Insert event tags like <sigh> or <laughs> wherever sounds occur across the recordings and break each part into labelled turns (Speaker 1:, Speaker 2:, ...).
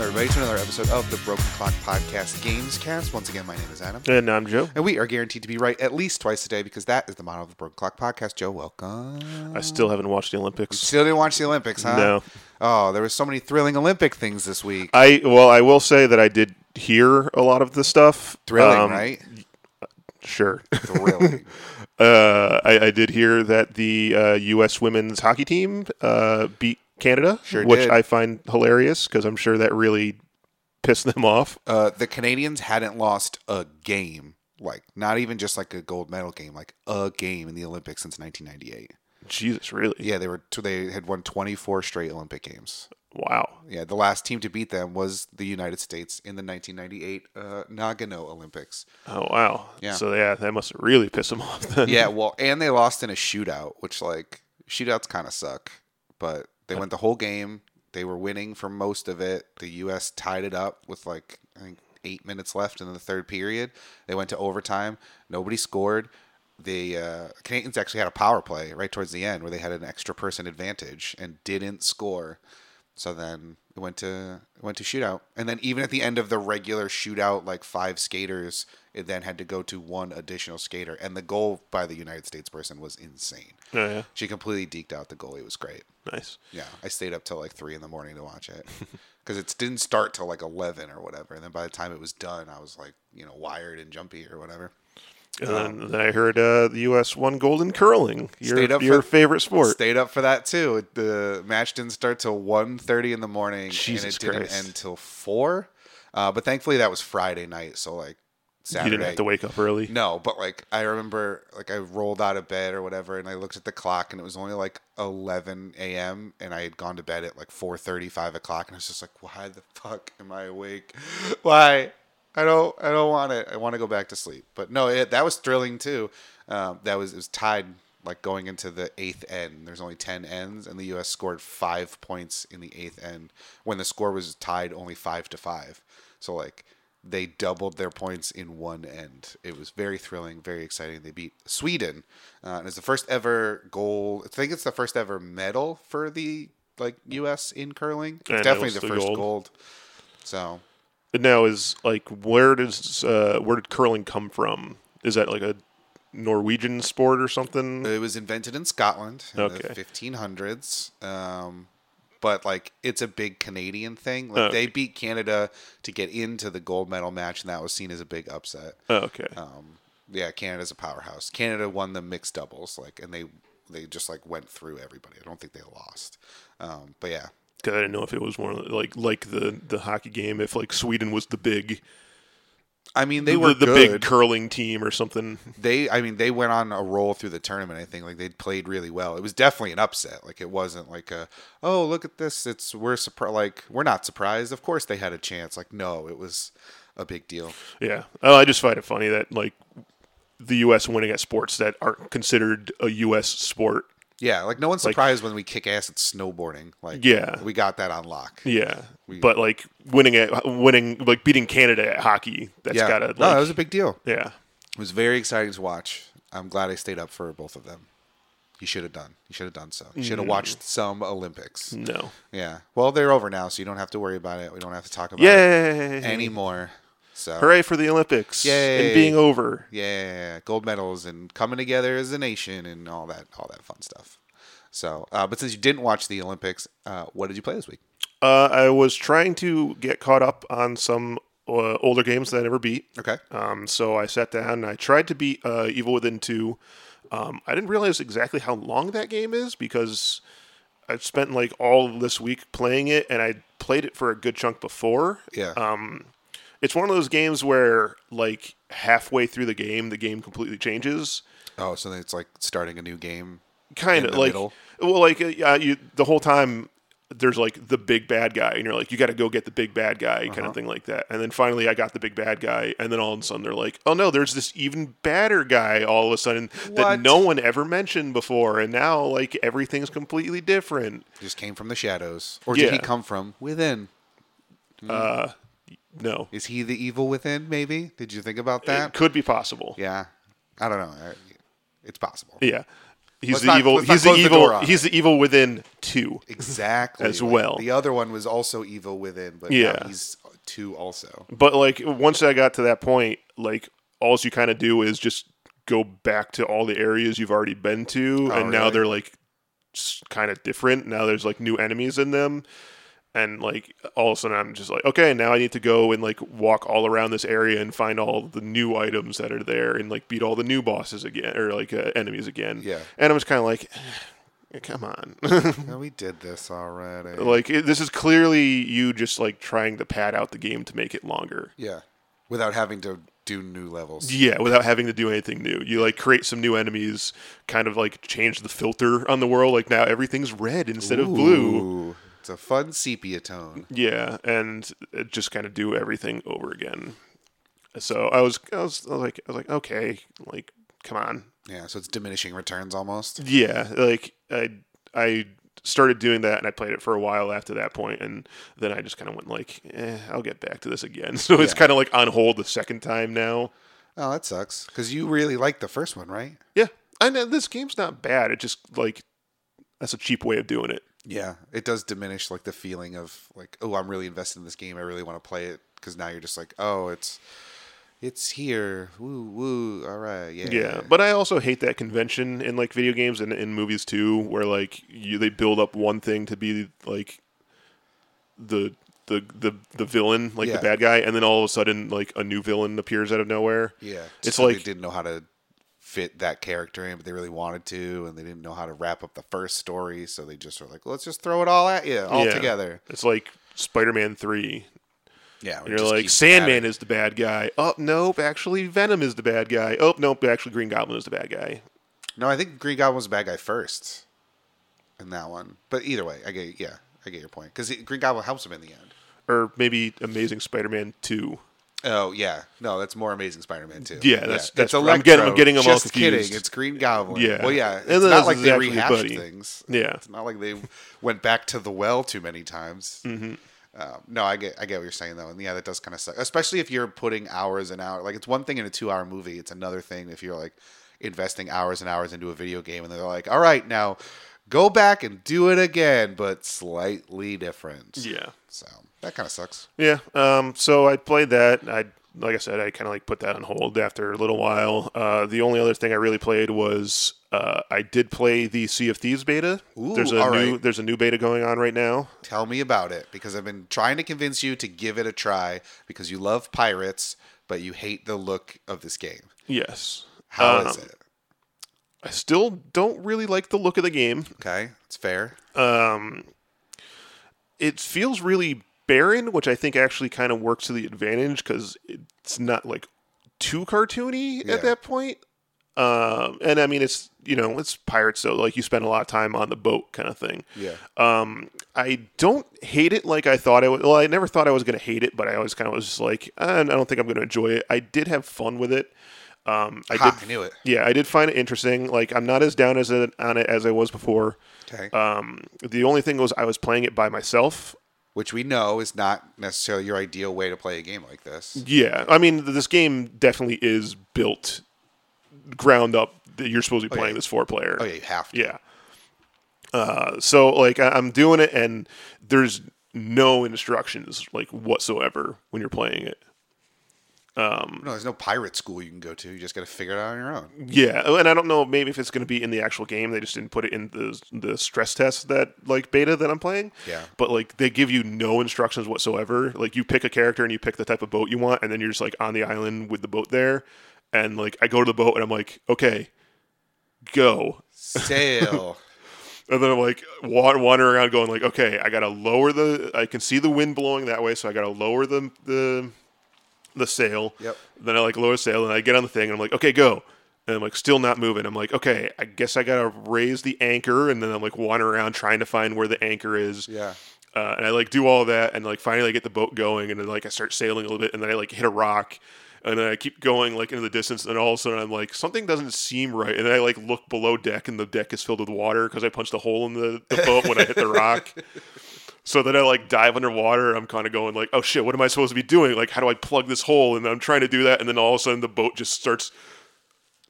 Speaker 1: everybody, to another episode of the Broken Clock Podcast Gamescast. Once again, my name is Adam.
Speaker 2: And Uh, I'm Joe.
Speaker 1: And we are guaranteed to be right at least twice a day because that is the motto of the Broken Clock Podcast. Joe, welcome.
Speaker 2: I still haven't watched the Olympics.
Speaker 1: Still didn't watch the Olympics, huh?
Speaker 2: No.
Speaker 1: Oh, there were so many thrilling Olympic things this week.
Speaker 2: I well, I will say that I did hear a lot of the stuff.
Speaker 1: Thrilling,
Speaker 2: Um, <laughs>
Speaker 1: right?
Speaker 2: Sure. <laughs>
Speaker 1: Thrilling.
Speaker 2: Uh, I, I did hear that the uh, U.S. women's hockey team uh, beat Canada,
Speaker 1: Sure
Speaker 2: which
Speaker 1: did.
Speaker 2: I find hilarious because I'm sure that really pissed them <laughs> off.
Speaker 1: uh, the Canadians hadn't lost a game, like not even just like a gold medal game, like a game in the Olympics since 1998.
Speaker 2: Jesus, really?
Speaker 1: Yeah, they were they had won 24 straight Olympic games.
Speaker 2: Wow.
Speaker 1: Yeah, the last team to beat them was the United States in the 1998 uh, Nagano Olympics.
Speaker 2: Oh, wow.
Speaker 1: Yeah.
Speaker 2: So yeah, that must really piss them <laughs> off. Then.
Speaker 1: Yeah, well, and they lost in a shootout, which like shootouts kind of suck, but they went the whole game. They were winning for most of it. The U.S. tied it up with like I think eight minutes left in the third period. They went to overtime. Nobody scored. The uh, Canadians actually had a power play right towards the end where they had an extra person advantage and didn't score. So then it went to it went to shootout, and then even at the end of the regular shootout, like five skaters, it then had to go to one additional skater, and the goal by the United States person was insane.
Speaker 2: Oh, yeah.
Speaker 1: She completely deked out the goalie. It was great.
Speaker 2: Nice.
Speaker 1: Yeah, I stayed up till like three in the morning to watch it because it didn't start till like eleven or whatever. And then by the time it was done, I was like, you know, wired and jumpy or whatever.
Speaker 2: And then- then I heard uh, the U.S. won gold in curling. Your,
Speaker 1: Um, Stayed up
Speaker 2: your
Speaker 1: for-
Speaker 2: favorite sport.
Speaker 1: Stayed up for that too. It- The match didn't start till 1.30 in the morning, and
Speaker 2: Jesus
Speaker 1: it didn't
Speaker 2: Christ.
Speaker 1: end till four. Uh, but thankfully, that was Friday night, so like Saturday.
Speaker 2: You didn't have to wake up early.
Speaker 1: No, but like I remember, like I rolled out of bed or whatever, and I looked at the clock, and it was only like 11 a.m., and I had gone to bed at like 4:30, 5 o'clock, and I was just like, why the fuck am I awake? Why? I don't, I don't want it. I want to go back to sleep. But no, it, that was thrilling too. Um, that was it was tied like going into the eighth end. There's only ten ends, and the U.S. scored five points in the eighth end when the score was tied only five to five. So like they doubled their points in one end. It was very thrilling, very exciting. They beat Sweden, uh, and it's the first ever goal. I think it's the first ever medal for the like U.S. in curling. It's
Speaker 2: And it
Speaker 1: definitely
Speaker 2: was
Speaker 1: the
Speaker 2: the
Speaker 1: first gold.
Speaker 2: gold.
Speaker 1: So
Speaker 2: now is like where does uh, where did curling come from? Is that like a Norwegian sport or something?
Speaker 1: it was invented in Scotland in the
Speaker 2: Okay.
Speaker 1: 1500s. Um, but like it's a big Canadian thing. Like
Speaker 2: Okay.
Speaker 1: they beat Canada to get into the gold medal match, and that was seen as a big upset.
Speaker 2: Oh, okay.
Speaker 1: Um, yeah, Canada's a powerhouse. Canada won the mixed doubles, like, and they they just like went through everybody. I don't think they lost. Um, but yeah,
Speaker 2: 'Cause I didn't know if it was one of the- like like the the hockey game if like Sweden was the big
Speaker 1: I mean they
Speaker 2: the,
Speaker 1: were
Speaker 2: the
Speaker 1: good.
Speaker 2: big curling team or something.
Speaker 1: they i mean they went on a roll through the tournament i think like they played really well it was definitely an upset like it wasn't like a oh look at this it's we're surprised like we're not surprised of course they had a chance like no it was a big deal
Speaker 2: Yeah. Oh, I just find it funny that like the U.S. winning at sports that aren't considered a U.S. sport.
Speaker 1: yeah like no one's surprised when we kick ass at snowboarding like
Speaker 2: Yeah.
Speaker 1: we got that on lock
Speaker 2: Yeah. But like winning at winning like beating Canada at hockey. That's
Speaker 1: yeah
Speaker 2: gotta like,
Speaker 1: no it was a big deal
Speaker 2: yeah.
Speaker 1: it was very exciting to watch i'm glad i stayed up for both of them you should have done you should have done so you should
Speaker 2: Mm.
Speaker 1: have watched some olympics
Speaker 2: No.
Speaker 1: yeah well they're over now so you don't have to worry about it we don't have to talk about it
Speaker 2: Yay!
Speaker 1: anymore so
Speaker 2: Hooray for the Olympics!
Speaker 1: Yay.
Speaker 2: And being over.
Speaker 1: Yeah, gold medals and coming together as a nation and all that, all that fun stuff. So, uh, but since you didn't watch the Olympics, uh, what did you play this week?
Speaker 2: Uh, I was trying to get caught up on some uh, older games that I never beat.
Speaker 1: Okay,
Speaker 2: Um, so I sat down and I tried to beat uh, Evil Within 2. Um, I didn't realize exactly how long that game is because I've spent like all of this week playing it and I played it for a good chunk before.
Speaker 1: yeah,
Speaker 2: Um, It's one of those games where like halfway through the game, the game completely changes.
Speaker 1: oh, so then it's like starting a new game.
Speaker 2: kind
Speaker 1: in
Speaker 2: of
Speaker 1: the
Speaker 2: like
Speaker 1: middle.
Speaker 2: well like uh, yeah you the whole time there's like the big bad guy and you're like you got to go get the big bad guy
Speaker 1: Uh-huh.
Speaker 2: kind of thing like that and then finally i got the big bad guy and then all of a sudden they're like oh no there's this even badder guy all of a sudden
Speaker 1: What?
Speaker 2: that no one ever mentioned before and now like everything's completely different
Speaker 1: Just came from the shadows, or did
Speaker 2: Yeah.
Speaker 1: he come from within?
Speaker 2: no
Speaker 1: Is he the evil within? Maybe. Did you think about
Speaker 2: it
Speaker 1: that?
Speaker 2: could be possible <laughs>
Speaker 1: yeah, I don't know. I- It's possible.
Speaker 2: yeah He's
Speaker 1: Let's
Speaker 2: the
Speaker 1: not-
Speaker 2: evil.
Speaker 1: let's not
Speaker 2: He's the
Speaker 1: close the
Speaker 2: evil.
Speaker 1: door on
Speaker 2: he's the evil within two.
Speaker 1: Exactly.
Speaker 2: As
Speaker 1: like,
Speaker 2: well.
Speaker 1: The other one was also evil within, but
Speaker 2: Yeah.
Speaker 1: now he's two
Speaker 2: <laughs>
Speaker 1: also.
Speaker 2: But like once I got to that point, like all you kind of do is just go back to all the areas you've already been to, and
Speaker 1: Oh,
Speaker 2: now
Speaker 1: really?
Speaker 2: they're like kind of different. Now there's like new enemies in them, and like all of a sudden I'm just like, okay, now I need to go and like walk all around this area and find all the new items that are there, and like beat all the new bosses again or like uh, enemies again.
Speaker 1: Yeah.
Speaker 2: and I'm just kind of like. "Eh, Come on. <laughs>
Speaker 1: No, we did this already.
Speaker 2: like it, this is clearly you just like trying to pad out the game to make it longer.
Speaker 1: yeah. Without having to do new levels.
Speaker 2: Yeah, without having to do anything new. You like create some new enemies, kind of like change the filter on the world. Like now everything's red instead of blue.
Speaker 1: Ooh, It's a fun sepia tone.
Speaker 2: Yeah, and it just kind of do everything over again. So I was, I was, I was like, I was like, okay, like, come on.
Speaker 1: Yeah, so it's diminishing returns almost.
Speaker 2: Yeah, like I, I started doing that, and I played it for a while after that point, and then I just kind of went like, eh, I'll get back to this again. <laughs> So it's
Speaker 1: Yeah.
Speaker 2: kind of like on hold the second time now.
Speaker 1: Oh, that sucks. Because you really liked the first one, right?
Speaker 2: Yeah, I know this game's not bad. It just like that's a cheap way of doing it.
Speaker 1: Yeah, it does diminish like the feeling of like, oh, I'm really invested in this game. I really want to play it because now you're just like, oh, it's it's here. Woo woo. All right. Yeah.
Speaker 2: Yeah, but I also hate that convention in like video games and in movies too, where like you they build up one thing to be like the the the the villain, like
Speaker 1: Yeah.
Speaker 2: the bad guy, and then all of a sudden like a new villain appears out of nowhere.
Speaker 1: Yeah.
Speaker 2: It's
Speaker 1: so they
Speaker 2: like-
Speaker 1: didn't know how to fit that character in, but they really wanted to, and they didn't know how to wrap up the first story, so they just were like, let's just throw it all at you all
Speaker 2: Yeah.
Speaker 1: together.
Speaker 2: It's like Spider-Man three.
Speaker 1: Yeah. we
Speaker 2: You're
Speaker 1: just
Speaker 2: like
Speaker 1: keep adding-
Speaker 2: Sandman is the bad guy. Oh nope, actually Venom is the bad guy. Oh nope, actually Green Goblin is the bad guy.
Speaker 1: No, I think Green Goblin was a bad guy first in that one. But either way, I get yeah, I get your point because Green Goblin helps him in the end.
Speaker 2: Or maybe Amazing Spider-Man two.
Speaker 1: Oh yeah, no, that's more Amazing Spider-Man too.
Speaker 2: Yeah, that's- that's- I'm getting- I'm getting 'em all
Speaker 1: Just
Speaker 2: confused.
Speaker 1: kidding, it's Green Goblin.
Speaker 2: Yeah.
Speaker 1: well, yeah,
Speaker 2: And
Speaker 1: it's
Speaker 2: then
Speaker 1: not
Speaker 2: this
Speaker 1: like
Speaker 2: is
Speaker 1: they
Speaker 2: actually
Speaker 1: rehashed
Speaker 2: Buddy.
Speaker 1: things.
Speaker 2: Yeah.
Speaker 1: it's not like they went back to the well too many times. Mm-hmm. Um, no, I get I get what you're saying though, and yeah, that does kind of suck, especially if you're putting hours and hours. Like it's one thing in a two-hour movie; it's another thing if you're like investing hours and hours into a video game, and they're like, "All right, now go back and do it again, but slightly different."
Speaker 2: Yeah.
Speaker 1: so that kind of sucks.
Speaker 2: Yeah. Um, so I played that. I like I said, I kind of like put that on hold after a little while. Uh, the only other thing I really played was uh, I did play the Sea of Thieves beta.
Speaker 1: Ooh,
Speaker 2: there's a
Speaker 1: all
Speaker 2: new
Speaker 1: right.
Speaker 2: there's a new beta going on right now.
Speaker 1: Tell me about it because I've been trying to convince you to give it a try because you love pirates, but you hate the look of this game.
Speaker 2: Yes.
Speaker 1: How is
Speaker 2: Um,
Speaker 1: it?
Speaker 2: I still don't really like the look of the game.
Speaker 1: Okay, it's fair.
Speaker 2: Um, it feels really barren, which I think actually kind of works to the advantage because it's not like too cartoony
Speaker 1: Yeah.
Speaker 2: at that point. Um, and I mean, it's you know, it's pirates, so like you spend a lot of time on the boat, kind of thing.
Speaker 1: Yeah.
Speaker 2: Um, I don't hate it like I thought I would. Well, I never thought I was going to hate it, but I always kind of was just like, "Uh, I don't think I'm going to enjoy it. I did have fun with it. Um, I
Speaker 1: I, ha,
Speaker 2: did.
Speaker 1: I knew it.
Speaker 2: Yeah, I did find it interesting. Like, I'm not as down as it, on it as I was before.
Speaker 1: Okay.
Speaker 2: Um, the only thing was I was playing it by myself.
Speaker 1: Which we know is not necessarily your ideal way to play a game like this.
Speaker 2: Yeah, I mean, th- this game definitely is built ground up. That you're supposed to be playing
Speaker 1: yeah.
Speaker 2: this four player.
Speaker 1: Oh, yeah, you have to.
Speaker 2: Yeah. Uh, so like I, I'm doing it, and there's no instructions like whatsoever when you're playing it.
Speaker 1: No, there's no pirate school you can go to. You just got to figure it out on your own.
Speaker 2: Yeah, oh, and I don't know maybe if it's going to be in the actual game. They just didn't put it in the the stress test that like beta that I'm playing.
Speaker 1: Yeah.
Speaker 2: But like they give you no instructions whatsoever. Like you pick a character and you pick the type of boat you want, and then you're just like on the island with the boat there. And like I go to the boat and I'm like, okay, go. <laughs>
Speaker 1: Sail.
Speaker 2: And then I'm like wa- wandering around, going like, okay, I gotta lower the. I can see the wind blowing that way, so I gotta lower the the the sail.
Speaker 1: Yep.
Speaker 2: Then I like lower sail, and I get on the thing, and I'm like, okay, go. And I'm like, still not moving. I'm like, okay, I guess I gotta raise the anchor, and then I'm like wandering around trying to find where the anchor is.
Speaker 1: yeah.
Speaker 2: Uh, and I like do all that, and like finally I get the boat going, and then like I start sailing a little bit, and then I like hit a rock, and then I keep going like into the distance, and all of a sudden I'm like something doesn't seem right, and then I like look below deck, and the deck is filled with water because I punched a hole in the, the boat when I hit the rock. So then I like dive underwater. and I'm kind of going like, oh shit, what am I supposed to be doing? Like, how do I plug this hole? And I'm trying to do that, and then all of a sudden the boat just starts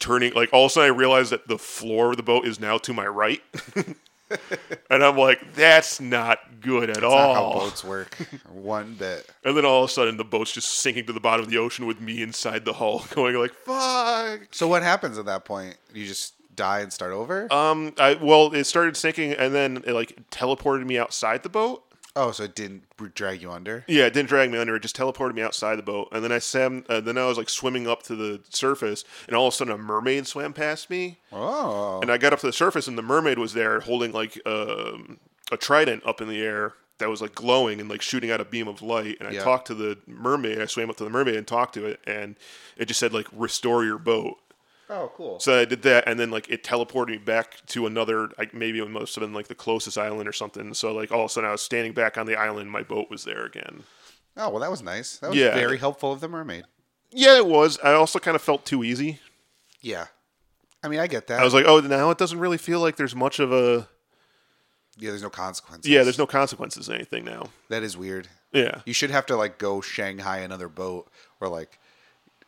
Speaker 2: turning like all of a sudden I realized that the floor of the boat is now to my right. <laughs> and I'm like, that's not good at
Speaker 1: Not how
Speaker 2: all.
Speaker 1: boats
Speaker 2: <laughs>
Speaker 1: work. One bit.
Speaker 2: and then all of a sudden the boat's just sinking to the bottom of the ocean with me inside the hull <laughs> going like, fuck.
Speaker 1: So what happens at that point? You just die and start over?
Speaker 2: Um I well, it started sinking and then it like teleported me outside the boat.
Speaker 1: oh, so it didn't drag you under?
Speaker 2: Yeah, it didn't drag me under. It just teleported me outside the boat, and then I swam. Uh, then I was like swimming up to the surface, and all of a sudden a mermaid swam past me,
Speaker 1: Oh.
Speaker 2: and I got up to the surface, and the mermaid was there holding like um, a trident up in the air that was like glowing and like shooting out a beam of light. And I
Speaker 1: Yeah.
Speaker 2: talked to the mermaid. I swam up to the mermaid and talked to it, and it just said like restore your boat.
Speaker 1: Oh, cool.
Speaker 2: So I did that, and then like it teleported me back to another, like maybe it must have been like the closest island or something. So like all of a sudden I was standing back on the island, my boat was there again.
Speaker 1: Oh, well, that was nice. That was
Speaker 2: Yeah.
Speaker 1: very helpful of the mermaid.
Speaker 2: Yeah, it was. I also kind of felt too easy.
Speaker 1: Yeah. I mean, I get that.
Speaker 2: I was like, oh, now it doesn't really feel like there's much of a.
Speaker 1: yeah, there's no consequences.
Speaker 2: Yeah, there's no consequences to anything now.
Speaker 1: That is weird.
Speaker 2: Yeah.
Speaker 1: You should have to, like, go Shanghai another boat or, like,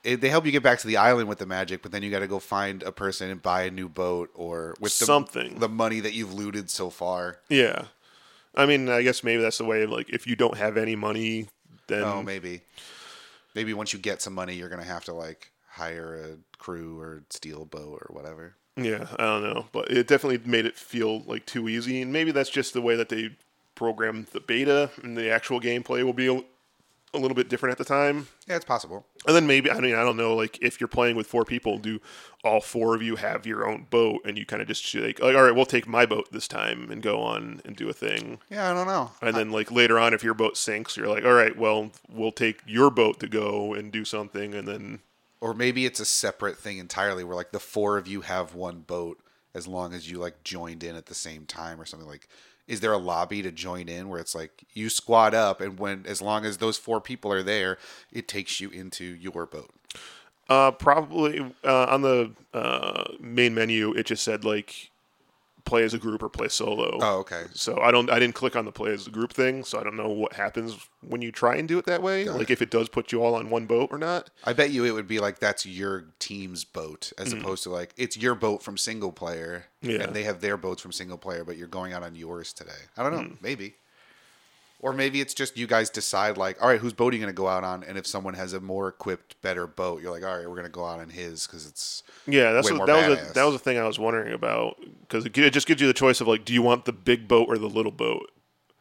Speaker 1: it, they help you get back to the island with the magic, but then you got to go find a person and buy a new boat or with the,
Speaker 2: Something.
Speaker 1: the money that you've looted so far.
Speaker 2: Yeah. I mean, I guess maybe that's the way of like, if you don't have any money, then.
Speaker 1: Oh, maybe. Maybe once you get some money, you're going to have to, like, hire a crew or steal a boat or whatever.
Speaker 2: yeah, I don't know. But it definitely made it feel like too easy. And maybe that's just the way that they programmed the beta and the actual gameplay will be a, a little bit different at the time.
Speaker 1: Yeah, it's possible.
Speaker 2: And then maybe I mean I don't know like if you're playing with four people, do all four of you have your own boat and you kind of just like like all right, we'll take my boat this time and go on and do a thing.
Speaker 1: Yeah, I don't know.
Speaker 2: And then like later on, if your boat sinks, you're like all right, well we'll take your boat to go and do something. And then
Speaker 1: or maybe it's a separate thing entirely where like the four of you have one boat as long as you like joined in at the same time or something like is there a lobby to join in where it's like you squad up and when as long as those four people are there it takes you into your boat
Speaker 2: uh, probably uh, on the uh, main menu, it just said like play as a group or play solo.
Speaker 1: oh okay
Speaker 2: So I don't I didn't click on the play as a group thing, so I don't know what happens when you try and do it that way. like if it does put you all on one boat or not.
Speaker 1: i bet you it would be like that's your team's boat as opposed to like it's your boat from single player
Speaker 2: Mm. Yeah.
Speaker 1: and they have their boats from single player but you're going out on yours today i don't know
Speaker 2: Mm.
Speaker 1: maybe Or maybe it's just you guys decide like, all right, whose boat are you going to go out on? And if someone has a more equipped, better boat, you're like, all right, we're going to go out on his because it's
Speaker 2: Yeah, that's
Speaker 1: way more
Speaker 2: what, that was a,
Speaker 1: badass.
Speaker 2: that was a thing I was wondering about because it, gi- it just gives you the choice of like, do you want the big boat or the little boat?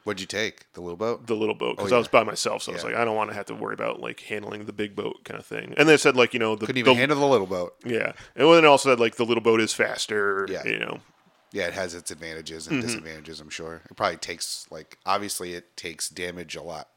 Speaker 1: what'd you take? The little boat?
Speaker 2: The little boat because I
Speaker 1: Oh, yeah.
Speaker 2: was by myself, so I was
Speaker 1: Yeah.
Speaker 2: like, I don't want to have to worry about like handling the big boat kind of thing. And then it said like, you know, the,
Speaker 1: Couldn't even
Speaker 2: the-
Speaker 1: handle the little boat.
Speaker 2: yeah, and then it also said like the little boat is faster.
Speaker 1: Yeah.
Speaker 2: you know,
Speaker 1: Yeah, it has its advantages
Speaker 2: Mm-hmm.
Speaker 1: and disadvantages. I'm sure it probably takes like obviously it takes damage a lot,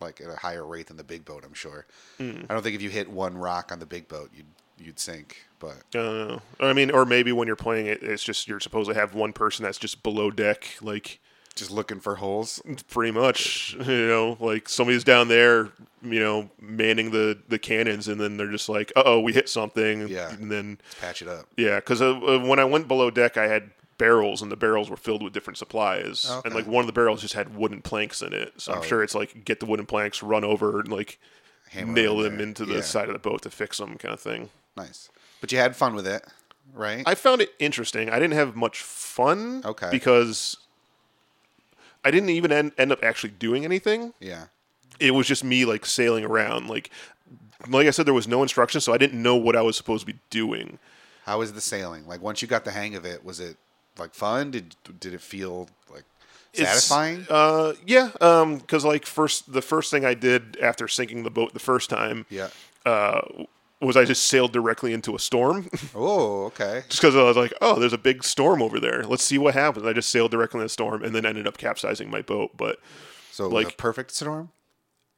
Speaker 1: like at a higher rate than the big boat. I'm sure.
Speaker 2: Mm.
Speaker 1: I don't think if you hit one rock on the big boat, you'd you'd sink. But
Speaker 2: I don't know. Uh, I mean, or maybe when you're playing it, it's just you're supposed to have one person that's just below deck, like
Speaker 1: just looking for holes.
Speaker 2: pretty much, you know, like somebody's down there, you know, manning the the cannons, and then they're just like, uh oh, we hit something,
Speaker 1: Yeah.
Speaker 2: and then.
Speaker 1: Patch it up.
Speaker 2: Yeah, because uh, uh, when I went below deck, I had barrels, and the barrels were filled with different supplies.
Speaker 1: Oh, okay. Oh.
Speaker 2: And like one of the barrels just had wooden planks in it, so I'm sure it's like get the wooden planks, run over, and like
Speaker 1: Hammer
Speaker 2: nail
Speaker 1: in
Speaker 2: them
Speaker 1: there.
Speaker 2: into the
Speaker 1: Yeah.
Speaker 2: side of the boat to fix them, kind of thing.
Speaker 1: Nice. But you had fun with it, right?
Speaker 2: I found it interesting. I didn't have much fun,
Speaker 1: Okay.
Speaker 2: because I didn't even end, end up actually doing anything.
Speaker 1: yeah.
Speaker 2: It was just me like sailing around, like. Like I said, there was no instruction, so I didn't know what I was supposed to be doing.
Speaker 1: How was the sailing? Like once you got the hang of it, was it like fun? Did did it feel like
Speaker 2: It's-
Speaker 1: satisfying?
Speaker 2: Uh, yeah, um, because like first, the first thing I did after sinking the boat the first time,
Speaker 1: yeah.
Speaker 2: uh, was I just sailed directly into a storm, <laughs> just
Speaker 1: Oh, okay.
Speaker 2: because I was like, oh, there's a big storm over there. Let's see what happens. I just sailed directly in the storm, and then ended up capsizing my boat. But
Speaker 1: So like
Speaker 2: Like-
Speaker 1: a perfect storm.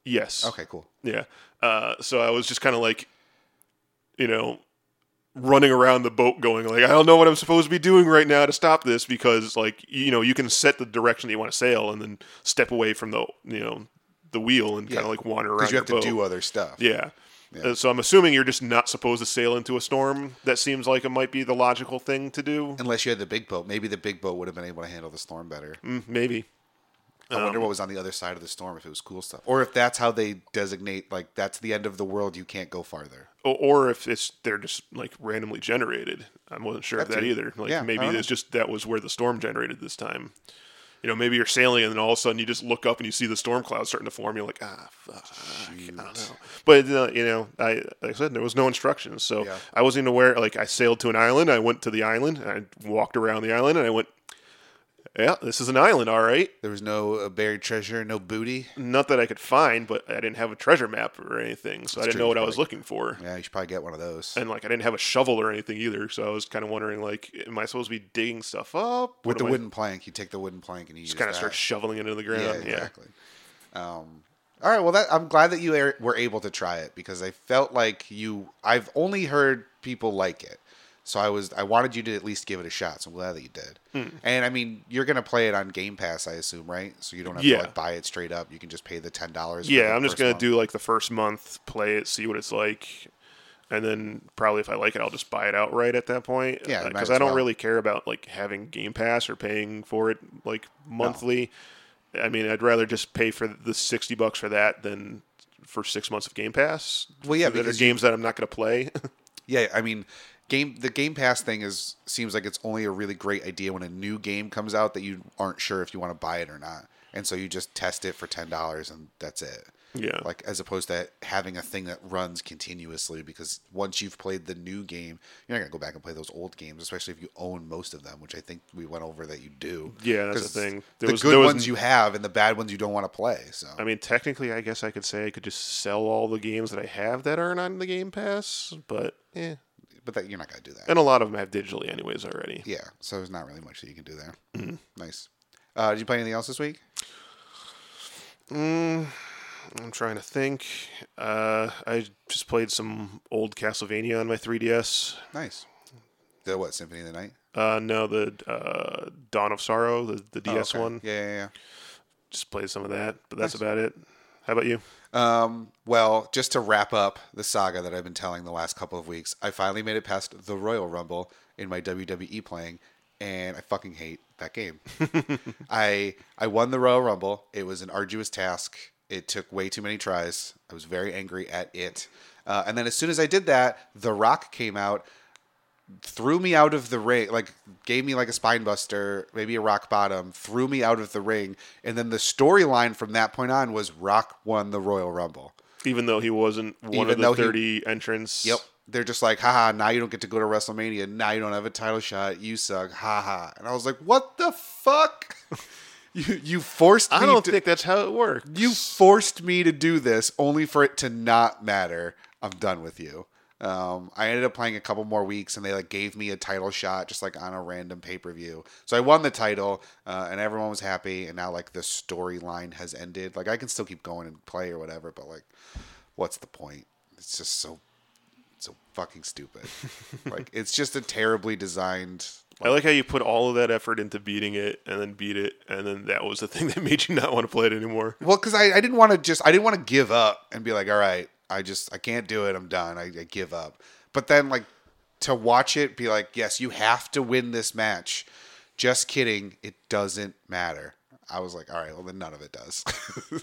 Speaker 2: yes,
Speaker 1: Okay, cool.
Speaker 2: yeah. Uh, so I was just kind of like, you know, running around the boat, going like, I don't know what I'm supposed to be doing right now to stop this because, like, you know, you can set the direction that you want to sail and then step away from the, you know, the wheel and kind
Speaker 1: Yeah.
Speaker 2: of like wander around.
Speaker 1: Because you have to
Speaker 2: your boat.
Speaker 1: do other stuff.
Speaker 2: Yeah. Uh, so I'm assuming you're just not supposed to sail into a storm. That seems like it might be the logical thing to do.
Speaker 1: Unless you had the big boat, maybe the big boat would have been able to handle the storm better.
Speaker 2: Mm, maybe.
Speaker 1: I
Speaker 2: Um,
Speaker 1: wonder what was on the other side of the storm if it was cool stuff, or if that's how they designate like that's the end of the world, you can't go farther.
Speaker 2: or- or if it's they're just like randomly generated. I wasn't sure of
Speaker 1: That's
Speaker 2: that
Speaker 1: it.
Speaker 2: either. Like
Speaker 1: Yeah, I
Speaker 2: maybe
Speaker 1: don't know.
Speaker 2: it's just that was where the storm generated this time. You know, maybe you're sailing and then all of a sudden you just look up and you see the storm cloud starting to form. You're like, ah, fuck, I don't know. But uh, you know, I like I said there was no instructions, so
Speaker 1: Yeah.
Speaker 2: I wasn't even aware. Like I sailed to an island, I went to the island, and I walked around the island, and I went, yeah, this is an island, all right.
Speaker 1: There was no uh, buried treasure, no booty.
Speaker 2: Not that I could find, but I didn't have a treasure map or anything, so I didn't
Speaker 1: true,
Speaker 2: know what
Speaker 1: you
Speaker 2: I was looking for
Speaker 1: Yeah, you should probably get one of those.
Speaker 2: and like I didn't have a shovel or anything either, so I was kind of wondering like, am I supposed to be digging stuff up
Speaker 1: With the
Speaker 2: am I-
Speaker 1: wooden plank, you take the wooden plank and you
Speaker 2: Just kind of start shoveling it into the ground.
Speaker 1: Yeah,
Speaker 2: Yeah,
Speaker 1: exactly. Um, all right. Well, that, I'm glad that you are, were able to try it because I felt like you. I've only heard people like it, so I was I wanted you to at least give it a shot. So I'm glad that you did.
Speaker 2: Hmm.
Speaker 1: And I mean, you're gonna play it on Game Pass, I assume, right? So you don't have
Speaker 2: Yeah.
Speaker 1: to like buy it straight up. You can just pay the ten dollars.
Speaker 2: yeah. I'm just gonna do like the first month, play it, see what it's like, and then probably if I like it, I'll just buy it outright at that point.
Speaker 1: Yeah, you might
Speaker 2: because
Speaker 1: as
Speaker 2: I don't
Speaker 1: well.
Speaker 2: really care about like having Game Pass or paying for it like monthly. I mean, I'd rather just pay for the sixty bucks for that than for six months of Game Pass.
Speaker 1: Well, yeah,
Speaker 2: that are
Speaker 1: because you-
Speaker 2: games that I'm not gonna play. <laughs>
Speaker 1: Yeah, I mean, game the Game Pass thing is seems like it's only a really great idea when a new game comes out that you aren't sure if you want to buy it or not, and so you just test it for ten dollars and that's it.
Speaker 2: Yeah.
Speaker 1: like as opposed to having a thing that runs continuously because once you've played the new game, you're not gonna go back and play those old games, especially if you own most of them, which I think we went over that you do.
Speaker 2: Yeah, that's the
Speaker 1: 'Cause
Speaker 2: thing.
Speaker 1: The
Speaker 2: There was-
Speaker 1: good
Speaker 2: there was Um,
Speaker 1: ones you have and the bad ones you don't want to play. So
Speaker 2: I mean, technically, I guess I could say I could just sell all the games that I have that aren't on the Game Pass, but eh.
Speaker 1: but that you're not gonna do that.
Speaker 2: And a lot of them have digitally, anyways, already.
Speaker 1: Yeah, so there's not really much that you can do there.
Speaker 2: Mm-hmm.
Speaker 1: Nice. Uh, did you play anything else this week?
Speaker 2: I'm trying to think. Uh, I just played some old Castlevania on my 3DS.
Speaker 1: Nice. The what Symphony of the Night?
Speaker 2: Uh, no, the uh, Dawn of Sorrow, the, the
Speaker 1: Oh,
Speaker 2: DS
Speaker 1: okay.
Speaker 2: one.
Speaker 1: Yeah, yeah, yeah.
Speaker 2: Just played some of that, but that's about it. How about you?
Speaker 1: Um, well, just to wrap up the saga that I've been telling the last couple of weeks, I finally made it past the Royal Rumble in my WWE playing, and I fucking hate that game. I I won the Royal Rumble. It was an arduous task. It took way too many tries. I was very angry at it. Uh, and then as soon as I did that, The Rock came out, threw me out of the ring, like gave me like a spine buster, maybe a rock bottom, threw me out of the ring. And then the storyline from that point on was Rock won the Royal Rumble.
Speaker 2: Even though he wasn't one
Speaker 1: Even
Speaker 2: of
Speaker 1: though
Speaker 2: the
Speaker 1: he-
Speaker 2: 30 entrants.
Speaker 1: Yep. They're just like, haha, now you don't get to go to WrestleMania. Now you don't have a title shot. You suck. Haha. And I was like, what the fuck? <laughs> you you forced me
Speaker 2: I don't
Speaker 1: to,
Speaker 2: think that's how it worked.
Speaker 1: you forced me to do this only for it to not matter. I'm done with you. Um, I ended up playing a couple more weeks, and they like gave me a title shot just like on a random pay per view. So I won the title, uh, and everyone was happy. And now like the storyline has ended. Like I can still keep going and play or whatever, but like, what's the point? It's just so so fucking stupid. like it's just a terribly designed.
Speaker 2: I like how you put all of that effort into beating it and then beat it, and then that was the <laughs> thing that made you not want to play it anymore.
Speaker 1: Well, because I, I didn't want to just I didn't want to give up and be like, all right, I just I can't do it. I'm done. I, I give up. But then like to watch it be like, yes, you have to win this match. Just kidding. It doesn't matter. I was like, all right, well then none of it does. <laughs>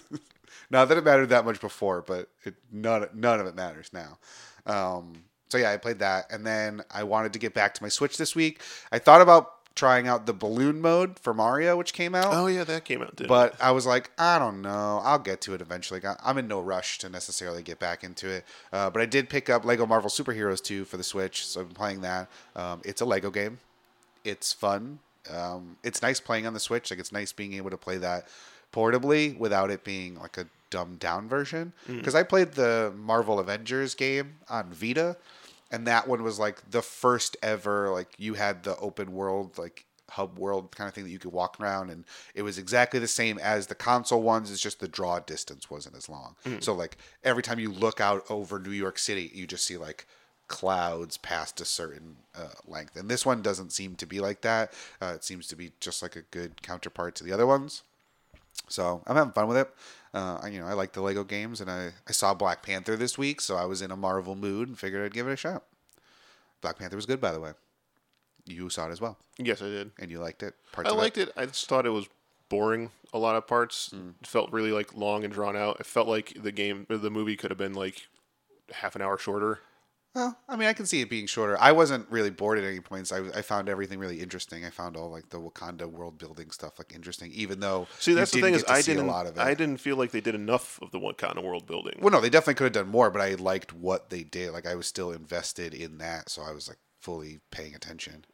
Speaker 1: Not that it mattered that much before, but it none none of it matters now. Um, so yeah, I played that, and then I wanted to get back to my Switch this week. I thought about trying out the balloon mode for Mario, which came out.
Speaker 2: Oh yeah, that came out. Didn't it?
Speaker 1: But I was like, I don't know. I'll get to it eventually. I- I'm in no rush to necessarily get back into it. Uh, but I did pick up Lego Marvel Super Heroes 2 for the Switch, so I've been playing that. Um, it's a Lego game. It's fun. Um, it's nice playing on the Switch. Like it's nice being able to play that portably without it being like a dumbed down version. Because I played the Marvel Avengers game on Vita, and that one was like the first ever like you had the open world like hub world kind of thing that you could walk around and it was exactly the same as the console ones it's just the draw distance wasn't as long so like every time you look out over new york city you just see like clouds past a certain uh, length and this one doesn't seem to be like that uh, it seems to be just like a good counterpart to the other ones so I'm having fun with it. Uh, I- you know, I like the Lego games, and I, I saw Black Panther this week, so I was in a Marvel mood and figured I'd give it a shot. Black Panther was good, by the way. You saw it as well,
Speaker 2: yes, I did.
Speaker 1: and you liked it. Parts
Speaker 2: I
Speaker 1: of
Speaker 2: liked it. I just thought it was boring. A lot of parts It felt really like long and drawn out. It felt like the game, or the movie, could have been like half an hour shorter.
Speaker 1: Well, I mean, I can see it being shorter. I wasn't really bored at any points. I, I found everything really interesting. I found all like the Wakanda world building stuff like interesting, even though
Speaker 2: See,
Speaker 1: you
Speaker 2: that's the thing
Speaker 1: didn't
Speaker 2: is,
Speaker 1: get to
Speaker 2: I
Speaker 1: see
Speaker 2: didn't.
Speaker 1: a lot of it.
Speaker 2: I didn't feel like they did enough of the one kind of world building.
Speaker 1: well, no, they definitely could have done more, but I liked what they did. Like I was still invested in that, so I was like fully paying attention.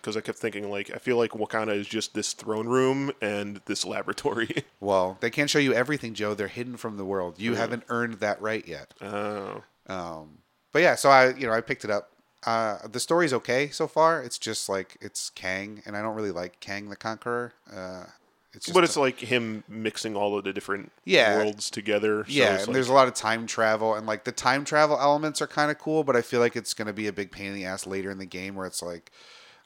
Speaker 2: because I kept thinking like I feel like Wakanda is just this throne room and this <laughs> laboratory.
Speaker 1: Well, they can't show you everything, Joe. They're hidden from the world. You haven't earned that right yet.
Speaker 2: oh,
Speaker 1: Um, but yeah, so I you know I picked it up. Uh, the story's okay so far. It's just like it's Kang, and I don't really like Kang the Conqueror. Uh, it's just
Speaker 2: but it's like him mixing all of the different
Speaker 1: Yeah.
Speaker 2: worlds together. So
Speaker 1: yeah,
Speaker 2: it's
Speaker 1: and
Speaker 2: like-
Speaker 1: there's a lot of time travel, and like the time travel elements are kind of cool, but I feel like it's gonna be a big pain in the ass later in the game where it's like.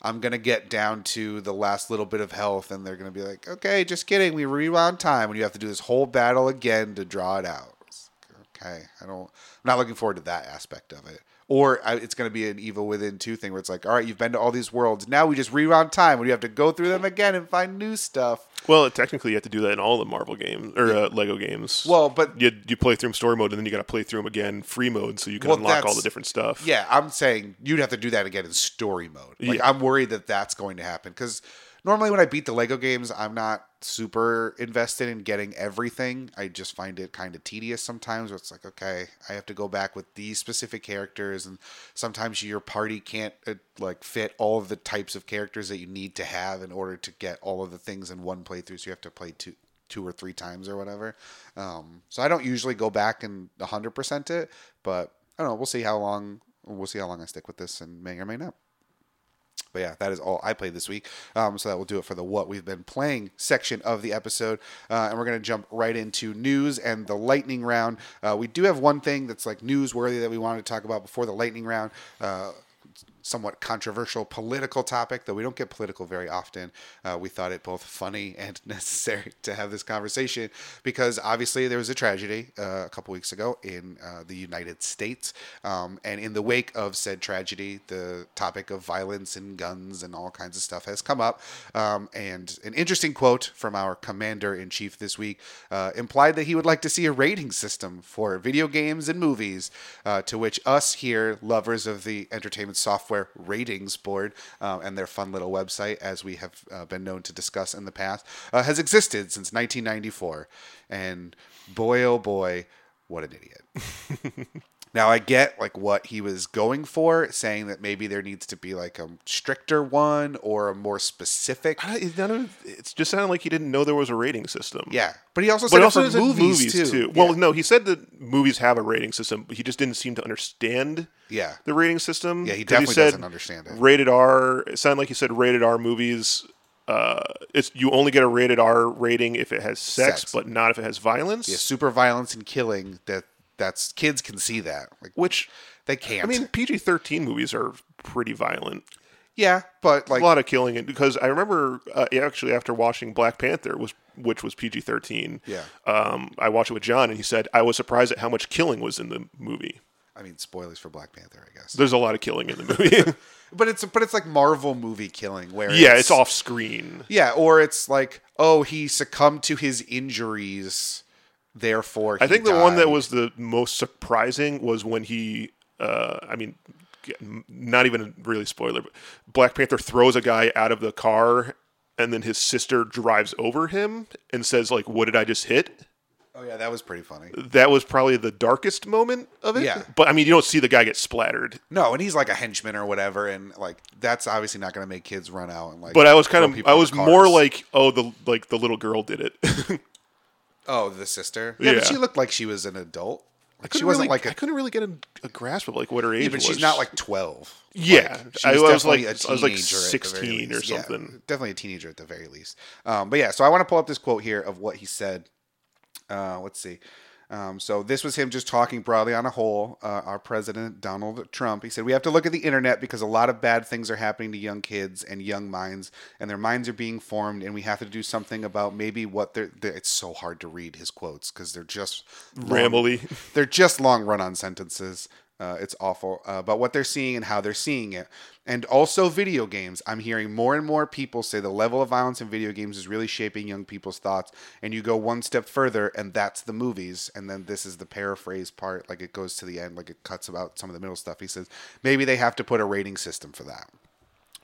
Speaker 1: I'm gonna get down to the last little bit of health, and they're gonna be like, "Okay, just kidding. We rewound time, and you have to do this whole battle again to draw it out." It's like, okay, I don't. I'm not looking forward to that aspect of it. Or I, it's gonna be an Evil Within two thing where it's like, "All right, you've been to all these worlds. Now we just rewound time, and you have to go through them again and find new stuff."
Speaker 2: well, technically you have to do that in all the Marvel games or uh, Lego games.
Speaker 1: Well, but
Speaker 2: you you play through them story mode and then you got to play through them again free mode so you can
Speaker 1: Well,
Speaker 2: unlock all
Speaker 1: that's-
Speaker 2: the different stuff.
Speaker 1: Yeah, I'm saying you'd have to do that again in story mode. Like,
Speaker 2: Yeah.
Speaker 1: I'm worried that that's going to happen because normally when I beat the Lego games, I'm not super invested in getting everything. I just find it kind of tedious sometimes. Where it's like, okay, I have to go back with these specific characters, and sometimes your party can't uh, like fit all of the types of characters that you need to have in order to get all of the things in one playthrough. So you have to play two two or three times or whatever. Um, so I don't usually go back and 100% it, but I don't know. We'll see how long we'll see how long I stick with this and may or may not. But yeah, that is all I played this week. Um, so that will do it for the what we've been playing section of the episode. Uh, and we're going to jump right into news and the lightning round. Uh, we do have one thing that's like newsworthy that we wanted to talk about before the lightning round. Uh, somewhat controversial political topic, though we don't get political very often. Uh, we thought it both funny and <laughs> necessary to have this conversation because obviously there was a tragedy uh, a couple weeks ago in uh, the United States. Um, and in the wake of said tragedy, the topic of violence and guns and all kinds of stuff has come up. Um, and an interesting quote from our commander in chief this week uh, implied that he would like to see a rating system for video games and movies, uh, to which us here, lovers of the Entertainment Software Ratings Board um, and their fun little website, as we have uh, been known to discuss in the past, uh, has existed since 1994. And boy, oh boy, what an idiot. Now I get like what he was going for, saying that maybe there needs to be like a stricter one or a more specific.
Speaker 2: I- it's none of- it's just sounded like he didn't know there was a rating system.
Speaker 1: Yeah, but he also said
Speaker 2: But
Speaker 1: it
Speaker 2: also
Speaker 1: for
Speaker 2: said
Speaker 1: movies, too.
Speaker 2: Well,
Speaker 1: yeah.
Speaker 2: no, he said that movies have a rating system, but he just didn't seem to understand
Speaker 1: yeah,
Speaker 2: the rating system.
Speaker 1: Yeah, he
Speaker 2: 'Cause
Speaker 1: definitely
Speaker 2: said
Speaker 1: doesn't understand it.
Speaker 2: Rated R. It sounded like he said rated R movies. Uh, it's you only get a rated R rating if it has sex,
Speaker 1: Sex.
Speaker 2: but not if it has violence.
Speaker 1: Yeah, super violence and killing. That that's kids can see that. Like
Speaker 2: Which
Speaker 1: they can't.
Speaker 2: I mean, PG thirteen movies are pretty violent.
Speaker 1: yeah, but
Speaker 2: a
Speaker 1: like
Speaker 2: lot of killing it because I remember uh, actually after watching Black Panther was which was PG thirteen.
Speaker 1: Yeah.
Speaker 2: Um, I watched it with John, and he said I was surprised at how much killing was in the movie.
Speaker 1: I mean, spoilers for Black Panther, I guess.
Speaker 2: There's a lot of killing in the movie. <laughs>
Speaker 1: But it's but it's like Marvel movie killing where
Speaker 2: yeah, it's off screen.
Speaker 1: Yeah, or it's like oh he succumbed to his injuries, therefore
Speaker 2: I
Speaker 1: he
Speaker 2: think the one that
Speaker 1: died.
Speaker 2: was the most surprising was when he, uh, I mean, g- not even a really spoiler, but Black Panther throws a guy out of the car, and then his sister drives over him and says, "Like, what did I just hit?"
Speaker 1: oh yeah that was pretty funny.
Speaker 2: That was probably the darkest moment of it.
Speaker 1: Yeah.
Speaker 2: but I mean, you don't see the guy get splattered.
Speaker 1: No, and he's like a henchman or whatever, and like that's obviously not going to make kids run out and like.
Speaker 2: But I was kind
Speaker 1: throw
Speaker 2: of,
Speaker 1: people
Speaker 2: I
Speaker 1: in
Speaker 2: was
Speaker 1: cars.
Speaker 2: more like, oh, the like the little girl did it. <laughs>
Speaker 1: oh, the sister. Yeah,
Speaker 2: Yeah.
Speaker 1: but she looked like she was an adult. Like, she
Speaker 2: Couldn't
Speaker 1: wasn't
Speaker 2: really-
Speaker 1: like
Speaker 2: I
Speaker 1: a.
Speaker 2: couldn't really get a, a grasp of like what her age
Speaker 1: Yeah, but she's
Speaker 2: was.
Speaker 1: not like twelve.
Speaker 2: yeah,
Speaker 1: She
Speaker 2: I,
Speaker 1: was
Speaker 2: was like
Speaker 1: definitely a
Speaker 2: I was like
Speaker 1: teenager at the very
Speaker 2: sixteen or
Speaker 1: least. Yeah,
Speaker 2: something.
Speaker 1: definitely a teenager at the very least. Um, but yeah, so I want to pull up this quote here of what he said. Uh, let's see. Um, so this was him just talking broadly on a whole. Uh, our president Donald Trump. He said we have to look at the internet because a lot of bad things are happening to young kids and young minds, and their minds are being formed, and we have to do something about maybe what they're. they're it's so hard to read his quotes because they're just long-
Speaker 2: Rambly.
Speaker 1: they're just long run on sentences. Uh, it's awful uh, about what they're seeing and how they're seeing it. And also, video games. I'm hearing more and more people say the level of violence in video games is really shaping young people's thoughts. And you go one step further, and that's the movies. And then this is the paraphrase part, like it goes to the end, like it cuts about some of the middle stuff. He says maybe they have to put a rating system for that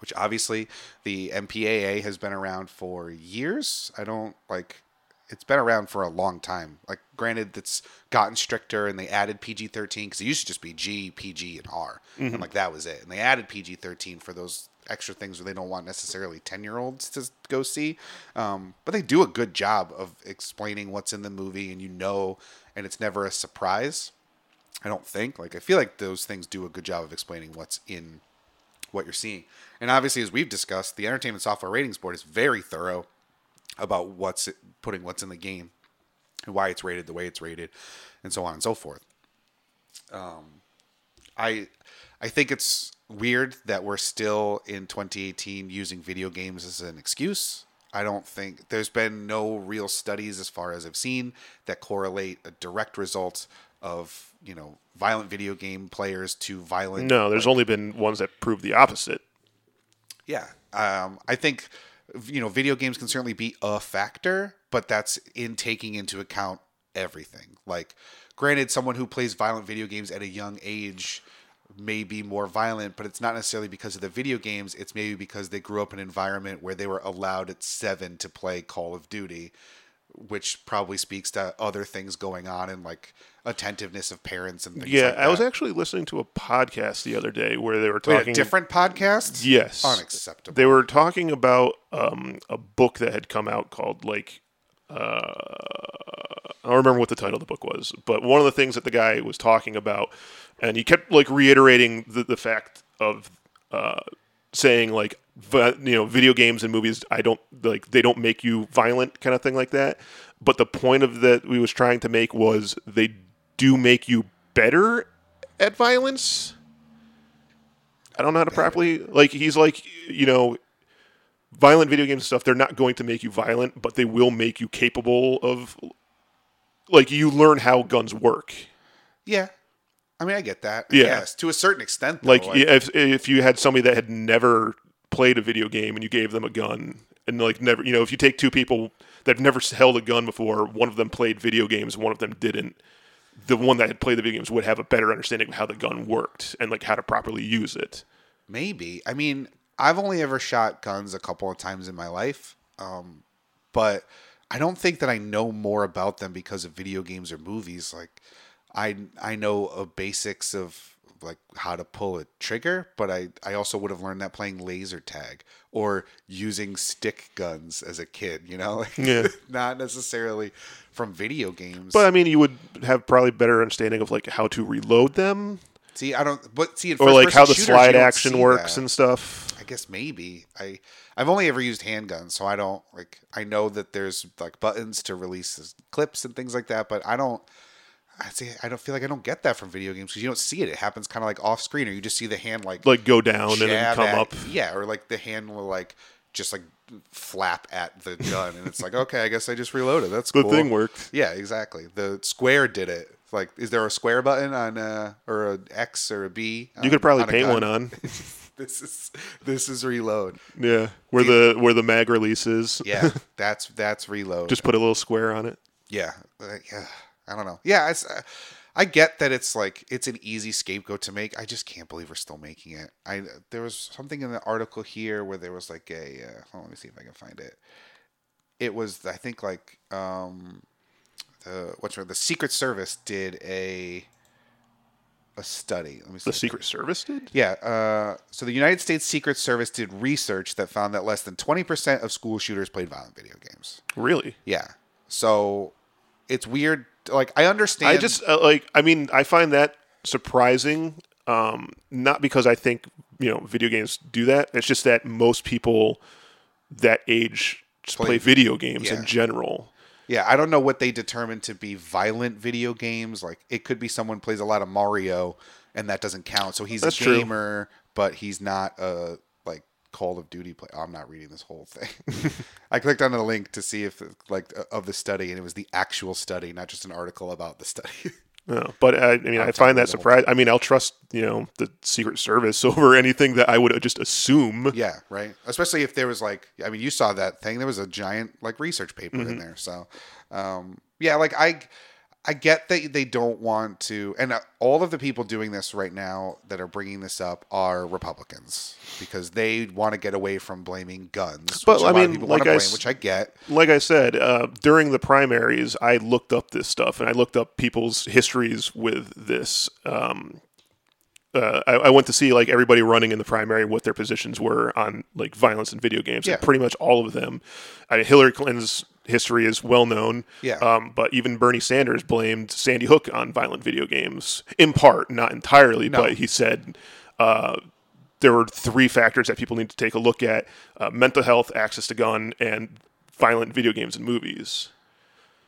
Speaker 1: which obviously the MPAA has been around for years. I don't like it's been around for a long time. Like granted it's gotten stricter and they added PG-13 cuz it used to just be G, PG and R. And like that was it. And they added PG-13 for those extra things where they don't want necessarily 10-year-olds to go see. Um, but they do a good job of explaining what's in the movie and you know and it's never a surprise. I don't think. Like I feel like those things do a good job of explaining what's in what you're seeing. And obviously, as we've discussed, the Entertainment Software Ratings Board is very thorough about what's putting what's in the game and why it's rated the way it's rated, and so on and so forth. Um, I I think it's weird that we're still in 2018 using video games as an excuse. I don't think there's been no real studies as far as I've seen that correlate a direct result of you know violent video game players to violent
Speaker 2: No, there's only been ones that prove the opposite.
Speaker 1: Yeah, um, I think you know video games can certainly be a factor, but that's in taking into account everything. Like, granted, someone who plays violent video games at a young age may be more violent, but it's not necessarily because of the video games. It's maybe because they grew up in an environment where they were allowed at seven to play Call of Duty, which probably speaks to other things going on and like attentiveness of parents and things.
Speaker 2: Yeah,
Speaker 1: like
Speaker 2: I was
Speaker 1: that.
Speaker 2: actually listening to a podcast the other day where they were
Speaker 1: Wait,
Speaker 2: talking
Speaker 1: a different podcast.
Speaker 2: Yes.
Speaker 1: unacceptable.
Speaker 2: They were talking about um, a book that had come out called like uh, I don't remember what the title of the book was, but one of the things that the guy was talking about, and he kept like reiterating the, the fact of uh, saying like vi- you know video games and movies I don't like they don't make you violent kind of thing like that. But the point of that we was trying to make was they do make you better at violence. I don't know how to properly like he's like you know violent video game stuff they're not going to make you violent but they will make you capable of like you learn how guns work
Speaker 1: Yeah. I mean, I get that.
Speaker 2: Yeah.
Speaker 1: Yeah. Yes, to a certain extent. Though,
Speaker 2: like if if you had somebody that had never played a video game and you gave them a gun and like never you know if you take two people that've never held a gun before one of them played video games one of them didn't the one that had played the video games would have a better understanding of how the gun worked and like how to properly use it
Speaker 1: maybe. I mean, I've only ever shot guns a couple of times in my life, um, but I don't think that I know more about them because of video games or movies. Like, I I know a basics of like how to pull a trigger, but I I also would have learned that playing laser tag or using stick guns as a kid. You know, <laughs> like,
Speaker 2: Yeah.
Speaker 1: not necessarily from video games.
Speaker 2: But I mean, you would have probably better understanding of like how to reload them,
Speaker 1: see, I don't. But see, in
Speaker 2: or like
Speaker 1: first-person
Speaker 2: how the
Speaker 1: shooters, you
Speaker 2: slide
Speaker 1: don't
Speaker 2: action
Speaker 1: see
Speaker 2: works
Speaker 1: that.
Speaker 2: and stuff.
Speaker 1: I guess maybe I I've only ever used handguns, so I don't like I know that there's like buttons to release s- clips and things like that, but I don't. I see. I don't feel like I don't get that from video games because you don't see it. It happens kind of like off screen, or you just see the hand like
Speaker 2: Like go down and then
Speaker 1: jab
Speaker 2: come
Speaker 1: at-
Speaker 2: up.
Speaker 1: Yeah, or like the hand will like just like flap at the gun, and it's like okay, I guess I just reloaded. That's
Speaker 2: The
Speaker 1: cool.
Speaker 2: thing worked.
Speaker 1: Yeah, exactly. The square did it. Like, is there a square button on uh or an X or a B?
Speaker 2: You could probably
Speaker 1: Uh, a
Speaker 2: paint
Speaker 1: gun?
Speaker 2: one on.
Speaker 1: <laughs> This is this is reload.
Speaker 2: Yeah, where the where the mag release is. <laughs>
Speaker 1: Yeah, that's that's reload.
Speaker 2: Just put a little square on it.
Speaker 1: yeah, Like, yeah. I don't know. Yeah, it's, uh, I get that it's like it's an easy scapegoat to make. I just can't believe we're still making it. I there was something in the article here where there was like a. Uh, hold on, let me see if I can find it. It was I think like um, the what's the Secret Service did a a study. Let me see.
Speaker 2: The Secret Service did.
Speaker 1: Yeah. Uh, so the United States Secret Service did research that found that less than 20% of school shooters played violent video games.
Speaker 2: Really?
Speaker 1: Yeah. So it's weird. Like, I understand.
Speaker 2: I just uh, like. I mean, I find that surprising. Um, not because I think you know video games do that. It's just that most people that age just play,
Speaker 1: Play-
Speaker 2: video games
Speaker 1: yeah.
Speaker 2: in general.
Speaker 1: Yeah, I don't know what they determine to be violent video games. Like, it could be someone plays a lot of Mario and that doesn't count. So he's
Speaker 2: That's
Speaker 1: a
Speaker 2: true.
Speaker 1: gamer, but he's not a, like, Call of Duty player. I'm not reading this whole
Speaker 2: <laughs>
Speaker 1: thing. <laughs> I clicked on the link to see if, like, of the study, and it was the actual study, not just an article about the study.
Speaker 2: No, but I, I mean, i find that surprise. I mean, I'll trust you know the Secret Service <laughs> over anything that I would uh, just assume.
Speaker 1: Yeah, right. Especially if there was like, I mean, you saw that thing. There was a giant like research paper
Speaker 2: Mm-hmm.
Speaker 1: in there. So, um, yeah, like I, I get that they don't want to, and uh, all of the people doing this right now that are bringing this up are Republicans because they want to get away from blaming guns.
Speaker 2: But,
Speaker 1: which a
Speaker 2: I
Speaker 1: lot of
Speaker 2: mean,
Speaker 1: people
Speaker 2: like
Speaker 1: wanna
Speaker 2: I
Speaker 1: blame,
Speaker 2: s-
Speaker 1: which I get.
Speaker 2: Like I said, uh, during the primaries, I looked up this stuff and I looked up people's histories with this. Um, uh, I, I went to see like everybody running in the primary what their positions were on like violence in video games. And
Speaker 1: Yeah.
Speaker 2: pretty much all of them. I mean, Hillary Clinton's history is well known.
Speaker 1: Yeah.
Speaker 2: Um, but even Bernie Sanders blamed Sandy Hook on violent video games in part, not entirely, but he said uh, there were three factors that people need to take a look at: uh, mental health, access to gun, and violent video games and movies.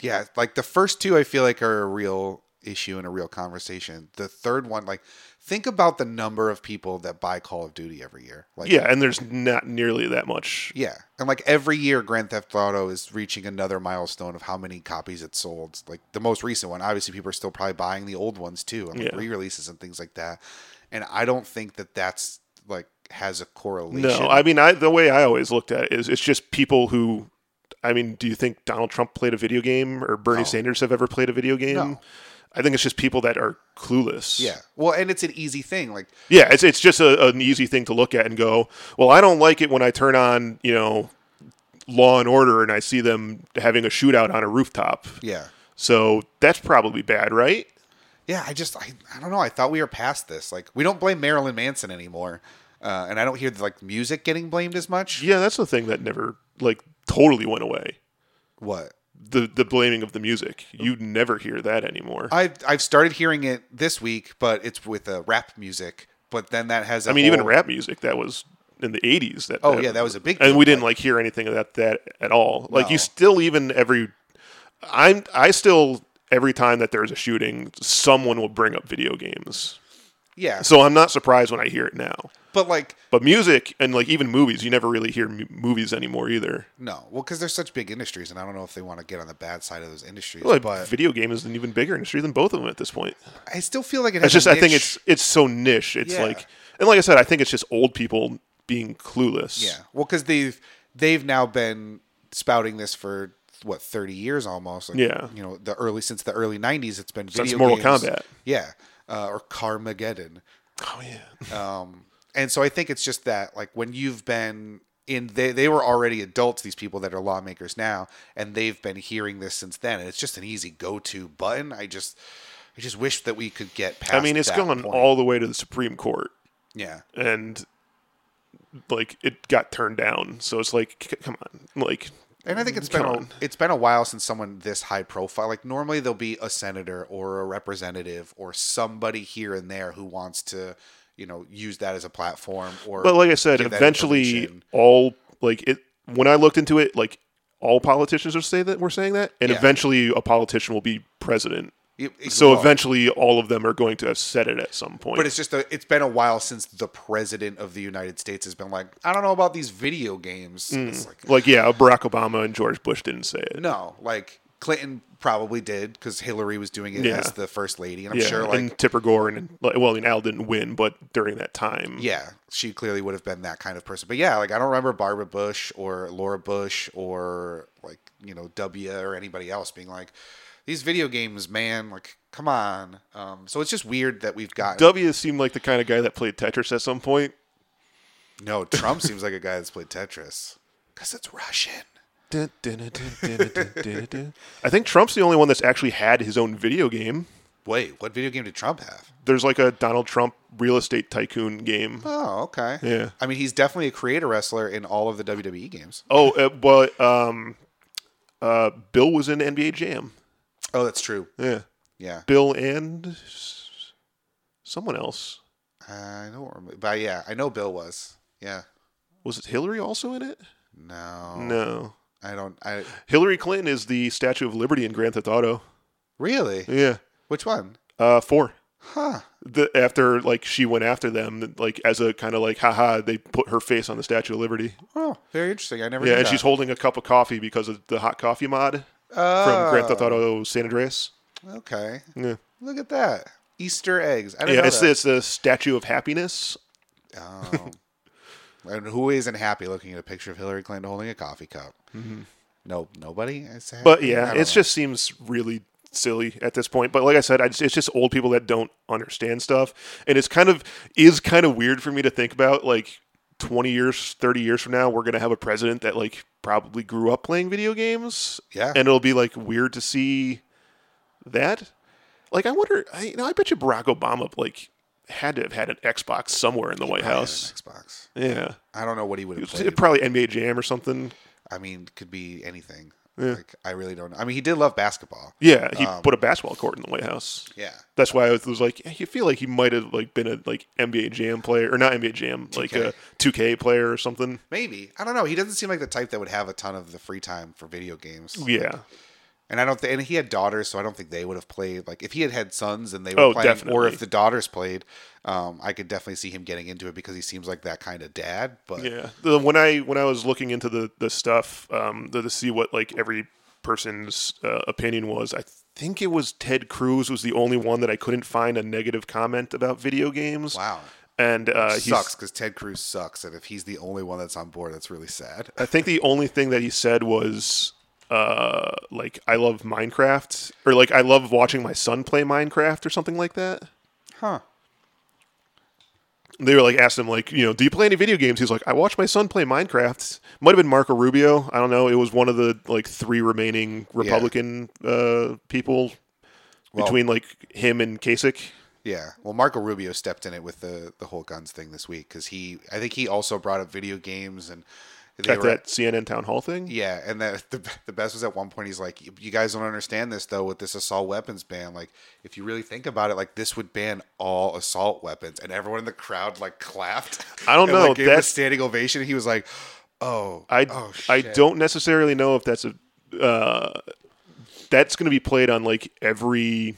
Speaker 1: yeah like the first two i feel like are a real issue and a real conversation the third one like think about the number of people that buy call of duty every year like
Speaker 2: Yeah, and there's not nearly that much.
Speaker 1: yeah and like every year grand theft auto is reaching another milestone of how many copies it sold like the most recent one obviously people are still probably buying the old ones too and like
Speaker 2: Yeah.
Speaker 1: re-releases and things like that and i don't think that that's like has a correlation
Speaker 2: No, I mean, I the way I always looked at it is it's just people who. I mean, do you think Donald Trump played a video game or Bernie Sanders have ever played a video game?
Speaker 1: No.
Speaker 2: I think it's just people that are clueless.
Speaker 1: yeah well and it's an easy thing like
Speaker 2: Yeah, it's it's just a, an easy thing to look at and go, well, I don't like it when I turn on, you know, Law and Order and I see them having a shootout on a rooftop.
Speaker 1: yeah
Speaker 2: So that's probably bad, right?
Speaker 1: Yeah, I just I, I don't know. I thought we were past this. Like we don't blame Marilyn Manson anymore, uh, and I don't hear like music getting blamed as much.
Speaker 2: Yeah, that's the thing that never like totally went away.
Speaker 1: What
Speaker 2: The the blaming of the music. You never hear that anymore. I,
Speaker 1: I I've started hearing it this week, but it's with uh, rap music. But then that has I
Speaker 2: mean, even rap music that was in the 80s that
Speaker 1: Oh, yeah, that was a big
Speaker 2: and
Speaker 1: deal,
Speaker 2: we didn't like hear anything of that that at all like you
Speaker 1: No.
Speaker 2: still even every i'm i still every time that there's a shooting someone will bring up video games
Speaker 1: yeah.
Speaker 2: so i'm not surprised when i hear it now
Speaker 1: but like
Speaker 2: but music and like even movies you never really hear m- movies anymore either
Speaker 1: no, well, because they're such big industries, and I don't know if they want to get on the bad side of those industries.
Speaker 2: Well,
Speaker 1: but
Speaker 2: video game is an even bigger industry than both of them at this point
Speaker 1: I still feel like it has.
Speaker 2: it's just
Speaker 1: a
Speaker 2: i think
Speaker 1: niche-
Speaker 2: it's it's so niche it's
Speaker 1: Yeah.
Speaker 2: like and like i said i think it's just old people being clueless
Speaker 1: Yeah. Well, because they've they've now been spouting this for what thirty years almost. Like,
Speaker 2: Yeah.
Speaker 1: You know, the early since the early '90s, it's been
Speaker 2: Since
Speaker 1: video
Speaker 2: Mortal
Speaker 1: games.
Speaker 2: Kombat.
Speaker 1: Yeah. Uh, or Carmageddon.
Speaker 2: oh yeah
Speaker 1: Um, and so I think it's just that, like, when you've been in, they, they were already adults, these people that are lawmakers now, and they've been hearing this since then. And it's just an easy go to button. I just, I just wish that we could get past
Speaker 2: i mean it's
Speaker 1: that
Speaker 2: gone
Speaker 1: point.
Speaker 2: all the way to the supreme court
Speaker 1: Yeah.
Speaker 2: and like it got turned down. So it's like, c- come on, like,
Speaker 1: And I think it's been
Speaker 2: come
Speaker 1: a,
Speaker 2: on.
Speaker 1: it's been a while since someone this high profile. Like normally there'll be a senator or a representative or somebody here and there who wants to, you know, use that as a platform. Or
Speaker 2: But like I said,
Speaker 1: give that
Speaker 2: eventually
Speaker 1: information.
Speaker 2: all like it. When I looked into it, like all politicians are say that we're saying that, and
Speaker 1: Yeah.
Speaker 2: eventually a politician will be president.
Speaker 1: It- it-
Speaker 2: So
Speaker 1: well,
Speaker 2: eventually, all of them are going to have said it at some point.
Speaker 1: But it's just a, it's been a while since the president of the United States has been like, I don't know about these video games. It's like
Speaker 2: like, yeah, Barack Obama and George Bush didn't say it.
Speaker 1: no, like Clinton probably did because Hillary was doing it
Speaker 2: Yeah.
Speaker 1: as the first lady, and I'm
Speaker 2: yeah,
Speaker 1: sure like
Speaker 2: and Tipper Gore and like, well, I mean, Al didn't win, but during that time,
Speaker 1: yeah, she clearly would have been that kind of person. But yeah, like I don't remember Barbara Bush or Laura Bush or like, you know, W or anybody else being like, these video games, man, like, come on. Um, so it's just weird that we've gotten.
Speaker 2: W seemed like the kind of guy that played Tetris at some point.
Speaker 1: no, Trump seems like a guy that's played Tetris because it's Russian.
Speaker 2: I think Trump's the only one that's actually had his own video game.
Speaker 1: Wait, what video game did Trump have?
Speaker 2: There's like a Donald Trump real estate tycoon game.
Speaker 1: Oh, okay.
Speaker 2: Yeah.
Speaker 1: I mean, he's definitely a creator wrestler in all of the WWE games.
Speaker 2: Oh, uh, but um, uh, Bill was in NBA Jam.
Speaker 1: Oh, that's true.
Speaker 2: Yeah,
Speaker 1: Yeah.
Speaker 2: Bill and s- someone else.
Speaker 1: I don't remember. But yeah, I know Bill was. Yeah.
Speaker 2: Was it Hillary also in it?
Speaker 1: No.
Speaker 2: No.
Speaker 1: I don't. I
Speaker 2: Hillary Clinton is the Statue of Liberty in Grand Theft Auto.
Speaker 1: Really?
Speaker 2: Yeah.
Speaker 1: Which one?
Speaker 2: Uh, four.
Speaker 1: Huh.
Speaker 2: The, after like she went after them, like as a kind of like haha, they put her face on the Statue of Liberty.
Speaker 1: Oh, very interesting. I never.
Speaker 2: Yeah,
Speaker 1: knew
Speaker 2: and
Speaker 1: that.
Speaker 2: she's holding a cup of coffee because of the hot coffee mod
Speaker 1: oh,
Speaker 2: from Grand Theft Auto San Andreas.
Speaker 1: Okay.
Speaker 2: Yeah.
Speaker 1: Look at that. Easter eggs. I don't
Speaker 2: Yeah,
Speaker 1: know.
Speaker 2: it's
Speaker 1: that.
Speaker 2: it's the Statue of Happiness.
Speaker 1: Oh. and who isn't happy looking at a picture of Hillary Clinton holding a coffee cup? Nope, nobody. I say.
Speaker 2: But
Speaker 1: I
Speaker 2: yeah,
Speaker 1: don't
Speaker 2: it
Speaker 1: know.
Speaker 2: just seems really silly at this point. But like I said, I just, it's just old people that don't understand stuff, and it's kind of is kind of weird for me to think about. Like twenty years, thirty years from now, we're gonna have a president that like probably grew up playing video games,
Speaker 1: yeah.
Speaker 2: and it'll be like weird to see that. Like I wonder, I, you know, I bet you Barack Obama like had to have had an Xbox somewhere in the White
Speaker 1: I had an
Speaker 2: House.
Speaker 1: Xbox.
Speaker 2: Yeah,
Speaker 1: I don't know what he would have played.
Speaker 2: probably NBA Jam or something.
Speaker 1: I mean, could be anything.
Speaker 2: Yeah.
Speaker 1: Like I really don't. know. I mean, he did love basketball.
Speaker 2: Yeah, he
Speaker 1: Um,
Speaker 2: put a basketball court in the White House.
Speaker 1: Yeah.
Speaker 2: That's why I was, was like, you feel like he might have like been a like NBA Jam player or not NBA Jam, like a 2K player or something.
Speaker 1: Maybe I don't know. He doesn't seem like the type that would have a ton of the free time for video games.
Speaker 2: Yeah,
Speaker 1: And I don't think, and he had daughters, so I don't think they would have played. Like if he had had sons and they were
Speaker 2: Oh,
Speaker 1: playing, or
Speaker 2: definitely.
Speaker 1: if the daughters played, um, I could definitely see him getting into it because he seems like that kind of dad. But
Speaker 2: yeah. The, when I when I was looking into the the stuff um, to, to see what like every person's uh, opinion was, I think it was Ted Cruz was the only one that I couldn't find a negative comment about video games.
Speaker 1: wow,
Speaker 2: And uh, he's,
Speaker 1: sucks because Ted Cruz sucks, and if he's the only one that's on board, that's really sad.
Speaker 2: I think the only thing that he said was uh like I love Minecraft or like I love watching my son play Minecraft or something like that.
Speaker 1: Huh?
Speaker 2: They were like asked him like, you know, do you play any video games? He's like, I watch my son play Minecraft. Might have been Marco Rubio. I don't know. It was one of the like three remaining Republican uh people
Speaker 1: Well-
Speaker 2: between like him and Kasich.
Speaker 1: Yeah. Well, Marco Rubio stepped in it with the the whole guns thing this week because he, I think he also brought up video games and they
Speaker 2: At that CNN town hall thing.
Speaker 1: Yeah, and the, the the best was at one point he's like, "You guys don't understand this though with this assault weapons ban. Like, if you really think about it, like this would ban all assault weapons." And everyone in the crowd like clapped.
Speaker 2: I
Speaker 1: <laughs>
Speaker 2: don't
Speaker 1: and,
Speaker 2: know,
Speaker 1: Like, gave him a
Speaker 2: that's-
Speaker 1: standing ovation. He was like, "Oh,
Speaker 2: I
Speaker 1: oh,
Speaker 2: I
Speaker 1: shit."
Speaker 2: don't necessarily know if that's a uh, that's going to be played on like every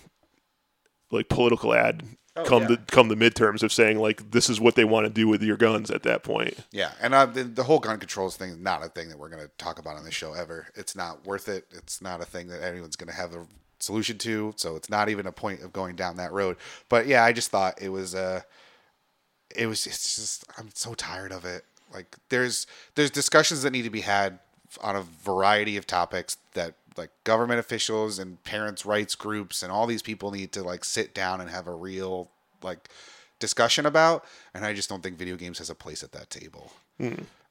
Speaker 2: like political ad come
Speaker 1: Oh, yeah.
Speaker 2: the come the midterms of saying like this is what they want to do with your guns at that point.
Speaker 1: Yeah, and uh, the, the whole gun controls thing is not a thing that we're going to talk about on this show ever. It's not worth it. It's not a thing that anyone's going to have a solution to. So it's not even a point of going down that road. But yeah, I just thought it was Uh, it was it's just I'm so tired of it. Like there's there's discussions that need to be had on a variety of topics that like government officials and parents rights groups and all these people need to like sit down and have a real like discussion about and I just don't think video games has a place at that table.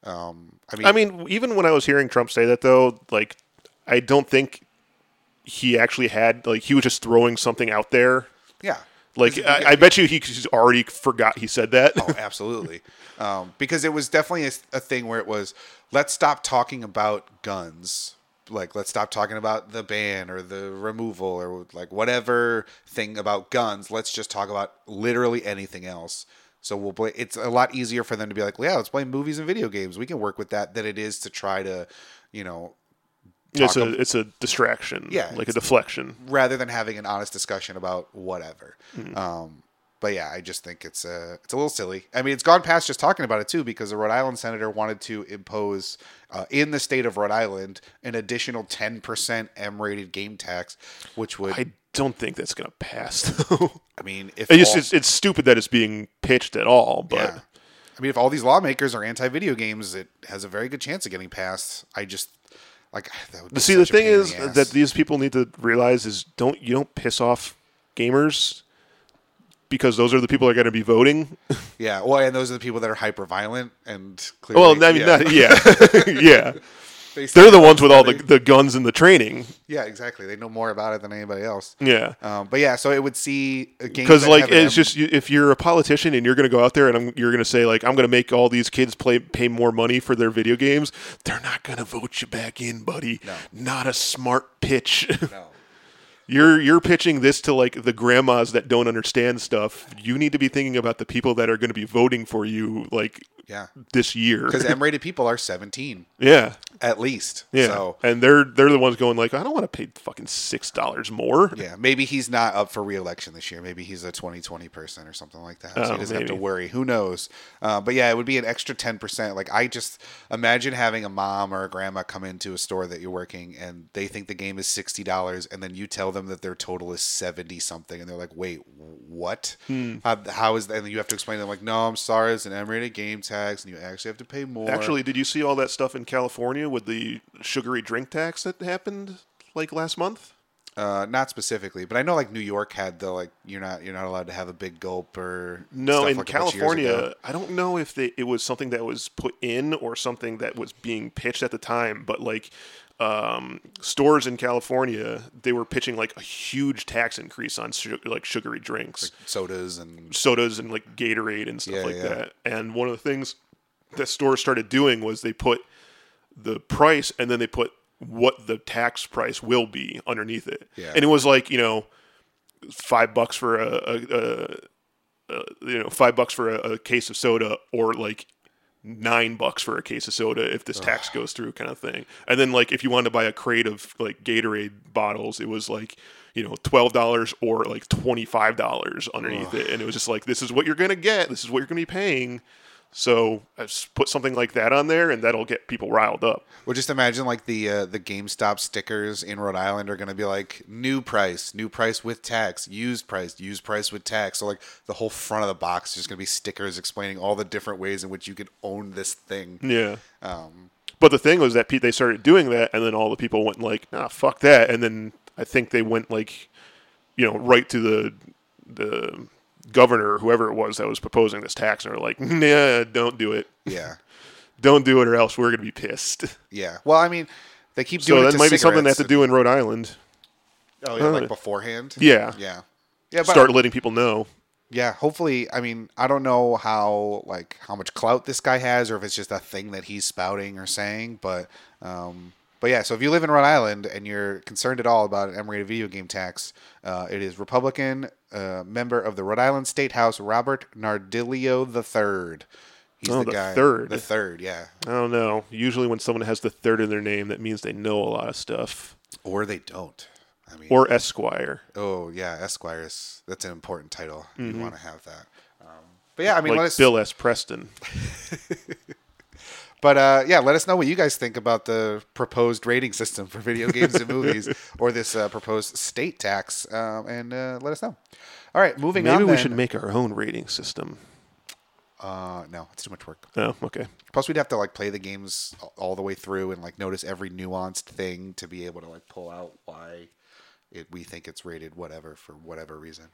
Speaker 1: Um I mean,
Speaker 2: I mean, even when I was hearing Trump say that though, like I don't think he actually had like he was just throwing something out there.
Speaker 1: yeah.
Speaker 2: Like <laughs> I, I bet you he he's already forgot he said that.
Speaker 1: Oh, absolutely. um, because it was definitely a, a thing where it was, let's stop talking about guns. Like, let's stop talking about the ban or the removal or like whatever thing about guns. Let's just talk about literally anything else. So we'll play. It's a lot easier for them to be like, yeah, let's play movies and video games. We can work with that than it is to try to, you know,
Speaker 2: <laughs> it's
Speaker 1: talk
Speaker 2: a it's a distraction.
Speaker 1: Yeah,
Speaker 2: like a deflection.
Speaker 1: rather than having an honest discussion about whatever.
Speaker 2: Mm-hmm.
Speaker 1: Um, but yeah, I just think it's a it's a little silly. I mean, it's gone past just talking about it too, because the Rhode Island senator wanted to impose uh, in the state of Rhode Island an additional ten percent M-rated game tax, which would I,
Speaker 2: I don't think that's gonna
Speaker 1: <laughs>
Speaker 2: pass though.
Speaker 1: mean, if
Speaker 2: It's, just,
Speaker 1: all-
Speaker 2: it's it's stupid that it's being pitched at all, but
Speaker 1: yeah. I mean, if all these lawmakers are anti-video games, it has a very good chance of getting passed. I just like <sighs> that would be
Speaker 2: see the
Speaker 1: such a
Speaker 2: thing
Speaker 1: pain in
Speaker 2: is
Speaker 1: the ass.
Speaker 2: that these people need to realize is don't you don't piss off gamers because those are the people that are going to
Speaker 1: <laughs>
Speaker 2: be voting.
Speaker 1: yeah, well, and those are the people that are hyper violent and clearly,
Speaker 2: Well, I mean,
Speaker 1: yeah,
Speaker 2: not- yeah, <laughs> yeah,
Speaker 1: they
Speaker 2: they're
Speaker 1: say-
Speaker 2: the ones with all the, the guns and the training.
Speaker 1: Yeah, exactly. They know more about it than anybody else.
Speaker 2: Yeah,
Speaker 1: Um, but yeah, so it would see a game
Speaker 2: because
Speaker 1: that
Speaker 2: like
Speaker 1: have an
Speaker 2: it's just you- if you're a politician and you're going to go out there and I'm, you're going to say like I'm going to make all these kids play pay more money for their video games, they're not going to vote you back in, buddy.
Speaker 1: No.
Speaker 2: Not a smart pitch. <laughs>
Speaker 1: M- <laughs> no.
Speaker 2: You're you're pitching this to like the grandmas that don't understand stuff. You need to be thinking about the people that are going to be voting for you like
Speaker 1: Yeah.
Speaker 2: this year.
Speaker 1: Because M-rated people are 17
Speaker 2: <laughs> yeah,
Speaker 1: at least.
Speaker 2: yeah,
Speaker 1: So
Speaker 2: and they're they're the ones going like, I don't want to pay fucking six dollars more.
Speaker 1: yeah, maybe he's not up for reelection this year. Maybe he's a 2020 person or something like that. so
Speaker 2: Oh,
Speaker 1: he doesn't have to
Speaker 2: maybe.
Speaker 1: worry. Who knows? Uh, but yeah, it would be an extra 10%. Like I just imagine having a mom or a grandma come into a store that you're working and they think the game is $60 and then you tell them that their total is 70 something and they're like, wait, what?
Speaker 2: Hmm.
Speaker 1: How, how is that? And you have to explain to them like, no, I'm sorry. It's an M-rated game tax and you actually have to pay more.
Speaker 2: Actually, did you see all that stuff in California with the sugary drink tax that happened like last month?
Speaker 1: Uh, not specifically, but I know like New York had the like you're not you're not allowed to have a big gulp or
Speaker 2: No,
Speaker 1: stuff
Speaker 2: in
Speaker 1: like a bunch of years ago.
Speaker 2: California, I don't know if they, it was something that was put in or something that was being pitched at the time, but like um, stores in California, they were pitching like a huge tax increase on su- like sugary drinks,
Speaker 1: sodas and
Speaker 2: sodas, and like Gatorade and stuff
Speaker 1: Yeah,
Speaker 2: like
Speaker 1: yeah.
Speaker 2: that. And one of the things that stores started doing was they put the price and then they put what the tax price will be underneath it.
Speaker 1: Yeah.
Speaker 2: And it was like, you know, five bucks for a, a, a you know five bucks for a, a case of soda or like nine bucks for a case of soda if this tax goes through kind of thing and then like if you wanted to buy a crate of like gatorade bottles it was like you know $12 or like $25 underneath it and it was just like this is what you're going to get this is what you're going to be paying so i just put something like that on there and that'll get people riled up
Speaker 1: well, just imagine like the uh, the GameStop stickers in Rhode Island are going to be like new price, new price with tax, used price, used price with tax. So like the whole front of the box is just going to be stickers explaining all the different ways in which you could own this thing.
Speaker 2: <laughs> yeah
Speaker 1: Um,
Speaker 2: But the thing was that Pete, they started doing that, and then all the people went like, "Nah, fuck that." And then I think they went like, you know, right to the the governor, or whoever it was that was proposing this tax, and they were like, "Nah, don't do it,
Speaker 1: yeah,
Speaker 2: don't do it, or else we're gonna
Speaker 1: <laughs>
Speaker 2: be pissed."
Speaker 1: yeah. Well, I mean, they keep doing
Speaker 2: so
Speaker 1: it
Speaker 2: that
Speaker 1: to
Speaker 2: might be something they have to
Speaker 1: cigarettes.
Speaker 2: do in Rhode Island.
Speaker 1: Oh, yeah, like beforehand.
Speaker 2: Yeah,
Speaker 1: yeah, yeah. But
Speaker 2: start letting people know.
Speaker 1: yeah hopefully i mean i don't know how like how much clout this guy has or if it's just a thing that he's spouting or saying but um but yeah so if you live in rhode island and you're concerned at all about an m-rated video game tax uh, it is republican uh, member of the rhode island state house robert nardilio the third he's
Speaker 2: Oh, the third.
Speaker 1: the third yeah
Speaker 2: I don't know. Usually, when someone has the third in their name, that means they know a lot of stuff.
Speaker 1: or they don't i mean
Speaker 2: Or Esquire,
Speaker 1: oh yeah esquire is that's an important title you want to have that um, but yeah i mean let
Speaker 2: Mm-hmm. like
Speaker 1: us
Speaker 2: Bill S. Preston.
Speaker 1: But uh, yeah, let us know what you guys think about the proposed rating system for video games and
Speaker 2: <laughs>
Speaker 1: movies, or this uh, proposed state tax, um, and uh, let us know. All right, moving on.
Speaker 2: Maybe we
Speaker 1: then.
Speaker 2: should make our own rating system.
Speaker 1: Uh, no, it's too much work.
Speaker 2: Oh, okay.
Speaker 1: Plus, we'd have to like play the games all the way through and like notice every nuanced thing to be able to like pull out why it we think it's rated whatever for whatever reason.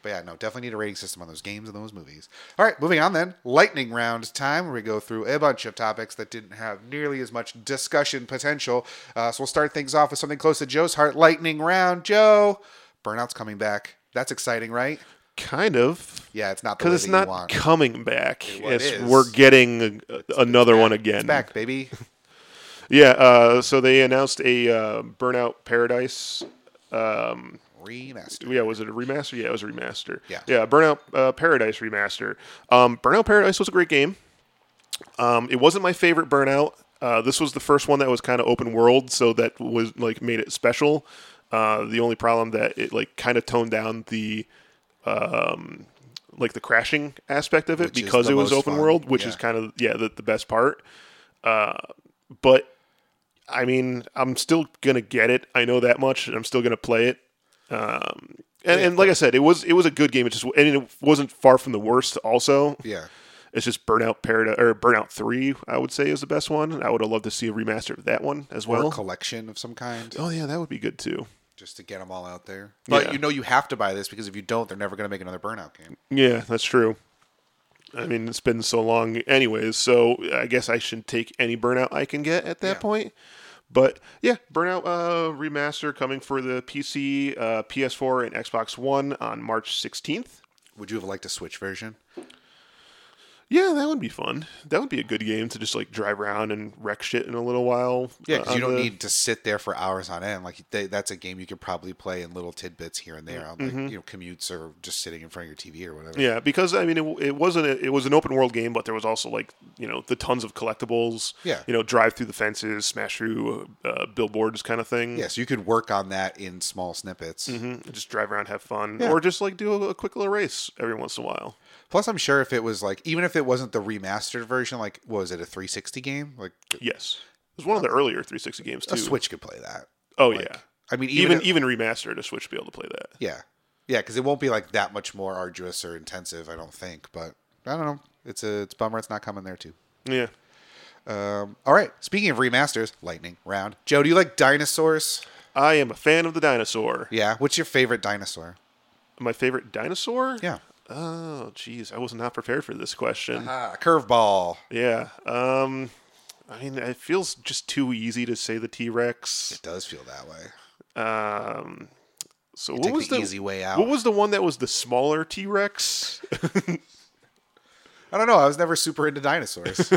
Speaker 1: But yeah, no, definitely need a rating system on those games and those movies. All right, moving on then. Lightning round time, where we go through a bunch of topics that didn't have nearly as much discussion potential. Uh, so we'll start things off with something close to Joe's heart. Lightning round, Joe. Burnout's coming back. That's exciting, right?
Speaker 2: Kind of.
Speaker 1: Yeah, it's not the way
Speaker 2: Because it's
Speaker 1: that you
Speaker 2: not
Speaker 1: want.
Speaker 2: coming back.
Speaker 1: well, it
Speaker 2: It's-
Speaker 1: is.
Speaker 2: we're getting a, another one again.
Speaker 1: It's back, baby.
Speaker 2: Yeah. Uh, so they announced a uh, Burnout Paradise.
Speaker 1: Remaster.
Speaker 2: Yeah, was it a remaster? Yeah, it was a remaster.
Speaker 1: Yeah.
Speaker 2: Yeah, Burnout uh, Paradise remaster. Um, Burnout Paradise was a great game. Um, it wasn't my favorite Burnout. Uh, this was the first one that was kind of open world, so that was like made it special. Uh, the only problem that it like kind of toned down the um, like the crashing aspect of it
Speaker 1: Which is
Speaker 2: because
Speaker 1: the
Speaker 2: it was
Speaker 1: most
Speaker 2: open
Speaker 1: fun,
Speaker 2: world, which
Speaker 1: yeah.
Speaker 2: is kind of yeah the, the best part. Uh, but I mean, I'm still gonna get it. I know that much, and I'm still gonna play it. Um, and, and like I said, it was it was a good game. It just and it wasn't far from the worst. Also,
Speaker 1: Yeah.
Speaker 2: it's just Burnout Paradise or Burnout Three. I would say is the best one. I would have loved to see a remaster of that one as
Speaker 1: Or
Speaker 2: well.
Speaker 1: a collection of some kind.
Speaker 2: oh yeah, that would be good too.
Speaker 1: just to get them all out there. But
Speaker 2: Yeah.
Speaker 1: you know you have to buy this because if you don't, they're never going to make another Burnout game.
Speaker 2: Yeah, that's true. I mean, it's been so long, anyways. So I guess I should take any burnout I can get at that
Speaker 1: Yeah.
Speaker 2: point. But yeah, burnout uh, remaster coming for the PC, uh, PS4, and Xbox One on March 16th.
Speaker 1: Would you have liked a Switch version?
Speaker 2: Yeah, that would be fun. That would be a good game to just like drive around and wreck shit in a little while.
Speaker 1: Yeah,
Speaker 2: uh,
Speaker 1: because you
Speaker 2: on
Speaker 1: don't
Speaker 2: the-
Speaker 1: need to sit there for hours on end. Like they, that's a game you could probably play in little tidbits here and there on like you know commutes or just sitting in front of your TV or whatever.
Speaker 2: Mm-hmm. Yeah, because I mean, it, it wasn't. A, it was an open world game, but there was also like you know the tons of collectibles.
Speaker 1: Yeah.
Speaker 2: You know, drive through the fences, smash through uh, billboards, kind of thing.
Speaker 1: Yeah, so you could work on that in small snippets.
Speaker 2: Mhm, Just drive around, have fun,
Speaker 1: Yeah.
Speaker 2: or just like do a, a quick little race every once in a while.
Speaker 1: Plus, I'm sure if it was like, even if it wasn't the remastered version, like, what was it a 360 game? Like,
Speaker 2: Yes, it was one of the earlier 360 games too.
Speaker 1: a Switch could play that.
Speaker 2: Oh
Speaker 1: Like,
Speaker 2: yeah,
Speaker 1: I mean, even,
Speaker 2: even
Speaker 1: if-
Speaker 2: even remastered, a Switch would be able to play that.
Speaker 1: yeah, yeah, because it won't be like that much more arduous or intensive, I don't think. But I don't know. It's a it's a bummer it's not coming there too.
Speaker 2: Yeah.
Speaker 1: Um, all right. Speaking of remasters, lightning round. Joe, do you like dinosaurs?
Speaker 2: I am a fan of the dinosaur.
Speaker 1: Yeah. What's your favorite dinosaur?
Speaker 2: My favorite dinosaur?
Speaker 1: Yeah.
Speaker 2: Oh, geez, I was not prepared for this question.
Speaker 1: Ah, curveball.
Speaker 2: Yeah. Um, I mean, it feels just too easy to say the T Rex.
Speaker 1: It does feel that way.
Speaker 2: Um, so what
Speaker 1: Take
Speaker 2: was
Speaker 1: the,
Speaker 2: the
Speaker 1: easy way out.
Speaker 2: what was the one that was the smaller T Rex?
Speaker 1: I don't know. I was never super into
Speaker 2: <laughs>
Speaker 1: dinosaurs.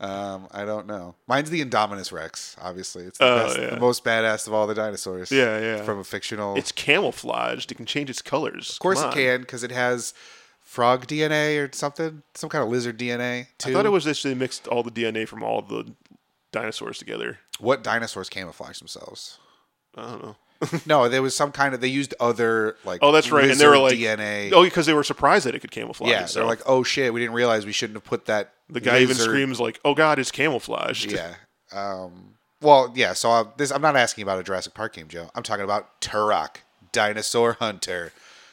Speaker 1: um, I don't know. Mine's the Indominus Rex. Obviously, it's the,
Speaker 2: Oh,
Speaker 1: best,
Speaker 2: yeah.
Speaker 1: the most badass of all the dinosaurs.
Speaker 2: Yeah, yeah.
Speaker 1: From a fictional.
Speaker 2: it's camouflaged. It can change its colors.
Speaker 1: of course, it can because it has frog DNA or something, some kind of lizard DNA too.
Speaker 2: I thought it was just they mixed all the DNA from all the dinosaurs together.
Speaker 1: what dinosaurs camouflage themselves. <laughs>
Speaker 2: I don't know.
Speaker 1: no, there was some kind of. They used other like.
Speaker 2: Oh, that's right. And they were
Speaker 1: lizard
Speaker 2: like
Speaker 1: DNA.
Speaker 2: Oh, because they were surprised that it could camouflage.
Speaker 1: yeah,
Speaker 2: so
Speaker 1: they're like, oh shit, we didn't realize we shouldn't have put that.
Speaker 2: the guy even
Speaker 1: lizard
Speaker 2: screams like, "Oh God, it's camouflaged."
Speaker 1: <laughs> Yeah. Um, well, yeah. So I, this, I'm not asking about a Jurassic Park game, Joe. I'm talking about Turok, Dinosaur Hunter.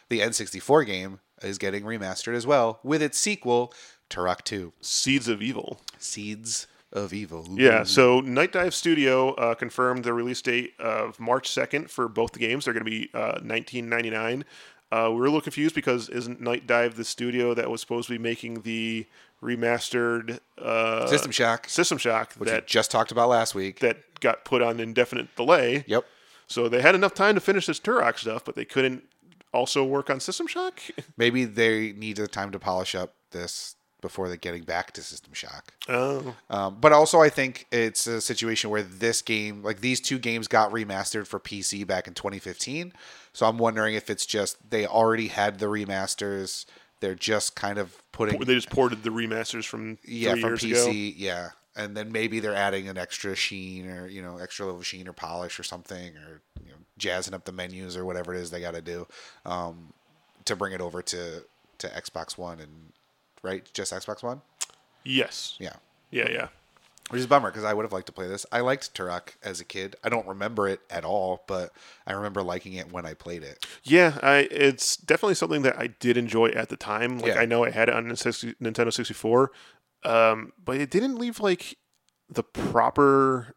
Speaker 1: The N64 game is getting remastered as well with its sequel, Turok 2:
Speaker 2: Seeds of Evil. Mm-hmm.
Speaker 1: Seeds of Evil.
Speaker 2: Yeah, so Night Dive Studio uh, confirmed the release date of March 2nd for both the games. They're going to be uh, 1999. Uh, we were a little confused because isn't Night Dive the studio that was supposed to be making the remastered uh,
Speaker 1: System Shock,
Speaker 2: System Shock
Speaker 1: which
Speaker 2: that
Speaker 1: we just talked about last week.
Speaker 2: that got put on indefinite delay?
Speaker 1: yep.
Speaker 2: So they had enough time to finish this Turok stuff, but they couldn't also work on System Shock.
Speaker 1: Maybe they need the time to polish up this before they're getting back to System Shock.
Speaker 2: <laughs> oh,
Speaker 1: Um, but also, I think it's a situation where this game, like these two games, got remastered for PC back in 2015. So I'm wondering if it's just they already had the remasters. They're just kind of putting
Speaker 2: they just ported the remasters from
Speaker 1: yeah
Speaker 2: three
Speaker 1: from
Speaker 2: years
Speaker 1: PC
Speaker 2: ago.
Speaker 1: yeah, and then maybe they're adding an extra sheen or you know extra level sheen or polish or something or you know, jazzing up the menus or whatever it is they got to do um, to bring it over to to Xbox One and right just Xbox One
Speaker 2: Yes.
Speaker 1: yeah
Speaker 2: Yeah, yeah.
Speaker 1: which is a bummer because I would have liked to play this. I liked Turok as a kid. I don't remember it at all, but I remember liking it when I played it.
Speaker 2: Yeah, I it's definitely something that I did enjoy at the time. Like
Speaker 1: Yeah.
Speaker 2: I know I had it on the 60 Nintendo 64, um, but it didn't leave like the proper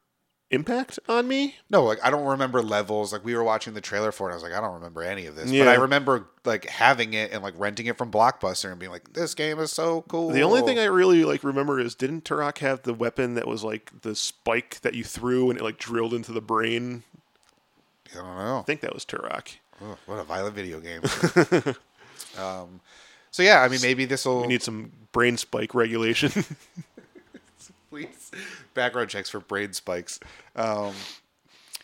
Speaker 2: impact on me.
Speaker 1: No, like I don't remember levels. Like we were watching the trailer for it, and I was like, I don't remember any of this.
Speaker 2: Yeah.
Speaker 1: But I remember like having it and like renting it from Blockbuster and being like, this game is so cool.
Speaker 2: The only thing I really like remember is didn't Turok have the weapon that was like the spike that you threw and it like drilled into the brain?
Speaker 1: I don't know.
Speaker 2: I think that was Turok.
Speaker 1: Ugh, what a violent video
Speaker 2: <laughs>
Speaker 1: game. um, so yeah, I mean, maybe this will
Speaker 2: We need some brain spike regulation.
Speaker 1: <laughs>
Speaker 2: <laughs>
Speaker 1: please background checks for brain spikes um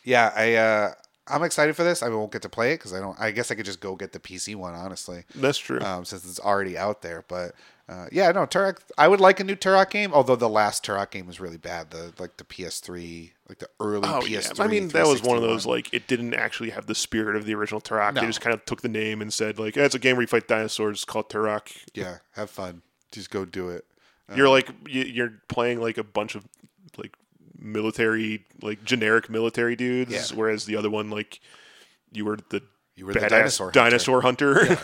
Speaker 1: yeah i uh i'm excited for this i won't get to play it because i don't i guess i could just go get the pc one honestly
Speaker 2: That's true.
Speaker 1: um since it's already out there but uh yeah no turok i would like a new turok game although the last turok game was really bad the like the ps3 like the early
Speaker 2: Oh yeah,
Speaker 1: ps3
Speaker 2: I mean that was one of
Speaker 1: 361.
Speaker 2: those like it didn't actually have the spirit of the original Turok. They
Speaker 1: No.
Speaker 2: just kind of took the name and said like eh, it's a game where you fight dinosaurs it's called Turok.
Speaker 1: yeah have fun just go do it
Speaker 2: You're like you- you're playing like a bunch of like military like generic military dudes,
Speaker 1: Yeah.
Speaker 2: whereas the other one like you were the
Speaker 1: you were the
Speaker 2: badass
Speaker 1: dinosaur hunter.
Speaker 2: dinosaur hunter.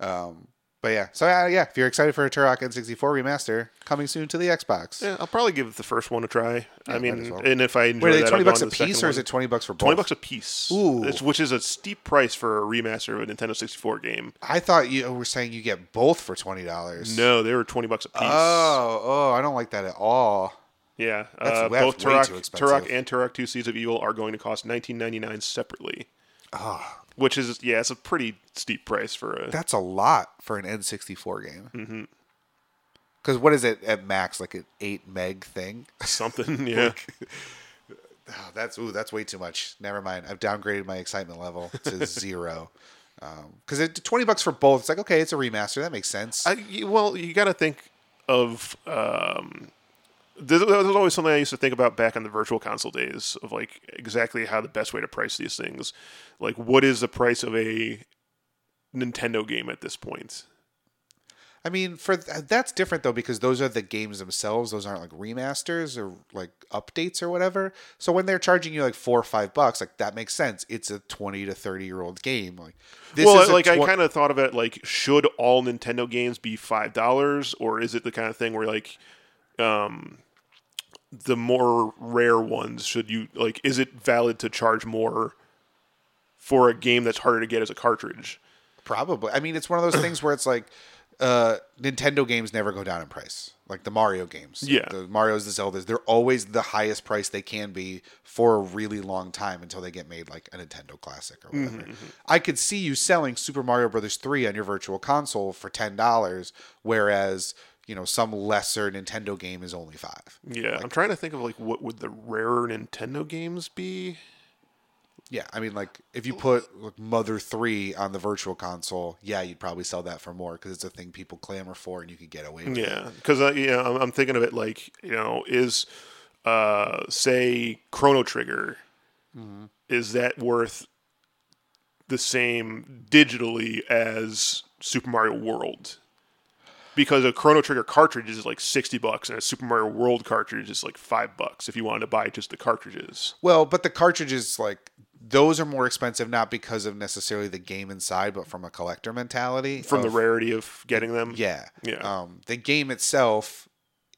Speaker 1: um but yeah so uh, yeah if you're excited for a turok n64 remaster coming soon to the xbox
Speaker 2: <laughs> Yeah, I'll probably give the first one a try. I
Speaker 1: might as
Speaker 2: mean,
Speaker 1: well.
Speaker 2: and if I enjoy
Speaker 1: Wait, are
Speaker 2: that,
Speaker 1: they
Speaker 2: I'll
Speaker 1: twenty
Speaker 2: go
Speaker 1: bucks a
Speaker 2: on to the
Speaker 1: piece,
Speaker 2: second
Speaker 1: or is
Speaker 2: one.
Speaker 1: it twenty bucks for both?
Speaker 2: twenty bucks a piece?
Speaker 1: Ooh.
Speaker 2: It's- which is a steep price for a remaster of a Nintendo 64 game.
Speaker 1: I thought you were saying you get both for twenty dollars.
Speaker 2: No, they were twenty bucks a piece.
Speaker 1: Oh, oh, I don't like that at all.
Speaker 2: Yeah,
Speaker 1: That's-
Speaker 2: uh,
Speaker 1: that's
Speaker 2: both
Speaker 1: way
Speaker 2: Turok,
Speaker 1: too expensive.
Speaker 2: Turok and Turok Two: Seeds of Evil are going to cost nineteen ninety nine separately,
Speaker 1: Oh,
Speaker 2: which is yeah, it's a pretty steep price for a.
Speaker 1: Mm-hmm. that's a lot for an N sixty four game. Because what is it at max? Like an eight meg thing?
Speaker 2: Something, yeah.
Speaker 1: <laughs> Oh, that's ooh, that's way too much. Never mind. I've downgraded my excitement level <laughs> to zero. Because it twenty bucks for both. It's like okay, it's a remaster. That makes sense.
Speaker 2: I, you- well, you got to think of. Um, there's, there's always something I used to think about back in the virtual console days of like exactly how the best way to price these things. Like, what is the price of a Nintendo game at this point?
Speaker 1: I mean, for th- that's different though because those are the games themselves. Those aren't like remasters or like updates or whatever. So when they're charging you like four or five bucks, like that makes sense. It's a twenty to thirty year old game. Like this
Speaker 2: well,
Speaker 1: is a
Speaker 2: like I
Speaker 1: twen-
Speaker 2: kind of thought of it like, should all Nintendo games be five dollars, or is it the kind of thing where like, um, the more rare ones should you like? Is it valid to charge more for a game that's harder to get as a cartridge?
Speaker 1: Probably. I mean, it's one of those things where it's like uh, Nintendo games never go down in price. Like the Mario games.
Speaker 2: Yeah.
Speaker 1: The Mario's, the Zeldas, they're always the highest price they can be for a really long time until they get made like a Nintendo classic or whatever. I could see you selling Super Mario Brothers 3 on your virtual console for $10, whereas, you know, some lesser Nintendo game is only 5.
Speaker 2: Yeah, I'm trying to think of like what would the rarer Nintendo games be.
Speaker 1: Yeah, I mean like if you put like, Mother 3 on the virtual console, yeah, you'd probably sell that for more cuz it's a thing people clamor for and you could get away with. it.
Speaker 2: Yeah, because uh, yeah, I'm, I'm thinking of it like you know is, uh, say Chrono Trigger, Mm-hmm. is that worth the same digitally as Super Mario World? Because a Chrono Trigger cartridge is like sixty bucks, and a Super Mario World cartridge is like five bucks if you wanted to buy just the cartridges.
Speaker 1: Well, but the cartridges, like those, are more expensive not because of necessarily the game inside, but from a collector mentality.
Speaker 2: From the
Speaker 1: of-
Speaker 2: rarity of getting them,
Speaker 1: yeah,
Speaker 2: Yeah.
Speaker 1: Um, the game itself,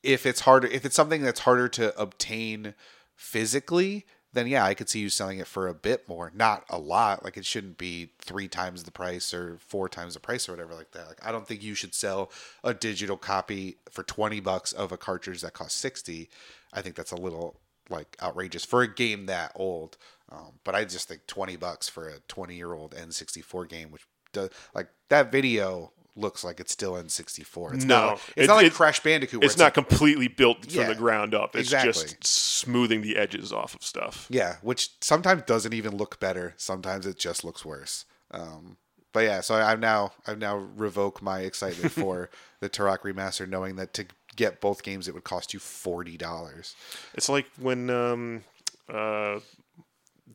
Speaker 1: if it's harder, if it's something that's harder to obtain physically, then yeah, I could see you selling it for a bit more, not a lot. Like it shouldn't be three times the price or four times the price or whatever like that. Like I don't think you should sell a digital copy for twenty bucks of a cartridge that costs sixty. I think that's a little like outrageous for a game that old. Um, but I just think twenty bucks for a twenty year old N sixty four game, which does like that video looks like it's still N64. It's
Speaker 2: No.
Speaker 1: not like, it's
Speaker 2: It-
Speaker 1: not like
Speaker 2: it-
Speaker 1: Crash Bandicoot. Where
Speaker 2: it's, not completely built
Speaker 1: Yeah,
Speaker 2: from the ground up. It's
Speaker 1: exactly.
Speaker 2: just smoothing the edges off of stuff.
Speaker 1: Like, yeah, which sometimes doesn't even look better. Sometimes it just looks worse. Um, but yeah, so I- I've now I've now revoke my
Speaker 2: <laughs>
Speaker 1: excitement for the Turok remaster, knowing that to get both games it would cost you forty dollars.
Speaker 2: It's like when um uh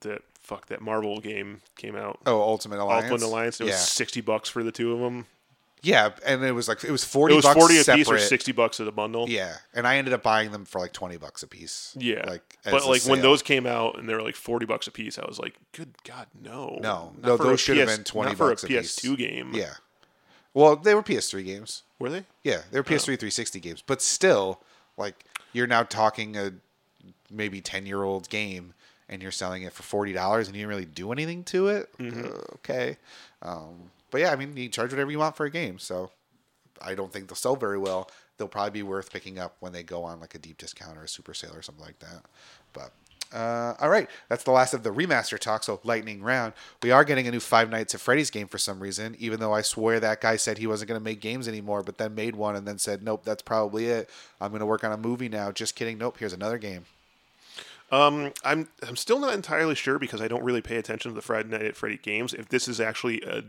Speaker 2: that fuck that Marvel game came out.
Speaker 1: Oh, Ultimate Alliance.
Speaker 2: Alliance? Alliance. It was
Speaker 1: yeah,
Speaker 2: sixty bucks for the two of them.
Speaker 1: yeah, and it was like it was
Speaker 2: It
Speaker 1: forty.
Speaker 2: was
Speaker 1: bucks
Speaker 2: forty a
Speaker 1: separate.
Speaker 2: piece or sixty bucks as a bundle.
Speaker 1: Yeah, and I ended up buying them for like twenty bucks a piece.
Speaker 2: Yeah.
Speaker 1: like as
Speaker 2: but
Speaker 1: a
Speaker 2: like when
Speaker 1: sale.
Speaker 2: those came out and they were like forty bucks a piece, I was like, good god, no,
Speaker 1: No.
Speaker 2: Not
Speaker 1: No,
Speaker 2: for a
Speaker 1: those should have
Speaker 2: PS
Speaker 1: been 20
Speaker 2: not for
Speaker 1: bucks
Speaker 2: a
Speaker 1: a piece.
Speaker 2: PS2 game.
Speaker 1: yeah, well they were PS3 games.
Speaker 2: were they?
Speaker 1: Yeah, they were PS3 360 games, but still, like you're now talking a maybe 10 year old game and you're selling it for forty dollars and you didn't really do anything to it. Uh, okay, um, but yeah, I mean you charge whatever you want for a game, so I don't think they'll sell very well. They'll probably be worth picking up when they go on like a deep discount or a super sale or something like that. But uh, all right, that's the last of the remaster talk. So lightning round. We are getting a new Five Nights at Freddy's game for some reason, even though I swear that guy said he wasn't going to make games anymore, but then made one and then said, "Nope, that's probably it. I'm going to work on a movie now." Just kidding. Nope. Here's another game.
Speaker 2: Um, I'm I'm still not entirely sure because I don't really pay attention to the Friday Night at Freddy games. If this is actually a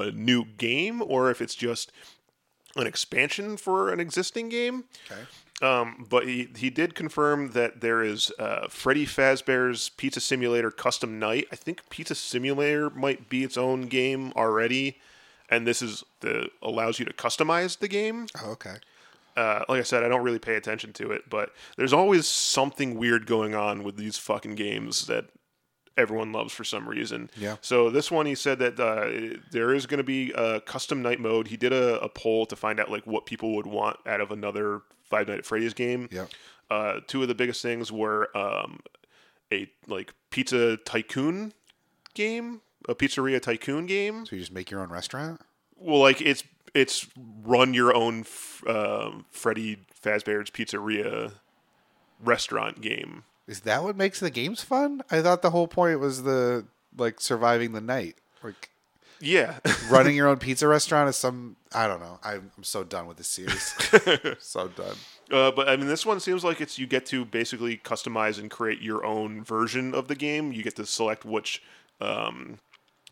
Speaker 2: a new game or if it's just an expansion for an existing game.
Speaker 1: Okay.
Speaker 2: Um, but he, he did confirm that there is uh, Freddy Fazbear's Pizza Simulator Custom Night. I think Pizza Simulator might be its own game already, and this is the allows you to customize the game
Speaker 1: Oh, okay.
Speaker 2: uh, like I said, I don't really pay attention to it, but there's always something weird going on with these fucking games that everyone loves for some reason.
Speaker 1: Yeah.
Speaker 2: So this one, he said that uh, there is going to be a custom night mode. He did a, a poll to find out like what people would want out of another Five Night at Freddy's game.
Speaker 1: Yep.
Speaker 2: Uh, two of the biggest things were um, a like pizza tycoon game, a pizzeria tycoon game.
Speaker 1: So you just make your own restaurant.
Speaker 2: Well, like it's it's run your own f- um Freddy Fazbear's Pizzeria restaurant game.
Speaker 1: Is that what makes the games fun? I thought the whole point was the like surviving the night. Like
Speaker 2: Yeah.
Speaker 1: Running your own pizza restaurant is some I don't know. I'm, I'm so done with this
Speaker 2: <laughs>
Speaker 1: series. so done.
Speaker 2: Uh, but I mean, this one seems like it's you get to basically customize and create your own version of the game. You get to select which um,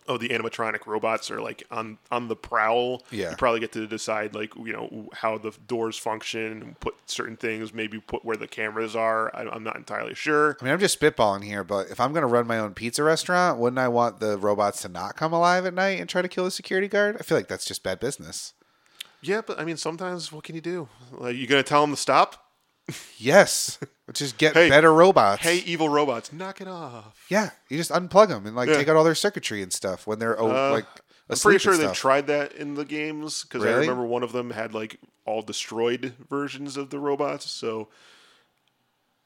Speaker 2: of the animatronic robots are like on on the prowl.
Speaker 1: Yeah.
Speaker 2: you probably get to decide like you know how the doors function, and put certain things, maybe put where the cameras are. I, I'm not entirely sure.
Speaker 1: I mean, I'm just spitballing here, but if I'm going to run my own pizza restaurant, wouldn't I want the robots to not come alive at night and try to kill a security guard? I feel like that's just bad business.
Speaker 2: Yeah, but I mean, sometimes what can you do? Like, you gonna tell them to stop?
Speaker 1: Yes, <laughs> just get
Speaker 2: Hey.
Speaker 1: better robots.
Speaker 2: Hey, evil robots, knock it off.
Speaker 1: Yeah, you just unplug them and like
Speaker 2: Yeah.
Speaker 1: take out all their circuitry and stuff when they're oh,
Speaker 2: Uh,
Speaker 1: like.
Speaker 2: I'm pretty
Speaker 1: asleep
Speaker 2: sure
Speaker 1: and
Speaker 2: they've
Speaker 1: stuff.
Speaker 2: tried that in the games because I
Speaker 1: Really?
Speaker 2: remember one of them had like all destroyed versions of the robots. So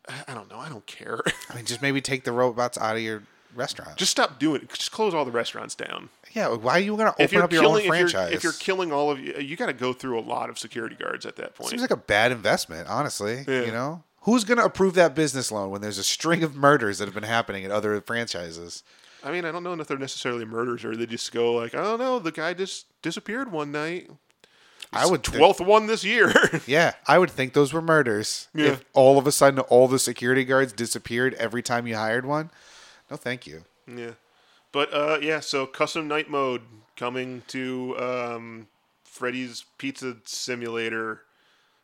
Speaker 2: I- I don't know. I don't care. <laughs>
Speaker 1: I mean, just maybe take the robots out of your restaurant.
Speaker 2: Just stop doing it. Just close all the restaurants down.
Speaker 1: yeah, why are you going to
Speaker 2: If
Speaker 1: open
Speaker 2: you're
Speaker 1: up your
Speaker 2: killing,
Speaker 1: own
Speaker 2: if
Speaker 1: franchise?
Speaker 2: you're, if you're killing all of you, you got to go through a lot of security guards at that point.
Speaker 1: Seems like a bad investment, honestly.
Speaker 2: Yeah.
Speaker 1: You know, who's going to approve that business loan when there's a string of murders that have been happening at other franchises?
Speaker 2: I mean, I don't know if they're necessarily murders or they just go like, I don't know, the guy just disappeared one night.
Speaker 1: I would think-
Speaker 2: twelfth one this year. <laughs>
Speaker 1: Yeah, I would think those were murders.
Speaker 2: Yeah.
Speaker 1: If all of a sudden all the security guards disappeared every time you hired one, no, thank you.
Speaker 2: Yeah, but uh, yeah. So custom night mode coming to um, Freddy's Pizza Simulator.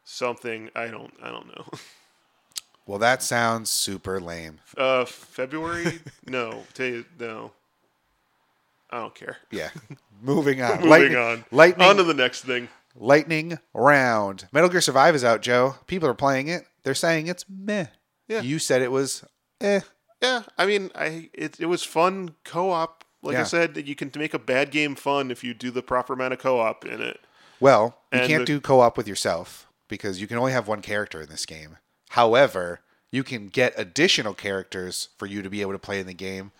Speaker 2: Something I don't I don't know. <laughs>
Speaker 1: Well, that sounds super lame.
Speaker 2: Uh, <laughs> February? no, tell you no. I don't <laughs> care.
Speaker 1: Yeah. Moving on.
Speaker 2: Moving on.
Speaker 1: Lightning,
Speaker 2: On to the next thing.
Speaker 1: lightning round. Metal Gear Survive is out, Joe. People are playing it. They're saying it's meh.
Speaker 2: Yeah.
Speaker 1: You said it was eh.
Speaker 2: Yeah, I mean, I it it was fun co-op. Like I
Speaker 1: Yeah.
Speaker 2: said, you can make a bad game fun if you do the proper amount of co-op in it.
Speaker 1: Well, you
Speaker 2: And
Speaker 1: can't
Speaker 2: the-
Speaker 1: do co op with yourself because you can only have one character in this game. However, you can get additional characters for you to be able to play in the game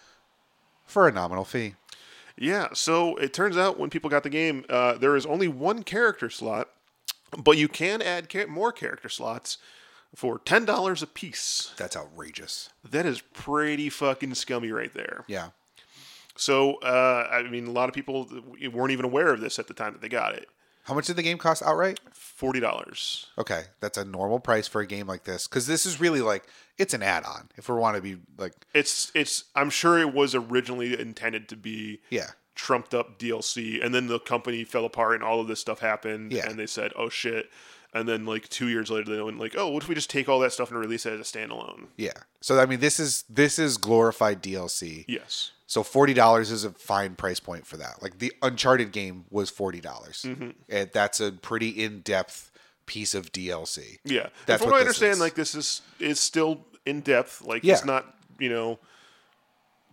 Speaker 1: for a nominal fee.
Speaker 2: Yeah, so it turns out when people got the game, uh, there is only one character slot, but you can add cha- more character slots for ten dollars a piece.
Speaker 1: That's outrageous.
Speaker 2: That is pretty fucking scummy right there.
Speaker 1: Yeah.
Speaker 2: So uh, I mean, a lot of people weren't even aware of this at the time that they got it.
Speaker 1: How much did the game cost outright?
Speaker 2: Forty dollars.
Speaker 1: Okay, that's a normal price for a game like this because this is really like it's an add-on. If we want to be like,
Speaker 2: It's it's. I'm sure it was originally intended to be
Speaker 1: yeah,
Speaker 2: trumped up DLC, and then the company fell apart, and all of this stuff happened,
Speaker 1: Yeah.
Speaker 2: and they said, "Oh shit!" And then like two years later, they went like, "Oh, what if we just take all that stuff and release it as a standalone?"
Speaker 1: yeah. So I mean, this is this is glorified DLC.
Speaker 2: Yes,
Speaker 1: So forty dollars is a fine price point for that. Like the Uncharted game was forty dollars,
Speaker 2: Mm-hmm.
Speaker 1: and that's a pretty in-depth piece of DLC.
Speaker 2: yeah. And
Speaker 1: That's
Speaker 2: from
Speaker 1: what
Speaker 2: what I
Speaker 1: this
Speaker 2: understand,
Speaker 1: is.
Speaker 2: like this is is still in depth. Like
Speaker 1: Yeah.
Speaker 2: it's not you know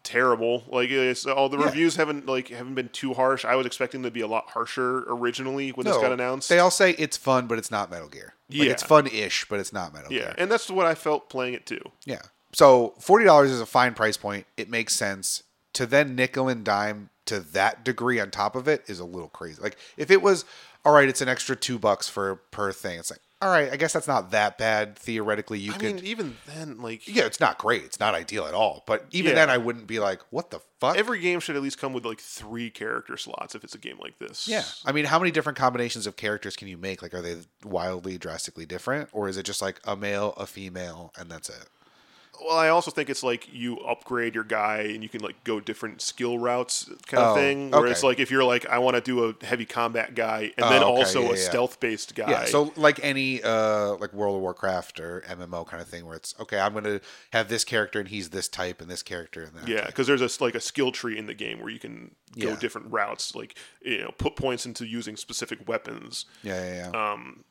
Speaker 2: terrible. Like it's all the reviews haven't like haven't been too harsh. I was expecting them to be a lot harsher originally when this
Speaker 1: No,
Speaker 2: got announced.
Speaker 1: They all say it's fun, but it's not Metal Gear. Like,
Speaker 2: Yeah.
Speaker 1: it's fun-ish, but it's not Metal
Speaker 2: yeah,
Speaker 1: Gear.
Speaker 2: and that's what I felt playing it too.
Speaker 1: Yeah. So forty dollars is a fine price point. It makes sense. To then nickel and dime to that degree on top of it is a little crazy. Like if it was all right, it's an extra two bucks for per thing. It's like all right, I guess that's not that bad theoretically. You
Speaker 2: I
Speaker 1: could
Speaker 2: mean, even then, like
Speaker 1: yeah, it's not great. It's not ideal at all. But even
Speaker 2: Yeah.
Speaker 1: then, I wouldn't be like, what the fuck?
Speaker 2: every game should at least come with like three character slots if it's a game like this.
Speaker 1: yeah. I mean, how many different combinations of characters can you make? Like, are they wildly, drastically different, or is it just like a male, a female, and that's it?
Speaker 2: Well, I also think it's like you upgrade your guy and you can like go different skill routes kind of
Speaker 1: Oh,
Speaker 2: thing. Whereas
Speaker 1: okay.
Speaker 2: like if you're like I want to do a heavy combat guy and then
Speaker 1: Oh, okay,
Speaker 2: also
Speaker 1: yeah,
Speaker 2: a
Speaker 1: yeah.
Speaker 2: stealth based guy.
Speaker 1: Yeah, so like any uh like World of Warcraft or MMO kind of thing where it's okay, I'm gonna have this character and he's this type and this character and that.
Speaker 2: yeah,
Speaker 1: type.
Speaker 2: because there's a s like a skill tree in the game where you can go
Speaker 1: Yeah.
Speaker 2: different routes, like you know, put points into using specific weapons.
Speaker 1: yeah, yeah,
Speaker 2: Um,
Speaker 1: yeah.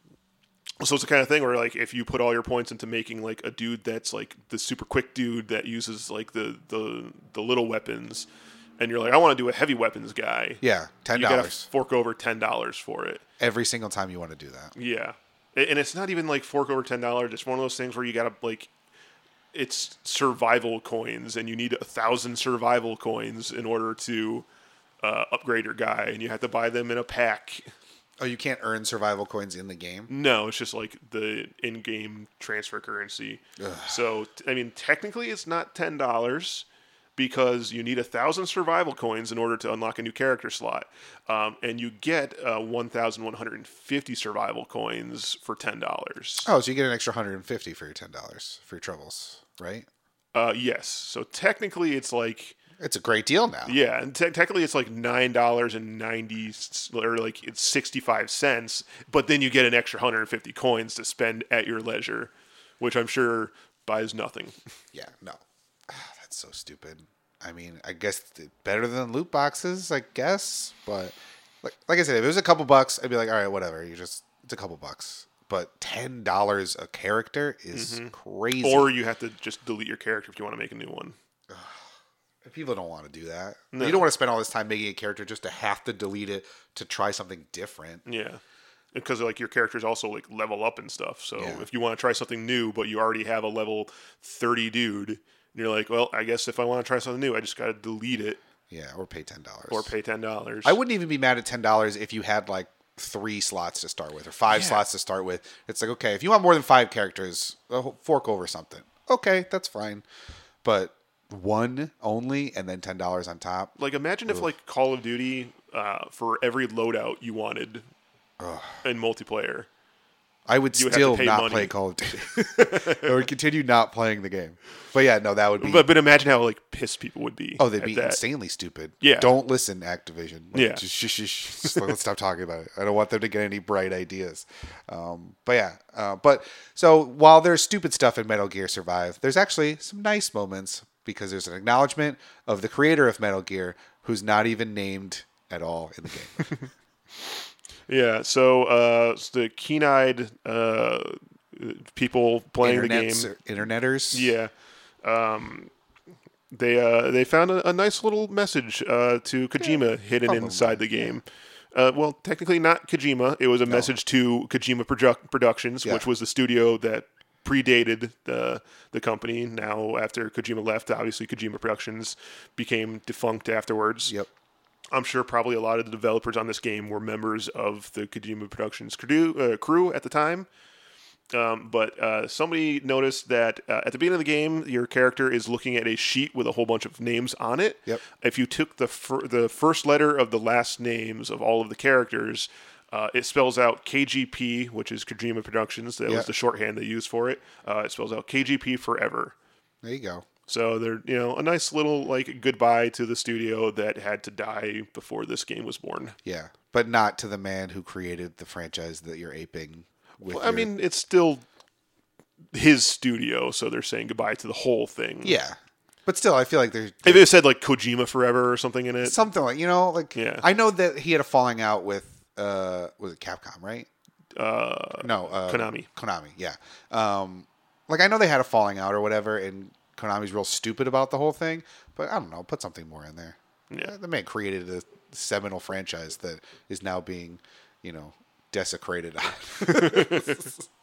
Speaker 2: So it's the kind of thing where like if you put all your points into making like a dude that's like the super quick dude that uses like the the the little weapons, and you're like I want to do a heavy weapons guy.
Speaker 1: yeah, ten
Speaker 2: You gotta
Speaker 1: dollars
Speaker 2: fork over ten dollars for it.
Speaker 1: every single time you want to do that.
Speaker 2: Yeah, A- and it's not even like fork over ten dollars. It's one of those things where you gotta like, it's survival coins, and you need a thousand survival coins in order to uh, upgrade your guy, and you have to buy them in a pack.
Speaker 1: Oh, you can't earn survival coins in the game.
Speaker 2: No, it's just like the in-game transfer currency. So t- I mean, technically, it's not ten dollars. because you need a thousand survival coins in order to unlock a new character slot, um, and you get uh, one thousand one hundred and fifty survival coins for ten dollars.
Speaker 1: Oh, so you get an extra 150 for your $10 for your troubles, right?
Speaker 2: Uh, yes, so technically it's like
Speaker 1: It's a great deal now.
Speaker 2: yeah, and te- technically it's like nine dollars and ninety or like it's sixty five cents, but then you get an extra hundred and fifty coins to spend at your leisure, which I'm sure buys nothing.
Speaker 1: Yeah, no. <sighs> That's so stupid. I mean, I guess th- better than loot boxes, I guess, but like like I said, if it was a couple bucks, I'd be like, "All right, whatever. You just it's a couple bucks." But $10 a character is crazy.
Speaker 2: Mm-hmm. Or you have to just delete your character if you want to make a new one.
Speaker 1: People don't want to do that. You don't want to spend all this time making a character just to have to delete it to try something different.
Speaker 2: Yeah. Because like your characters also like level up and stuff. So
Speaker 1: Yeah.
Speaker 2: if you want to try something new, but you already have a level thirty dude, and you're like, well, I guess if I want to try something new, I just got to delete it
Speaker 1: Yeah, or pay $10.
Speaker 2: or pay ten dollars.
Speaker 1: I wouldn't even be mad at ten dollars if you had like three slots to start with or five slots to start with. It's like okay, if you want more than five characters, uh, fork over something. Okay, that's fine, but one only and then ten dollars on top.
Speaker 2: Like imagine if like Call of Duty uh, for every loadout you wanted in multiplayer.
Speaker 1: I would
Speaker 2: have to
Speaker 1: still
Speaker 2: pay
Speaker 1: not
Speaker 2: money.
Speaker 1: play Call of
Speaker 2: <laughs>
Speaker 1: Duty. <laughs> I would continue not playing the game. But yeah, no, that would be.
Speaker 2: But but imagine how like pissed people would be.
Speaker 1: Oh, they'd
Speaker 2: at
Speaker 1: be
Speaker 2: that.
Speaker 1: insanely stupid.
Speaker 2: Yeah.
Speaker 1: Don't listen, Activision. Like,
Speaker 2: Yeah.
Speaker 1: Just, shh, shh, shh. Just let's stop talking about it. I don't want them to get any bright ideas. Um, but yeah. Uh, but so while there's stupid stuff in Metal Gear Survive, there's actually some nice moments because there's an acknowledgement of the creator of Metal Gear who's not even named at all in the game.
Speaker 2: Yeah. So uh, it's the keen-eyed uh, people playing the game.
Speaker 1: Internets or Interneters.
Speaker 2: Yeah. Um, they uh, they found a, a nice little message uh, to Kojima hidden inside the game. Uh, well, technically not Kojima. It was a message to Kojima Produ- Productions, which was the studio that predated the the company. Now, after Kojima left, obviously Kojima Productions became defunct afterwards.
Speaker 1: Yep.
Speaker 2: I'm sure probably a lot of the developers on this game were members of the Kojima Productions crew, uh, crew at the time. Um, but uh, somebody noticed that uh, at the beginning of the game, your character is looking at a sheet with a whole bunch of names on it.
Speaker 1: Yep.
Speaker 2: If you took the fir- the first letter of the last names of all of the characters, uh, it spells out KGP, which is Kojima Productions. That
Speaker 1: Yeah.
Speaker 2: was the shorthand they used for it. Uh, it spells out KGP forever.
Speaker 1: There you go.
Speaker 2: So they're you know a nice little like goodbye to the studio that had to die before this game was born.
Speaker 1: Yeah. But not to the man who created the franchise that you're aping. With
Speaker 2: Well, I
Speaker 1: your-
Speaker 2: mean, it's still his studio, so they're saying goodbye to the whole thing.
Speaker 1: yeah. But still, I feel like there's
Speaker 2: If it said like Kojima forever or something in it,
Speaker 1: something like you know like
Speaker 2: Yeah.
Speaker 1: i know that he had a falling out with uh was it capcom right uh no uh
Speaker 2: Konami.
Speaker 1: konami yeah um like i know they had a falling out or whatever and konami's real stupid about the whole thing but i don't know put something more in there
Speaker 2: Yeah.
Speaker 1: Uh, the man created a seminal franchise that is now being you know
Speaker 2: <laughs>
Speaker 1: desecrated <laughs>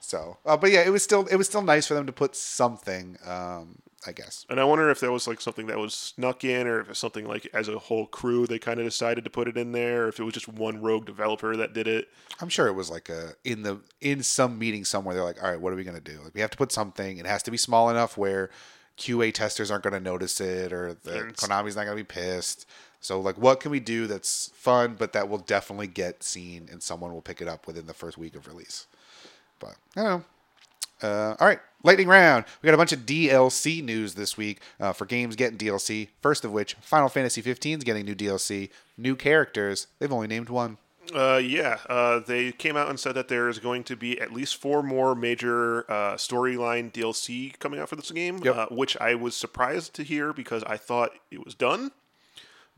Speaker 1: so uh, but yeah it was still it was still nice for them to put something um i guess
Speaker 2: and I wonder if that was like something that was snuck in, or if it's something like as a whole crew they kind of decided to put it in there, or if it was just one rogue developer that did it.
Speaker 1: I'm sure it was like a in the in some meeting somewhere they're like, all right, what are we gonna do? Like we have to put something. It has to be small enough where QA testers aren't gonna notice it or the Konami's not gonna be pissed. So like, what can we do that's fun but that will definitely get seen and someone will pick it up within the first week of release? But I don't know. Uh, all right, lightning round. We got a bunch of DLC news this week uh, for games getting DLC. First of which, Final Fantasy 15 is getting new DLC, new characters. They've only named one.
Speaker 2: Uh, yeah, uh, they came out and said that there is going to be at least four more major uh, storyline DLC coming out for this game,
Speaker 1: Yep.
Speaker 2: uh, which I was surprised to hear because I thought it was done.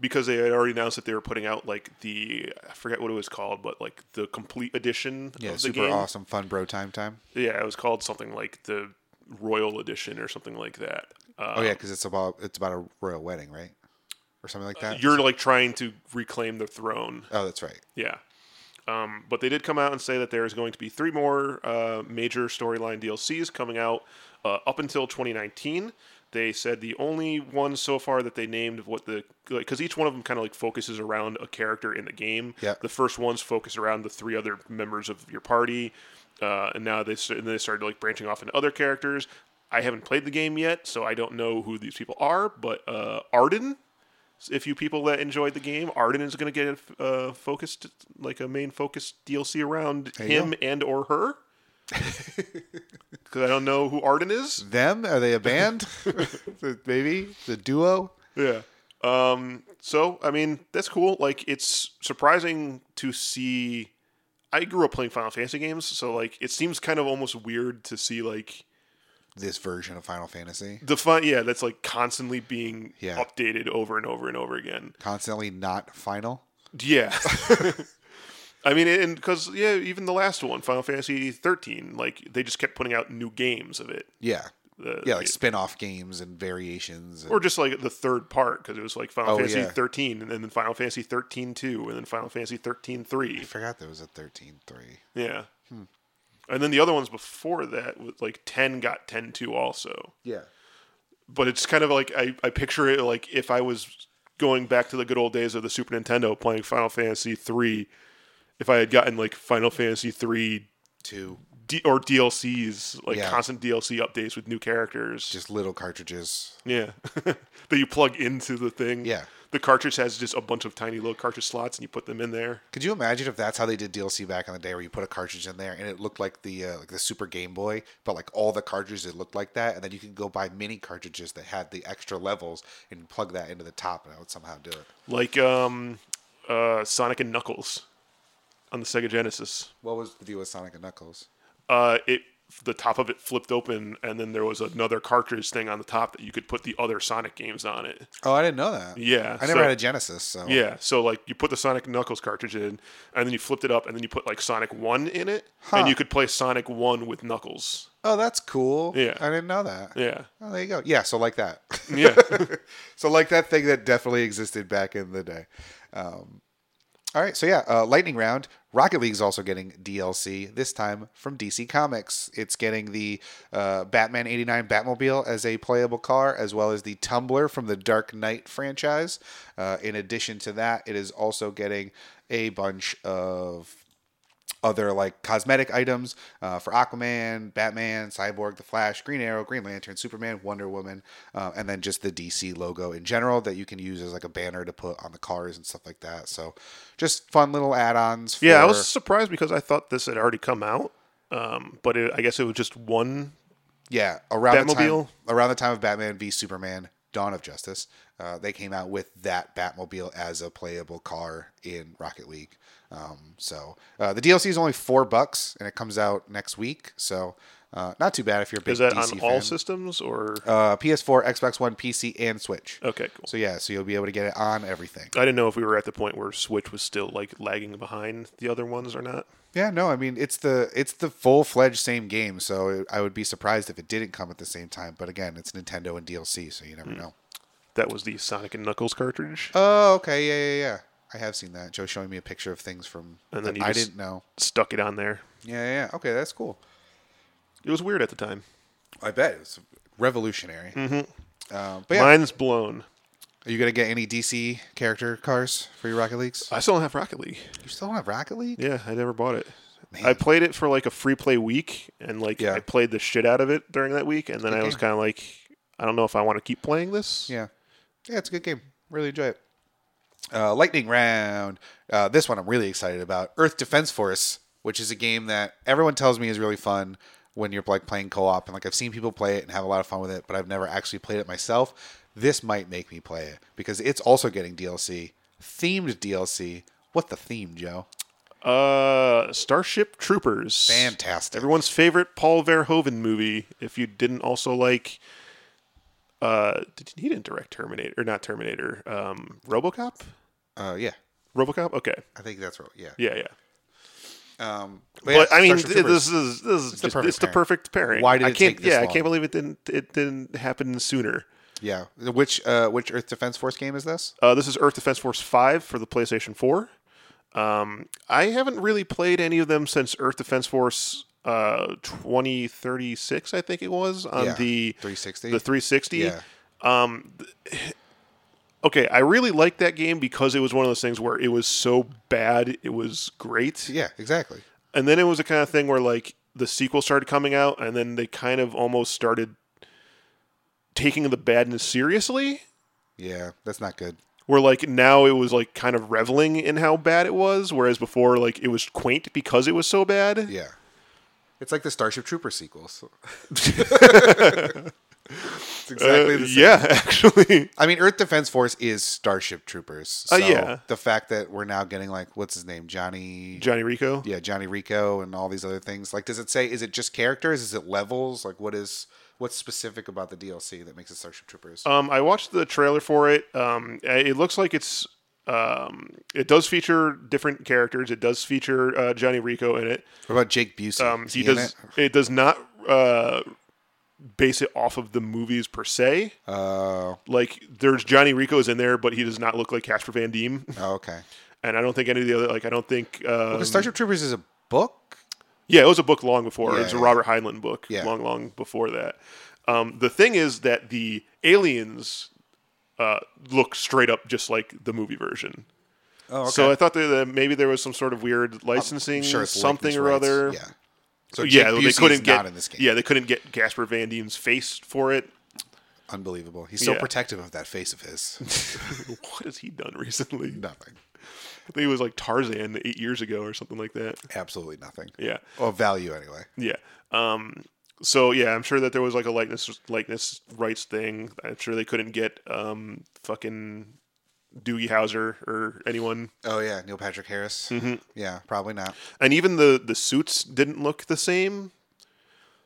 Speaker 2: Because they had already announced that they were putting out like the I forget what it was called, but like the complete edition
Speaker 1: Yeah,
Speaker 2: of the
Speaker 1: Oh, super
Speaker 2: game.
Speaker 1: awesome, fun bro time time.
Speaker 2: Yeah, it was called something like the Royal Edition or something like that. Uh,
Speaker 1: oh yeah, because it's about it's about a royal wedding, right, or something like that.
Speaker 2: You're like trying to reclaim the throne.
Speaker 1: oh, that's right.
Speaker 2: Yeah. Um, but they did come out and say that there is going to be three more uh, major storyline DLCs coming out uh, up until 2019. They said the only one so far that they named of what the because each one of them kind of like focuses around a character in the game.
Speaker 1: Yeah.
Speaker 2: The first ones focus around the three other members of your party, uh, and now they s- and they started like branching off into other characters. I haven't played the game yet, so I don't know who these people are. But uh, Arden, if you people that enjoyed the game, Arden is going to get a uh, focused, like a main focused DLC around
Speaker 1: There you
Speaker 2: him and
Speaker 1: <laughs>
Speaker 2: or her. Because I don't know who Arden is.
Speaker 1: Them? Are they a band? <laughs> The- Maybe the duo.
Speaker 2: Yeah. Um. So I mean, that's cool. Like, it's surprising to see. I grew up playing Final Fantasy games, so like, it seems kind of almost weird to see like
Speaker 1: This version of Final Fantasy
Speaker 2: the fun. Yeah, that's like constantly being
Speaker 1: Yeah.
Speaker 2: updated over and over and over again.
Speaker 1: constantly not final.
Speaker 2: Yeah. <laughs> I mean, and because yeah, even the last one, Final Fantasy thirteen, like they just kept putting out new games of it,
Speaker 1: Yeah,
Speaker 2: uh,
Speaker 1: yeah, like spin-off games and variations. and-
Speaker 2: or just like the third part because it was like Final
Speaker 1: Oh,
Speaker 2: Fantasy
Speaker 1: yeah.
Speaker 2: thirteen, and then Final Fantasy thirteen two, and then Final Fantasy thirteen
Speaker 1: I
Speaker 2: three.
Speaker 1: forgot there was a 13-3.
Speaker 2: Yeah.
Speaker 1: Hmm.
Speaker 2: And then the other ones before that was like ten got ten two also.
Speaker 1: Yeah.
Speaker 2: but it's kind of like I, I picture it like if I was going back to the good old days of the Super Nintendo playing Final Fantasy three, if I had gotten like Final Fantasy three
Speaker 1: Two.
Speaker 2: D- or DLCs, like
Speaker 1: Yeah.
Speaker 2: constant DLC updates with new characters,
Speaker 1: Just little cartridges.
Speaker 2: yeah, <laughs> that you plug into the thing.
Speaker 1: Yeah.
Speaker 2: the cartridge has just a bunch of tiny little cartridge slots, and you put them in there.
Speaker 1: Could you imagine if that's how they did DLC back in the day, where you put a cartridge in there and it looked like the uh, like the Super Game Boy, but like all the cartridges it looked like that, and then you could go buy mini cartridges that had the extra levels and plug that into the top, and I would somehow do it.
Speaker 2: Like um, uh, Sonic and Knuckles on the Sega Genesis.
Speaker 1: What was the deal with Sonic and Knuckles?
Speaker 2: uh, it the top of it flipped open, and then there was another cartridge thing on the top that you could put the other Sonic games on it.
Speaker 1: Oh, I didn't know that.
Speaker 2: Yeah,
Speaker 1: I never
Speaker 2: so-
Speaker 1: had a Genesis, so
Speaker 2: Yeah, so like you put the Sonic Knuckles cartridge in, and then you flipped it up, and then you put like Sonic One in it, and you could play Sonic One with Knuckles.
Speaker 1: oh, that's cool.
Speaker 2: Yeah.
Speaker 1: I didn't know that.
Speaker 2: Yeah,
Speaker 1: Oh, there you go. Yeah, so like that. <laughs>
Speaker 2: yeah,
Speaker 1: so like that thing that definitely existed back in the day. Um, all right, so yeah, uh, lightning round. Rocket League's also getting DLC this time from DC Comics. It's getting the uh, Batman '89 Batmobile as a playable car, as well as the Tumbler from the Dark Knight franchise. Uh, in addition to that, it is also getting a bunch of other like cosmetic items uh, for Aquaman, Batman, Cyborg, The Flash, Green Arrow, Green Lantern, Superman, Wonder Woman, uh, and then just the DC logo in general that you can use as like a banner to put on the cars and stuff like that. So just fun little add-ons. For,
Speaker 2: <laughs> yeah. I was surprised because I thought this had already come out, um, but it, I guess it was just one.
Speaker 1: yeah around
Speaker 2: Batmobile.
Speaker 1: the time around the time of Batman v Superman. Dawn of Justice. Uh, they came out with that Batmobile as a playable car in Rocket League. Um, so uh, the DLC is only four bucks, and it comes out next week. So uh, not too bad if you're a big
Speaker 2: Is that
Speaker 1: DC
Speaker 2: on all
Speaker 1: fan.
Speaker 2: systems or?
Speaker 1: uh, PS4, Xbox One, PC, and Switch.
Speaker 2: Okay, cool.
Speaker 1: So yeah, so you'll be able to get it on everything.
Speaker 2: I didn't know if we were at the point where Switch was still like lagging behind the other ones or not.
Speaker 1: Yeah, no, I mean it's the it's the full fledged same game. So it, I would be surprised if it didn't come at the same time. But again, it's Nintendo and DLC, so you never
Speaker 2: Hmm.
Speaker 1: know.
Speaker 2: That was the Sonic and Knuckles cartridge.
Speaker 1: Oh, okay, yeah, yeah, yeah. I have seen that. Joe's showing me a picture of things from
Speaker 2: And then
Speaker 1: that
Speaker 2: you
Speaker 1: I
Speaker 2: just-
Speaker 1: didn't know.
Speaker 2: Stuck it on there.
Speaker 1: Yeah, yeah, yeah. Okay, that's cool.
Speaker 2: It was weird at the time.
Speaker 1: I bet it's revolutionary.
Speaker 2: Mm-hmm.
Speaker 1: Um, but yeah,
Speaker 2: Mine's blown.
Speaker 1: are you gonna get any DC character cars for your Rocket Leagues?
Speaker 2: I still don't have Rocket League.
Speaker 1: You still don't have Rocket League?
Speaker 2: Yeah, I never bought it. I played it for like a free play week, and like
Speaker 1: Yeah.
Speaker 2: I played the shit out of it during that week, and then I was
Speaker 1: game.
Speaker 2: kind of like, I don't know if I want to keep playing this.
Speaker 1: Yeah. Yeah, it's a good game. Really enjoy it. Uh, lightning round. Uh, this one I'm really excited about. Earth Defense Force, which is a game that everyone tells me is really fun when you're like playing co-op, and like I've seen people play it and have a lot of fun with it, but I've never actually played it myself. This might make me play it because it's also getting DLC, themed DLC. What the theme, Joe?
Speaker 2: Uh, Starship Troopers.
Speaker 1: Fantastic.
Speaker 2: Everyone's favorite Paul Verhoeven movie. If you didn't also like, uh, did he didn't direct Terminator or not Terminator? Um, RoboCop.
Speaker 1: Uh, yeah,
Speaker 2: RoboCop. Okay.
Speaker 1: I think that's right. Yeah.
Speaker 2: Yeah, yeah.
Speaker 1: Um,
Speaker 2: But
Speaker 1: yeah,
Speaker 2: I mean,
Speaker 1: Starship
Speaker 2: th-
Speaker 1: Troopers.
Speaker 2: this is this is
Speaker 1: the
Speaker 2: just-
Speaker 1: perfect
Speaker 2: it's the
Speaker 1: pairing.
Speaker 2: perfect pairing.
Speaker 1: Why did
Speaker 2: I
Speaker 1: it
Speaker 2: can't,
Speaker 1: take this
Speaker 2: Yeah, I
Speaker 1: long?
Speaker 2: can't believe it didn't it didn't happen sooner.
Speaker 1: yeah. Which uh, which Earth Defense Force game is this?
Speaker 2: Uh, this is Earth Defense Force Five for the PlayStation Four. Um, I haven't really played any of them since Earth Defense Force uh, twenty thirty six, I think it was on
Speaker 1: Yeah,
Speaker 2: the
Speaker 1: 360.
Speaker 2: the three sixty.
Speaker 1: Yeah.
Speaker 2: Okay, I really liked that game because it was one of those things where it was so bad it was great.
Speaker 1: Yeah. Exactly.
Speaker 2: and then it was a kind of thing where like the sequel started coming out and then they kind of almost started taking the badness seriously.
Speaker 1: Yeah, that's not good.
Speaker 2: Where like now it was like kind of reveling in how bad it was, whereas before like it was quaint because it was so bad.
Speaker 1: Yeah. It's like the Starship Trooper sequels. <laughs> it's exactly
Speaker 2: Uh,
Speaker 1: the same.
Speaker 2: yeah, <laughs> actually.
Speaker 1: I mean, Earth Defense Force is Starship Troopers. So
Speaker 2: Uh, yeah.
Speaker 1: The fact that we're now getting like what's his name, Johnny.
Speaker 2: Johnny Rico.
Speaker 1: yeah, Johnny Rico and all these other things. Like, does it say? Is it just characters? Is it levels? Like, what is what's specific about the DLC that makes it Starship Troopers?
Speaker 2: Um, I watched the trailer for it. Um, it looks like it's. Um, it does feature different characters. It does feature uh, Johnny Rico in it.
Speaker 1: what about Jake Busey?
Speaker 2: Um,
Speaker 1: Is
Speaker 2: he
Speaker 1: he in
Speaker 2: does.
Speaker 1: it?
Speaker 2: It? does not uh, base it off of the movies per se.
Speaker 1: Oh,
Speaker 2: Like there's Johnny Rico's in there, but he does not look like Casper Van Diem. <laughs>
Speaker 1: oh, okay.
Speaker 2: And I don't think any of the other. Like I don't think. Uh,
Speaker 1: Because Starship Troopers is a book.
Speaker 2: yeah, it was a book long before. it
Speaker 1: Yeah,
Speaker 2: was a
Speaker 1: yeah.
Speaker 2: Robert Heinlein book.
Speaker 1: Yeah.
Speaker 2: Long, long before that. Um, the thing is that the aliens uh, look straight up just like the movie version.
Speaker 1: Oh, okay.
Speaker 2: So I thought that that maybe there was some sort of weird licensing,
Speaker 1: sure it's likeness
Speaker 2: something or
Speaker 1: rights.
Speaker 2: other.
Speaker 1: Yeah. So
Speaker 2: yeah,
Speaker 1: Jake
Speaker 2: they
Speaker 1: Busey's
Speaker 2: couldn't get.
Speaker 1: not in this game.
Speaker 2: Yeah, they couldn't get Gasper Van Diem's face for it. <laughs>
Speaker 1: Unbelievable. He's so
Speaker 2: Yeah.
Speaker 1: protective of that face of his.
Speaker 2: <laughs> what has he done recently?
Speaker 1: nothing.
Speaker 2: I think it was like Tarzan eight years ago or something like that.
Speaker 1: Absolutely nothing.
Speaker 2: Yeah,
Speaker 1: Or value anyway.
Speaker 2: yeah. Um, so yeah, I'm sure that there was like a likeness likeness rights thing. I'm sure they couldn't get um, fucking Doogie Howser or anyone,
Speaker 1: Oh yeah, Neil Patrick Harris.
Speaker 2: Mm-hmm.
Speaker 1: Yeah, probably not.
Speaker 2: and even the the suits didn't look the same.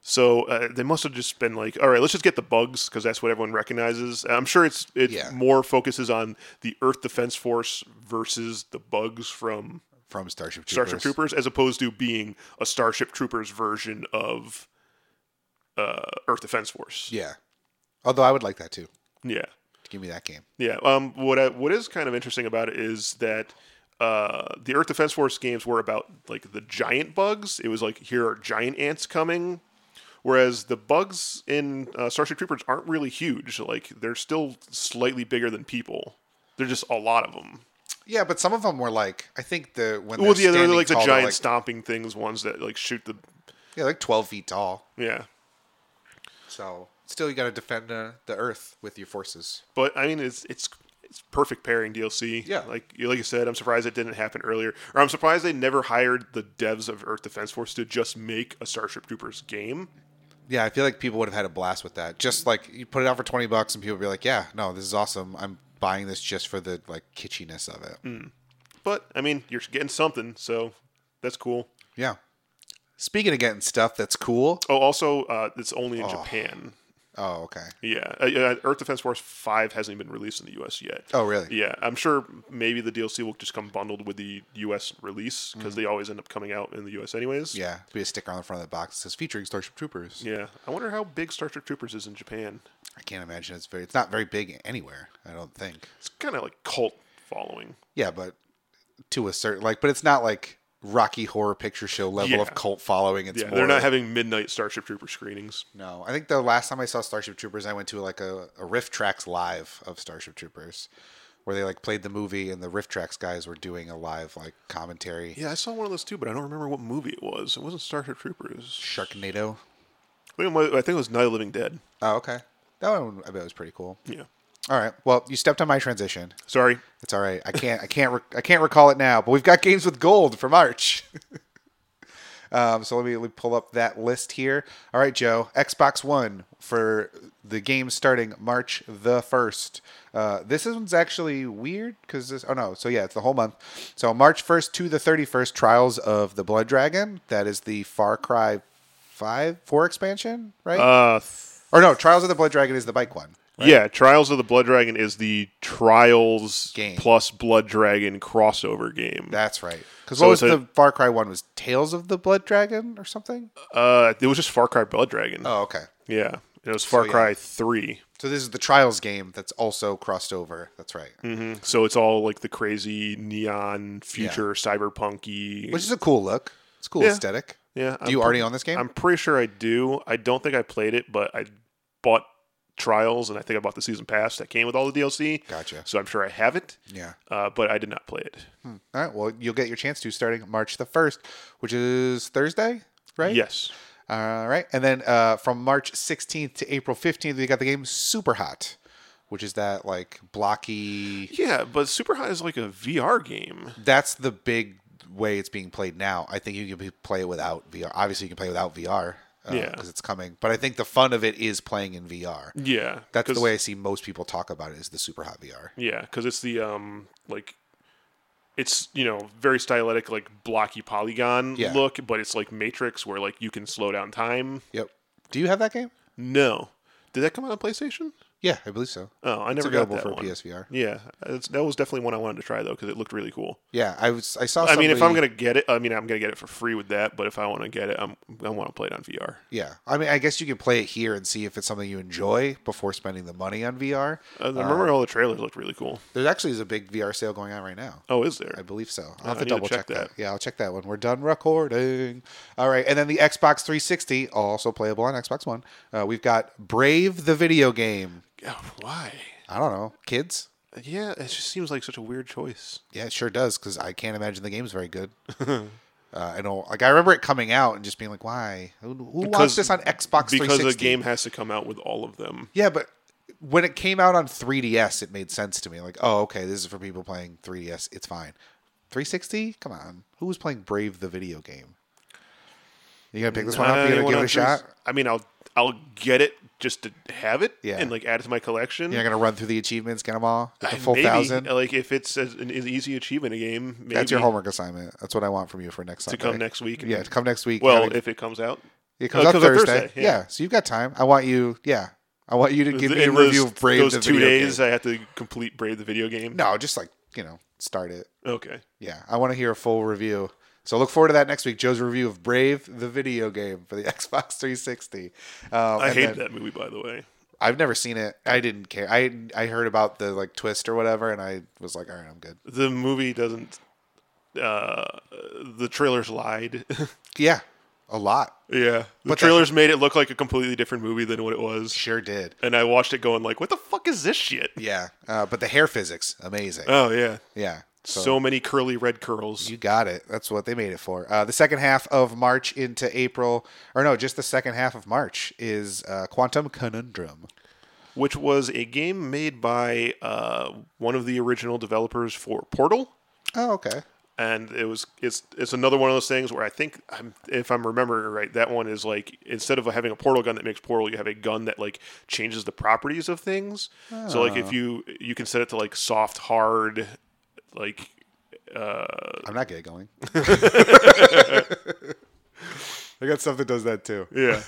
Speaker 2: So uh, they must have just been like, all right, let's just get the bugs because that's what everyone recognizes. I'm sure it's it
Speaker 1: Yeah.
Speaker 2: more focuses on the Earth Defense Force versus the bugs from
Speaker 1: From Starship Troopers.
Speaker 2: Starship Troopers as opposed to being a Starship Troopers version of uh, Earth Defense Force.
Speaker 1: Yeah. Although I would like that too.
Speaker 2: Yeah.
Speaker 1: Give me that game.
Speaker 2: Yeah. Um, what I, what is kind of interesting about it is that uh, the Earth Defense Force games were about like the giant bugs. It was like here are giant ants coming, whereas the bugs in uh, Starship Troopers aren't really huge. Like they're still slightly bigger than people. They're just a lot of them.
Speaker 1: Yeah, but some of them were like I think the when
Speaker 2: Well, yeah, they're
Speaker 1: standing
Speaker 2: like the
Speaker 1: tall,
Speaker 2: giant
Speaker 1: like,
Speaker 2: stomping things, ones that like shoot the
Speaker 1: yeah like twelve feet tall.
Speaker 2: yeah.
Speaker 1: So still, you got to defend uh, the Earth with your forces.
Speaker 2: But I mean, it's it's it's perfect pairing DLC.
Speaker 1: Yeah.
Speaker 2: like like you said, I'm surprised it didn't happen earlier, or I'm surprised they never hired the devs of Earth Defense Force to just make a Starship Troopers game.
Speaker 1: Yeah, I feel like people would have had a blast with that. Just like you put it out for twenty bucks, and people would be like, "Yeah, no, this is awesome. I'm buying this just for the like kitschiness of it."
Speaker 2: Mm. But I mean, you're getting something, so that's cool.
Speaker 1: Yeah. Speaking of getting stuff that's cool.
Speaker 2: Oh, also, uh, it's only in Japan.
Speaker 1: Oh, okay.
Speaker 2: Yeah, Uh, yeah, Earth Defense Force Five hasn't been released in the U.S. yet.
Speaker 1: Oh, really?
Speaker 2: Yeah, I'm sure maybe the DLC will just come bundled with the U.S. release because they always end up coming out in the U.S. anyways.
Speaker 1: Mm-hmm. Yeah. Be a sticker on the front of the box that says "featuring Starship Troopers."
Speaker 2: Yeah. I wonder how big Starship Troopers is in Japan.
Speaker 1: I can't imagine it's very. It's not very big anywhere. I don't think.
Speaker 2: It's kind of like cult following.
Speaker 1: Yeah, but to a certain like, but it's not like Rocky Horror Picture Show level
Speaker 2: Yeah.
Speaker 1: of cult following. It's
Speaker 2: Yeah,
Speaker 1: more
Speaker 2: they're not having midnight Starship Trooper screenings.
Speaker 1: no. I think the last time I saw Starship Troopers, I went to like a, a riff tracks live of Starship Troopers, where they like played the movie and the riff tracks guys were doing a live like commentary.
Speaker 2: Yeah, I saw one of those too, but I don't remember what movie it was. It wasn't Starship Troopers.
Speaker 1: Sharknado.
Speaker 2: I think it was, I think it was Night of the Living Dead.
Speaker 1: Oh, okay. That one I bet was pretty cool.
Speaker 2: Yeah.
Speaker 1: All right. Well, you stepped on my transition.
Speaker 2: Sorry.
Speaker 1: It's all right. I can't. I can't. Re- I can't recall it now. But we've got games with gold for March. <laughs> um, so let me, let me pull up that list here. All right, Joe. Xbox One for the game starting March the first. Uh, this one's actually weird because this. Oh no. So yeah, it's the whole month. So March first to the thirty first. Trials of the Blood Dragon. That is the Far Cry five four expansion, right?
Speaker 2: Uh,
Speaker 1: or no, Trials of the Blood Dragon is the bike one.
Speaker 2: Yeah, Trials of the Blood Dragon is the Trials
Speaker 1: Game.
Speaker 2: plus Blood Dragon crossover game.
Speaker 1: That's right. Because
Speaker 2: So
Speaker 1: what was
Speaker 2: it's a-
Speaker 1: the Far Cry one? Was Tales of the Blood Dragon or something?
Speaker 2: Uh, it was just Far Cry Blood Dragon.
Speaker 1: Oh, okay.
Speaker 2: Yeah, it was Far
Speaker 1: yeah.
Speaker 2: Cry Three.
Speaker 1: So this is the Trials game that's also crossed over. That's right.
Speaker 2: Mm, So it's all like the crazy neon future cyberpunky.
Speaker 1: Which is a cool look. It's a cool
Speaker 2: Yeah.
Speaker 1: aesthetic.
Speaker 2: yeah,
Speaker 1: Do you already own this game?
Speaker 2: I'm pretty sure I do. I don't think I played it, but I bought Trials and I think I bought the season pass that came with all the DLC.
Speaker 1: Gotcha.
Speaker 2: So I'm sure I have it,
Speaker 1: Yeah.
Speaker 2: uh, but I did not play it.
Speaker 1: All right. Well, you'll get your chance to starting March the 1st, which is Thursday, right?
Speaker 2: Yes.
Speaker 1: All right. And then uh, from March 16th to April 15th, we got the game Super Hot, which is that like blocky.
Speaker 2: Yeah, but Super Hot is like a VR game.
Speaker 1: That's the big way it's being played now. I think you can be- play it without VR. Obviously, you can play without VR because
Speaker 2: Yeah.
Speaker 1: it's coming. But I think the fun of it is playing in VR.
Speaker 2: Yeah,
Speaker 1: That's the
Speaker 2: 'cause-
Speaker 1: way I see most people talk about it is the Super Hot VR.
Speaker 2: Yeah, because it's the um like. It's you know very stylistic like blocky polygon
Speaker 1: Yeah.
Speaker 2: look, but it's like Matrix where like you can slow down time.
Speaker 1: Yep. Do you have that game?
Speaker 2: No, did that come out on PlayStation?
Speaker 1: Yeah, I believe so.
Speaker 2: Oh, I
Speaker 1: It's
Speaker 2: never got
Speaker 1: available
Speaker 2: that
Speaker 1: for
Speaker 2: one.
Speaker 1: PSVR.
Speaker 2: Yeah, it's, that was definitely one I wanted to try though because it looked really cool.
Speaker 1: Yeah, I was. I saw.
Speaker 2: I mean, if I'm
Speaker 1: somebody-
Speaker 2: gonna get it, I mean, I'm gonna get it for free with that. But if I want to get it, I'm I want to play it on VR.
Speaker 1: Yeah, I mean, I guess you could play it here and see if it's something you enjoy before spending the money on VR.
Speaker 2: Uh, I
Speaker 1: Uh,
Speaker 2: remember all the trailers looked really cool.
Speaker 1: There actually is a big VR sale going on right now.
Speaker 2: Oh, is
Speaker 1: I
Speaker 2: there?
Speaker 1: believe so. I'll have to
Speaker 2: I need to
Speaker 1: double check,
Speaker 2: check
Speaker 1: that. Yeah, I'll check that when we're done recording. All right, and then the Xbox 360, also playable on Xbox One. Uh, we've got Brave the video game.
Speaker 2: Oh, why?
Speaker 1: I don't know, kids.
Speaker 2: Yeah, it just seems like such a weird choice.
Speaker 1: Yeah, it sure does because I can't imagine the game's very
Speaker 2: <laughs>
Speaker 1: good. uh, I know, like I remember it coming out and just being like, "Why? Who, who
Speaker 2: Because-
Speaker 1: watched this on Xbox 360?"
Speaker 2: Because a game has to come out with all of them.
Speaker 1: Yeah, but when it came out on 3DS, it made sense to me. Like, oh, okay, this is for people playing 3DS. It's fine. 360? Come on. Who was playing Brave the video game? You gonna pick this one up?
Speaker 2: Uh,
Speaker 1: You gonna
Speaker 2: anyone
Speaker 1: give it a
Speaker 2: else who's-
Speaker 1: shot?
Speaker 2: I mean, I'll I'll get it just to have it
Speaker 1: Yeah.
Speaker 2: and like add it to my collection.
Speaker 1: You're not gonna run through the achievements, get them all, get the
Speaker 2: I-
Speaker 1: full
Speaker 2: maybe,
Speaker 1: thousand.
Speaker 2: Like if it's a, an easy achievement a game, maybe
Speaker 1: That's your homework assignment. That's what I want from you for next
Speaker 2: to
Speaker 1: Sunday.
Speaker 2: come next week. and-
Speaker 1: Yeah, to come next week.
Speaker 2: Well,
Speaker 1: having-
Speaker 2: if it comes out,
Speaker 1: it comes
Speaker 2: uh,
Speaker 1: out
Speaker 2: comes out
Speaker 1: Thursday. Yeah.
Speaker 2: Thursday, yeah.
Speaker 1: so you've got time. I want you. Yeah, I want you to give me a
Speaker 2: in
Speaker 1: review
Speaker 2: those,
Speaker 1: of Brave
Speaker 2: those
Speaker 1: the
Speaker 2: two
Speaker 1: video
Speaker 2: days,
Speaker 1: game.
Speaker 2: I have to complete Brave the video game.
Speaker 1: No, just like you know, start it.
Speaker 2: Okay.
Speaker 1: Yeah, I want to hear a full review. So look forward to that next week. Joe's review of Brave, the video game for the <laughs> Xbox 360. Um,
Speaker 2: I
Speaker 1: and
Speaker 2: hate
Speaker 1: then-
Speaker 2: that movie, by the way.
Speaker 1: I've never seen it. I didn't care. I I heard about the like twist or whatever, and I was like, all right, I'm good.
Speaker 2: The movie doesn't. Uh, the trailers lied. <laughs>
Speaker 1: Yeah, a lot.
Speaker 2: yeah, the
Speaker 1: What the
Speaker 2: trailers made it look like a completely different movie than what it was,
Speaker 1: Sure did.
Speaker 2: and I watched it going like, "What the fuck is this shit?"
Speaker 1: Yeah, uh, but the hair physics, amazing.
Speaker 2: Oh yeah,
Speaker 1: yeah.
Speaker 2: so, many curly red curls.
Speaker 1: You got it. That's what they made it for. Uh, the second half of March into April, or no, just the second half of March is uh, Quantum Conundrum.
Speaker 2: which was a game made by uh, one of the original developers for Portal,
Speaker 1: Oh, okay.
Speaker 2: and it was it's it's another one of those things where I think I'm, if I'm remembering right, that one is like instead of having a portal gun that makes portal, you have a gun that like changes the properties of things. So like if you you can set it to like soft, hard, like
Speaker 1: I'm not <laughs> giggling. I got stuff that does that too. <laughs>
Speaker 2: yeah.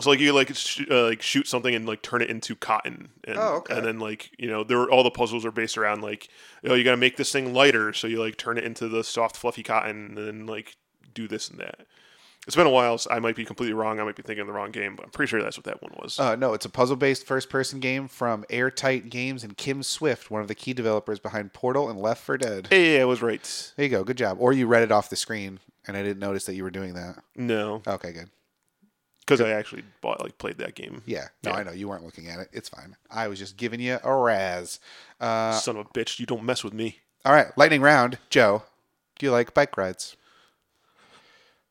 Speaker 2: So like you like sh- uh, like shoot something and like turn it into cotton, and,
Speaker 1: Oh, okay.
Speaker 2: and then like you know there were, all the puzzles are based around like oh you gotta make this thing lighter, so you like turn it into the soft fluffy cotton, and then like do this and that. It's been a while. So I might be completely wrong. I might be thinking of the wrong game, but I'm pretty sure that's what that one was.
Speaker 1: Uh, no, it's a puzzle based first person game from Airtight Games and Kim Swift, one of the key developers behind Portal and Left 4 Dead.
Speaker 2: hey, I was right.
Speaker 1: There you go. Good job. Or you read it off the screen and I didn't notice that you were doing that.
Speaker 2: No,
Speaker 1: Okay, good.
Speaker 2: because I actually bought like played that game.
Speaker 1: Yeah. No,
Speaker 2: Yeah.
Speaker 1: I know. You weren't looking at it. It's fine. I was just giving you a raz. Uh,
Speaker 2: Son of a bitch, you don't mess with me.
Speaker 1: all right. Lightning round. Joe, do you like bike rides?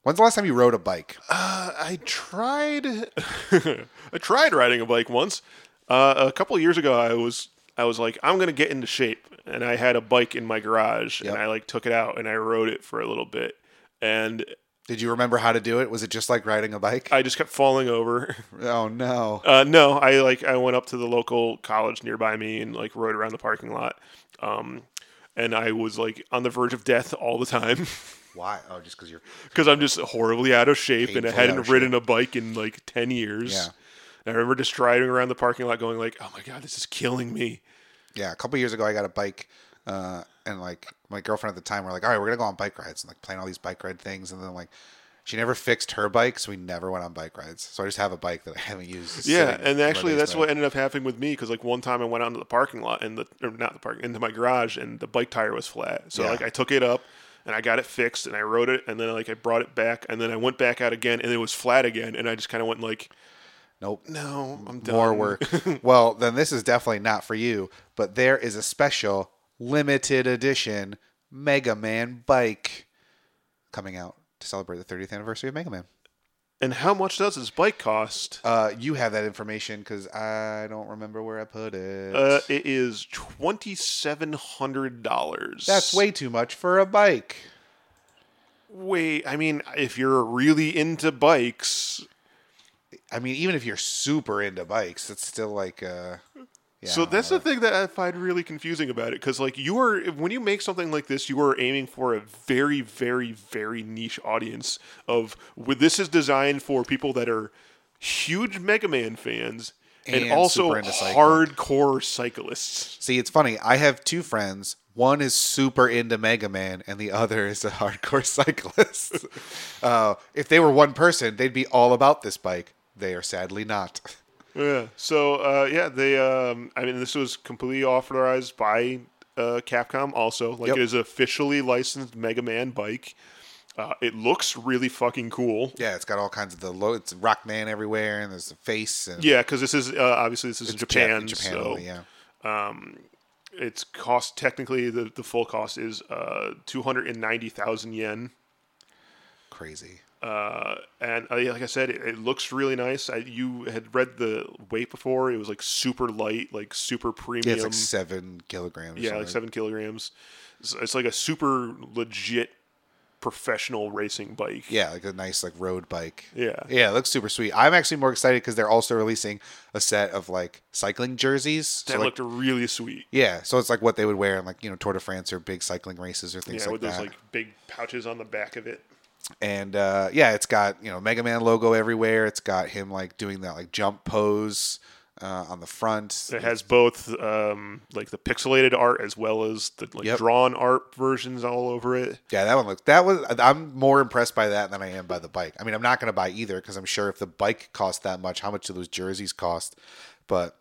Speaker 1: When's the last time you rode a bike?
Speaker 2: Uh, I tried. <laughs> I tried riding a bike once. Uh, a couple of years ago, I was I was like, I'm gonna get into shape, and I had a bike in my garage,
Speaker 1: Yep.
Speaker 2: and I like took it out and I rode it for a little bit, and
Speaker 1: Did you remember how to do it? Was it just like riding a bike?
Speaker 2: I just kept falling over. <laughs>
Speaker 1: Oh, no.
Speaker 2: Uh, no, I like I went up to the local college nearby me and like rode around the parking lot, um, and I was like on the verge of death all the time. <laughs>
Speaker 1: Why? Oh, just because you're.
Speaker 2: because I'm just horribly out of shape and I
Speaker 1: Painfully out
Speaker 2: hadn't
Speaker 1: of
Speaker 2: ridden a bike in like 10 years.
Speaker 1: Yeah.
Speaker 2: And I remember just driving around the parking lot going like, oh my God, this is killing me.
Speaker 1: Yeah, a couple years ago, I got a bike, uh, and like my girlfriend at the time, we're like, all right, we're gonna go on bike rides and like plan all these bike ride things, and then like. She never fixed her bike, so we never went on bike rides. So I just have a bike that I haven't used.
Speaker 2: yeah. And actually that's what ended up happening with me. Cause like one time I went out into the parking lot and the, or not the parking, into my garage and the bike tire was flat. So
Speaker 1: Yeah.
Speaker 2: like I took it up and I got it fixed and I rode it and then like I brought it back and then I went back out again and it was flat again. And I just kind of went like,
Speaker 1: Nope.
Speaker 2: no, I'm done.
Speaker 1: More
Speaker 2: <laughs>
Speaker 1: work. well, then this is definitely not for you. But there is a special limited edition Mega Man bike coming out to celebrate the 30th anniversary of Mega Man.
Speaker 2: And how much does his bike cost?
Speaker 1: Uh, you have that information because I don't remember where I put it.
Speaker 2: Uh, it is twenty seven hundred dollars.
Speaker 1: That's way too much for a bike.
Speaker 2: way. I mean, if you're really into bikes,
Speaker 1: I mean, even if you're super into bikes, that's still like, uh, yeah.
Speaker 2: so that's the thing that I find really confusing about it. Because like you are, when you make something like this, you are aiming for a very, very, very niche audience. Of well, this is designed for people that are huge Mega Man fans and,
Speaker 1: And
Speaker 2: also
Speaker 1: super into cycling.
Speaker 2: hardcore cyclists.
Speaker 1: See, it's funny. I have two friends. One is super into Mega Man, and the other is a hardcore <laughs> cyclist. <laughs> uh, if they were one person, they'd be all about this bike. They are sadly not. <laughs>
Speaker 2: Yeah. So uh, yeah, they. Um, I mean, this was completely authorized by uh, Capcom. Also, like
Speaker 1: Yep.
Speaker 2: it is an officially licensed Mega Man bike. Uh, it looks really fucking cool.
Speaker 1: Yeah, it's got all kinds of the low. It's Rockman everywhere, and there's a face. And
Speaker 2: Yeah, because this is uh, obviously this is Japan.
Speaker 1: Japan
Speaker 2: so
Speaker 1: only, yeah.
Speaker 2: it's cost technically the, the full cost is uh, two hundred and ninety thousand yen.
Speaker 1: Crazy.
Speaker 2: Uh, and uh, yeah, like I said, it, it looks really nice. I, you had read the weight before; it was like super light, like super
Speaker 1: Yeah,
Speaker 2: premium.
Speaker 1: it's like seven kilograms. or
Speaker 2: Yeah, like
Speaker 1: something.
Speaker 2: seven kilograms. It's, it's like a super legit professional racing bike.
Speaker 1: Yeah, like a nice like road bike.
Speaker 2: Yeah.
Speaker 1: Yeah, it looks super sweet. I'm actually more excited because they're also releasing a set of like cycling jerseys. So,
Speaker 2: That
Speaker 1: like,
Speaker 2: looked really sweet.
Speaker 1: yeah, so it's like what they would wear in like, you know, Tour de France or big cycling races or
Speaker 2: Yeah,
Speaker 1: things like
Speaker 2: with
Speaker 1: that.
Speaker 2: those like big pouches on the back of it.
Speaker 1: and uh yeah, it's got, you know, Mega Man logo everywhere. It's got him like doing that like jump pose uh on the front.
Speaker 2: It has both um, like the pixelated art as well as the like
Speaker 1: Yep.
Speaker 2: drawn art versions all over it.
Speaker 1: Yeah, that one looks that was I'm more impressed by that than I am by the bike. I mean, I'm not going to buy either because I'm sure if the bike cost that much, how much do those jerseys cost? But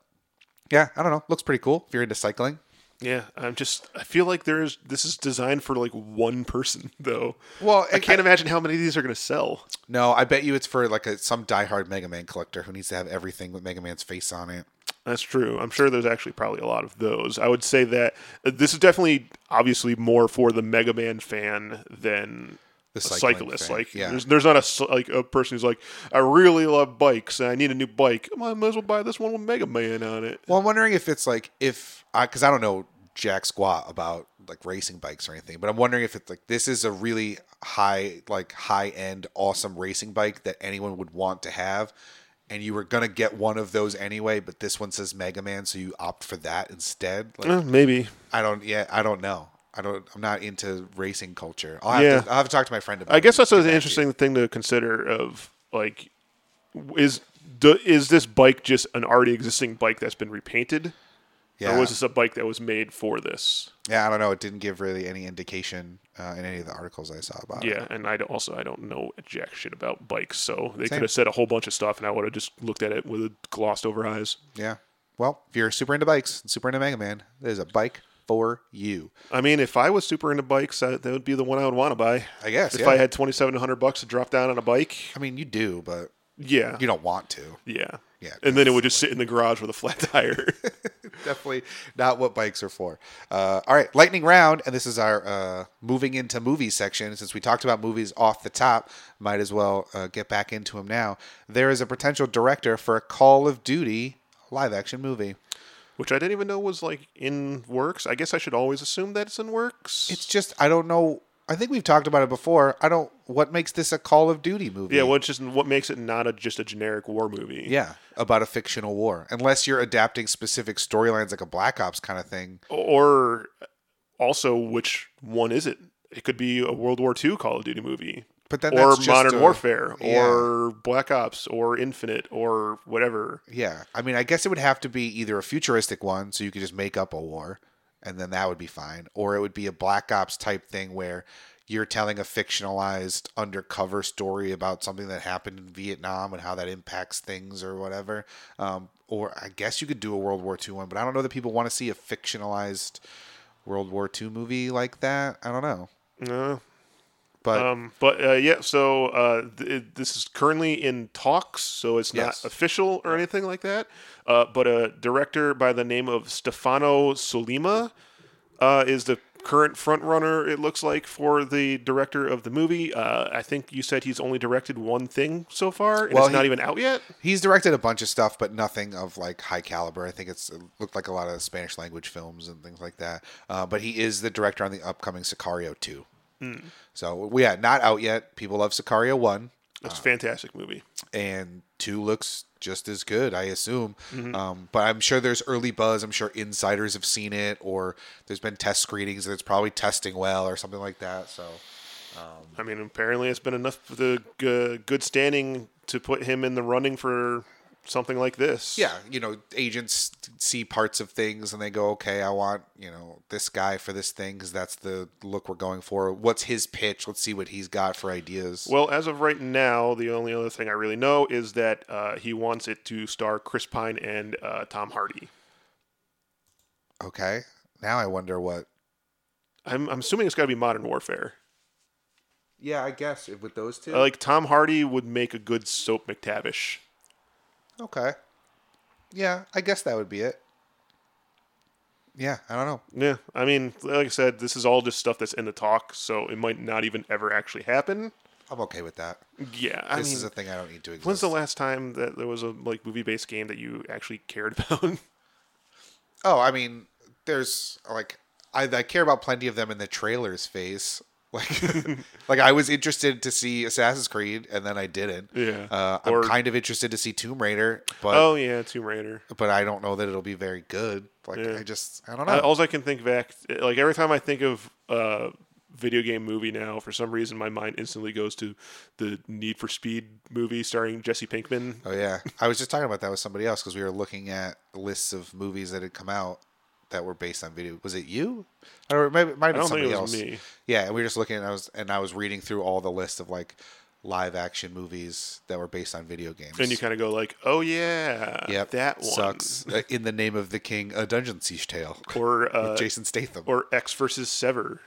Speaker 1: yeah, I don't know. Looks pretty cool if you're into cycling.
Speaker 2: Yeah, I'm just I feel like there's this is designed for like one person <laughs> though.
Speaker 1: Well,
Speaker 2: I can't imagine how many of these are going to sell.
Speaker 1: No, I bet you it's for like a, some diehard Mega Man collector who needs to have everything with Mega Man's face on it.
Speaker 2: That's true. I'm sure there's actually probably a lot of those. I would say that uh, this is definitely obviously more for the Mega Man fan than
Speaker 1: The
Speaker 2: a
Speaker 1: cycling
Speaker 2: cyclist.
Speaker 1: fan,
Speaker 2: Like,
Speaker 1: yeah.
Speaker 2: there's, there's not a s- like a person who's like, I really love bikes and I need a new bike. Well, I might as well buy this one with Mega Man on it.
Speaker 1: Well, I'm wondering if it's like if because I don't know jack squat about like racing bikes or anything, but I'm wondering if it's like this is a really high like high end awesome racing bike that anyone would want to have, and you were gonna get one of those anyway, but this one says Mega Man, so you opt for that instead. Like,
Speaker 2: Eh, maybe.
Speaker 1: I don't, yeah, I don't know. I don't. I'm not into racing culture. I'll have,
Speaker 2: Yeah.
Speaker 1: to, I'll have to talk to my friend about.
Speaker 2: I
Speaker 1: it.
Speaker 2: guess that's
Speaker 1: Get
Speaker 2: an
Speaker 1: back to you.
Speaker 2: interesting thing to consider. Of like, w- is do, is this bike just an already existing bike that's been repainted,
Speaker 1: Yeah.
Speaker 2: or was this a bike that was made for this?
Speaker 1: Yeah, I don't know. It didn't give really any indication uh, in any of the articles I saw about it.
Speaker 2: Yeah, and I d- also I don't know jack shit about bikes, so they
Speaker 1: Same.
Speaker 2: could have said a whole bunch of stuff, and I would have just looked at it with a glossed over eyes.
Speaker 1: Yeah. Well, if you're super into bikes, and super into Mega Man, there's a bike for you.
Speaker 2: I mean, if I was super into bikes, I, that would be the one I would want to buy.
Speaker 1: I guess,
Speaker 2: if
Speaker 1: yeah.
Speaker 2: I had twenty seven hundred bucks to drop down on a bike,
Speaker 1: I mean, you do, but
Speaker 2: yeah,
Speaker 1: you don't want to. <laughs>
Speaker 2: yeah,
Speaker 1: Yeah,
Speaker 2: and then it would just sit in the garage with a flat <laughs> tire.
Speaker 1: Definitely not what bikes are for. Uh, all right, lightning round, and this is our uh, moving into movies section. Since we talked about movies off the top, might as well uh, get back into them now. There is a potential director for a Call of Duty live action movie.
Speaker 2: which I didn't even know was like in works. I guess I should always assume that it's in works.
Speaker 1: It's just I don't know. I think we've talked about it before. I don't. What makes this a Call of Duty movie?
Speaker 2: yeah, well, it's just what makes it not a, just a generic war movie.
Speaker 1: Yeah, about a fictional war. Unless you're adapting specific storylines, like a Black Ops kind of thing.
Speaker 2: Or also, which one is it? It could be a World War II Call of Duty movie,
Speaker 1: But then
Speaker 2: or
Speaker 1: that's just
Speaker 2: Modern
Speaker 1: a-
Speaker 2: Warfare,
Speaker 1: yeah.
Speaker 2: or Black Ops, or Infinite, or whatever.
Speaker 1: Yeah, I mean, I guess it would have to be either a futuristic one, so you could just make up a war, and then that would be fine, or it would be a Black Ops type thing where you're telling a fictionalized undercover story about something that happened in Vietnam and how that impacts things or whatever. Um, or I guess you could do a World War II one, but I don't know that people want to see a fictionalized World War II movie like that. I don't know,
Speaker 2: No.
Speaker 1: but
Speaker 2: Um, but uh, yeah, so uh, th- it- this is currently in talks, so it's not
Speaker 1: Yes.
Speaker 2: official or anything like that. Uh, but a director by the name of Stefano Solima uh, is the current front runner. It looks like for the director of the movie. Uh, I think you said he's only directed one thing so far, and
Speaker 1: Well,
Speaker 2: it's not
Speaker 1: he-
Speaker 2: even out yet.
Speaker 1: He's directed a bunch of stuff, but nothing of like high caliber. I think it's it looked like a lot of Spanish language films and things like that. Uh, but he is the director on the upcoming Sicario two. So yeah, not out yet. People love Sicario one,
Speaker 2: It's a fantastic movie.
Speaker 1: and two looks just as good, I assume. Um, but I'm sure there's early buzz. I'm sure insiders have seen it, or there's been test screenings and it's probably testing well or something like that. So
Speaker 2: I mean, apparently it's been enough for the g- good standing to put him in the running for something like this.
Speaker 1: yeah, you know, agents see parts of things and they go, okay, I want you know this guy for this thing because that's the look we're going for. What's his pitch? Let's see what he's got for ideas.
Speaker 2: Well, as of right now, the only other thing I really know is that uh, he wants it to star Chris Pine and uh, Tom Hardy.
Speaker 1: okay, now I wonder what.
Speaker 2: I'm, I'm assuming it's got to be Modern Warfare.
Speaker 1: Yeah, I guess with those two.
Speaker 2: Uh, Like Tom Hardy would make a good Soap McTavish.
Speaker 1: Okay. Yeah, I guess that would be it. Yeah, I don't know.
Speaker 2: Yeah, I mean, like I said, this is all just stuff that's in the talk, so it might not even ever actually happen.
Speaker 1: I'm okay with that.
Speaker 2: Yeah, I
Speaker 1: this
Speaker 2: mean,
Speaker 1: is a thing I don't need to exist.
Speaker 2: when's the last time that there was a like movie-based game that you actually cared <laughs> about?
Speaker 1: oh, I mean, there's like I, I care about plenty of them in the trailers phase. <laughs> Like,
Speaker 2: <laughs>
Speaker 1: like I was interested to see Assassin's Creed, and then I didn't.
Speaker 2: Yeah.
Speaker 1: Uh,
Speaker 2: Or-
Speaker 1: I'm kind of interested to see Tomb Raider, but
Speaker 2: oh yeah, Tomb Raider.
Speaker 1: but I don't know that it'll be very good. Like, I just I don't know.
Speaker 2: All I can think back, like every time I think of uh, video game movie now, for some reason my mind instantly goes to the Need for Speed movie starring Jesse Pinkman.
Speaker 1: Oh yeah, I was just talking about that with somebody else because we were looking at lists of movies that had come out that were based on video. Was it you? I don't remember. It might have
Speaker 2: I
Speaker 1: been
Speaker 2: don't think
Speaker 1: somebody
Speaker 2: it was
Speaker 1: else.
Speaker 2: me.
Speaker 1: Yeah, and we were just looking. And I was and I was reading through all the list of like live action movies that were based on video games.
Speaker 2: And you kind of go like, oh yeah,
Speaker 1: yep,
Speaker 2: that one.
Speaker 1: sucks. Uh, In the name of the king, a dungeon siege tale.
Speaker 2: Or uh,
Speaker 1: Jason Statham.
Speaker 2: or X versus Sever,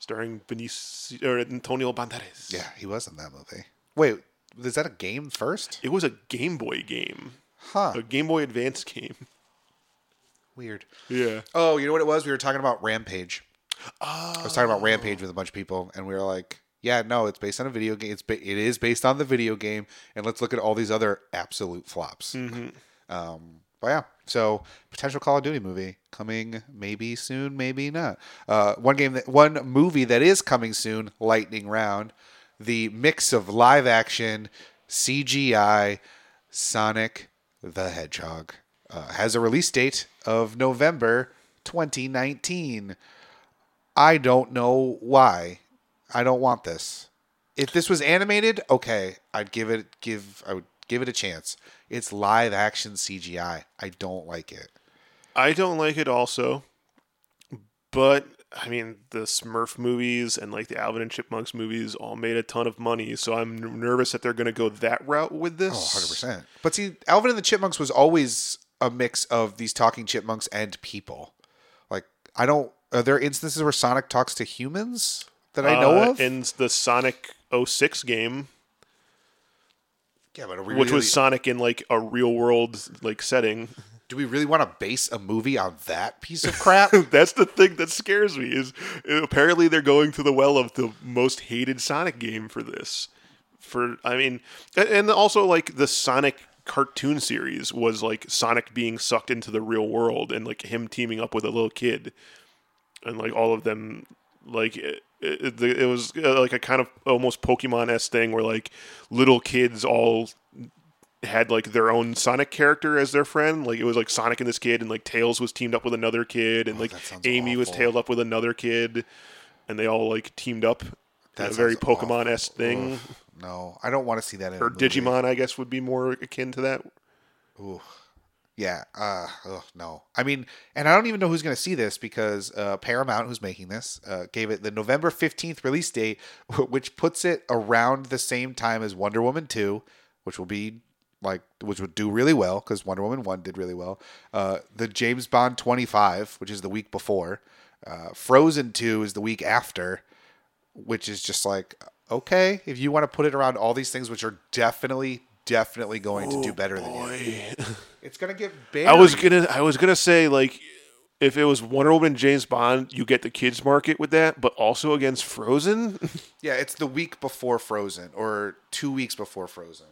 Speaker 2: starring Benicio or Antonio Banderas.
Speaker 1: yeah, he was in that movie. Wait, is that a game first?
Speaker 2: it was a Game Boy game,
Speaker 1: Huh.
Speaker 2: a Game Boy Advance <laughs> game.
Speaker 1: Weird.
Speaker 2: Yeah,
Speaker 1: Oh, you know what it was? We were talking about Rampage. I was talking about Rampage with a bunch of people, and we were like, "Yeah, no, it's based on a video game. It's ba- it is based on the video game, and let's look at all these other absolute flops." Um, but yeah, so potential Call of Duty movie coming maybe soon, maybe not. Uh, one game that one movie that is coming soon, Lightning Round, the mix of live action, CGI, Sonic the Hedgehog uh, has a release date of November 2019. I don't know why. I don't want this. If this was animated, okay, I'd give it give I would give it a chance. It's live action CGI. I don't like it.
Speaker 2: I don't like it also, but I mean the Smurf movies and like the Alvin and Chipmunks movies all made a ton of money, so I'm n- nervous that they're going to go that route with this.
Speaker 1: Oh, 100%. But see, Alvin and the Chipmunks was always a mix of these talking chipmunks and people. Like I don't are there instances where Sonic talks to humans that I know
Speaker 2: Uh,
Speaker 1: of?
Speaker 2: in the Sonic 06 game,
Speaker 1: yeah, but are we
Speaker 2: which
Speaker 1: really-
Speaker 2: was Sonic in like a real world like setting. <laughs>
Speaker 1: do we really want to base a movie on that piece of
Speaker 2: <laughs>
Speaker 1: crap?
Speaker 2: That's the thing that scares me is uh, apparently they're going to the well of the most hated Sonic game for this. For I mean, a- and also like the Sonic cartoon series was like Sonic being sucked into the real world and like him teaming up with a little kid, and like all of them like. It, it, it was uh, like a kind of almost Pokemon s thing where like little kids all had like their own Sonic character as their friend. Like it was like Sonic and this kid, and like Tails was teamed up with another kid, and like
Speaker 1: Oh, that sounds
Speaker 2: Amy was
Speaker 1: awful.
Speaker 2: tailed up with another kid, and they all like teamed up.
Speaker 1: That
Speaker 2: That a very
Speaker 1: sounds awful.
Speaker 2: Pokemon esque thing,
Speaker 1: no, I don't want to see that in a
Speaker 2: or
Speaker 1: movie.
Speaker 2: Digimon, I guess, would be more akin to that.
Speaker 1: Yeah. Uh, ugh, no. I mean, and I don't even know who's going to see this because uh, Paramount, who's making this, uh, gave it the November 15th release date, <laughs> which puts it around the same time as Wonder Woman 2, which will be like, which would do really well because Wonder Woman 1 did really well. Uh, the James Bond 25, which is the week before. Uh, Frozen 2 is the week after which is just like okay if you want to put it around all these things which are definitely definitely going to do better than you it's gonna get buried
Speaker 2: I was gonna, I was gonna say like if it was Wonder Woman, James Bond, you get the kids market with that, but also against Frozen. <laughs>
Speaker 1: Yeah, it's the week before Frozen or two weeks before Frozen.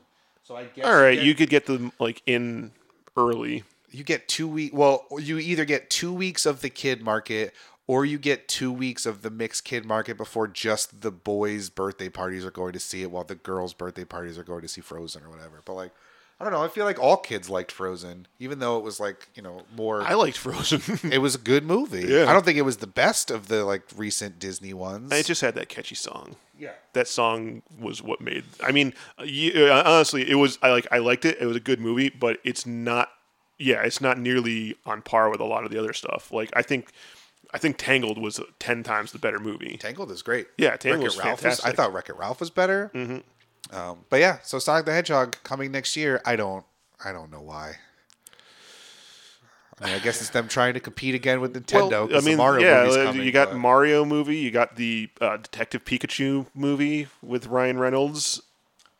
Speaker 1: So I guess
Speaker 2: All right,
Speaker 1: get-
Speaker 2: you could get them like in early.
Speaker 1: you get two week. Well, you either get two weeks of the kid market or you get two weeks of the mixed kid market before just the boys' birthday parties are going to see it, while the girls' birthday parties are going to see Frozen or whatever. But like, I don't know. I feel like all kids liked Frozen, even though it was like you know more.
Speaker 2: I liked Frozen. <laughs>
Speaker 1: it was a good movie.
Speaker 2: Yeah.
Speaker 1: I don't think it was the best of the like recent Disney ones.
Speaker 2: it just had that catchy song.
Speaker 1: yeah.
Speaker 2: That song was what made. I mean, you, honestly, it was. I like. I liked it. It was a good movie, but it's not. Yeah, it's not nearly on par with a lot of the other stuff. Like I think, I think Tangled was ten times the better movie.
Speaker 1: Tangled is great.
Speaker 2: Yeah, Tangled was
Speaker 1: Wreck-It Ralph was, I
Speaker 2: fantastic.
Speaker 1: thought Wreck It Ralph was better. Mm-hmm. Um, but yeah, so Sonic the Hedgehog coming next year. I don't, I don't know why. I mean, I guess it's them trying to compete again with Nintendo.
Speaker 2: Well, I
Speaker 1: 'cause the
Speaker 2: mean,
Speaker 1: Mario
Speaker 2: yeah,
Speaker 1: movie's
Speaker 2: uh,
Speaker 1: coming,
Speaker 2: you got
Speaker 1: but-
Speaker 2: Mario movie, you got the uh, Detective Pikachu movie with Ryan Reynolds.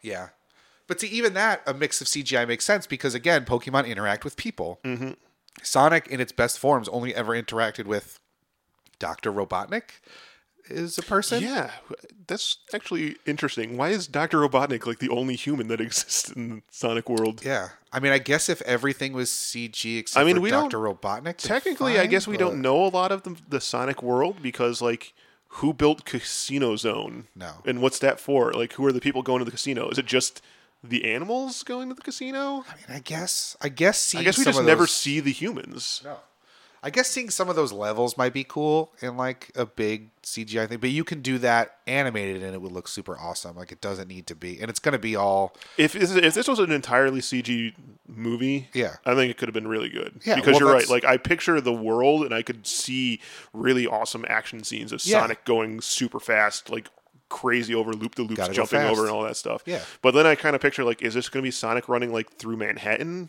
Speaker 1: yeah. But see, even that a mix of CGI makes sense because again, Pokemon interact with people. Mm-hmm. Sonic, in its best forms, only ever interacted with Doctor Robotnik, is a person.
Speaker 2: Yeah, that's actually interesting. Why is Doctor Robotnik like the only human that <laughs> exists in the Sonic world?
Speaker 1: Yeah. I mean, I guess if everything was CG except
Speaker 2: I mean,
Speaker 1: for
Speaker 2: we don't-
Speaker 1: Dr. Robotnik. then
Speaker 2: Technically, I
Speaker 1: fine,
Speaker 2: guess we
Speaker 1: but-
Speaker 2: don't know a lot of the, the Sonic world because like. Who built Casino Zone?
Speaker 1: No.
Speaker 2: And what's that for? Like, who are the people going to the casino? Is it just the animals going to the casino?
Speaker 1: I mean, I guess I guess seeing
Speaker 2: I guess we
Speaker 1: some
Speaker 2: just
Speaker 1: of
Speaker 2: never
Speaker 1: those-
Speaker 2: see the humans.
Speaker 1: no. I guess seeing some of those levels might be cool in like a big CGI thing, but you can do that animated and it would look super awesome. Like it doesn't need to be, and it's gonna be all
Speaker 2: If this, if this was an entirely CG movie,
Speaker 1: Yeah.
Speaker 2: I think it could have been really good.
Speaker 1: Yeah,
Speaker 2: because
Speaker 1: well,
Speaker 2: you're right.
Speaker 1: that's-
Speaker 2: Like I picture the world, and I could see really awesome action scenes of
Speaker 1: Yeah.
Speaker 2: Sonic going super fast, like crazy over loop the loops,
Speaker 1: Gotta go
Speaker 2: jumping
Speaker 1: fast.
Speaker 2: over, and all that stuff.
Speaker 1: Yeah.
Speaker 2: But then I kind of picture like, is this going to be Sonic running like through Manhattan?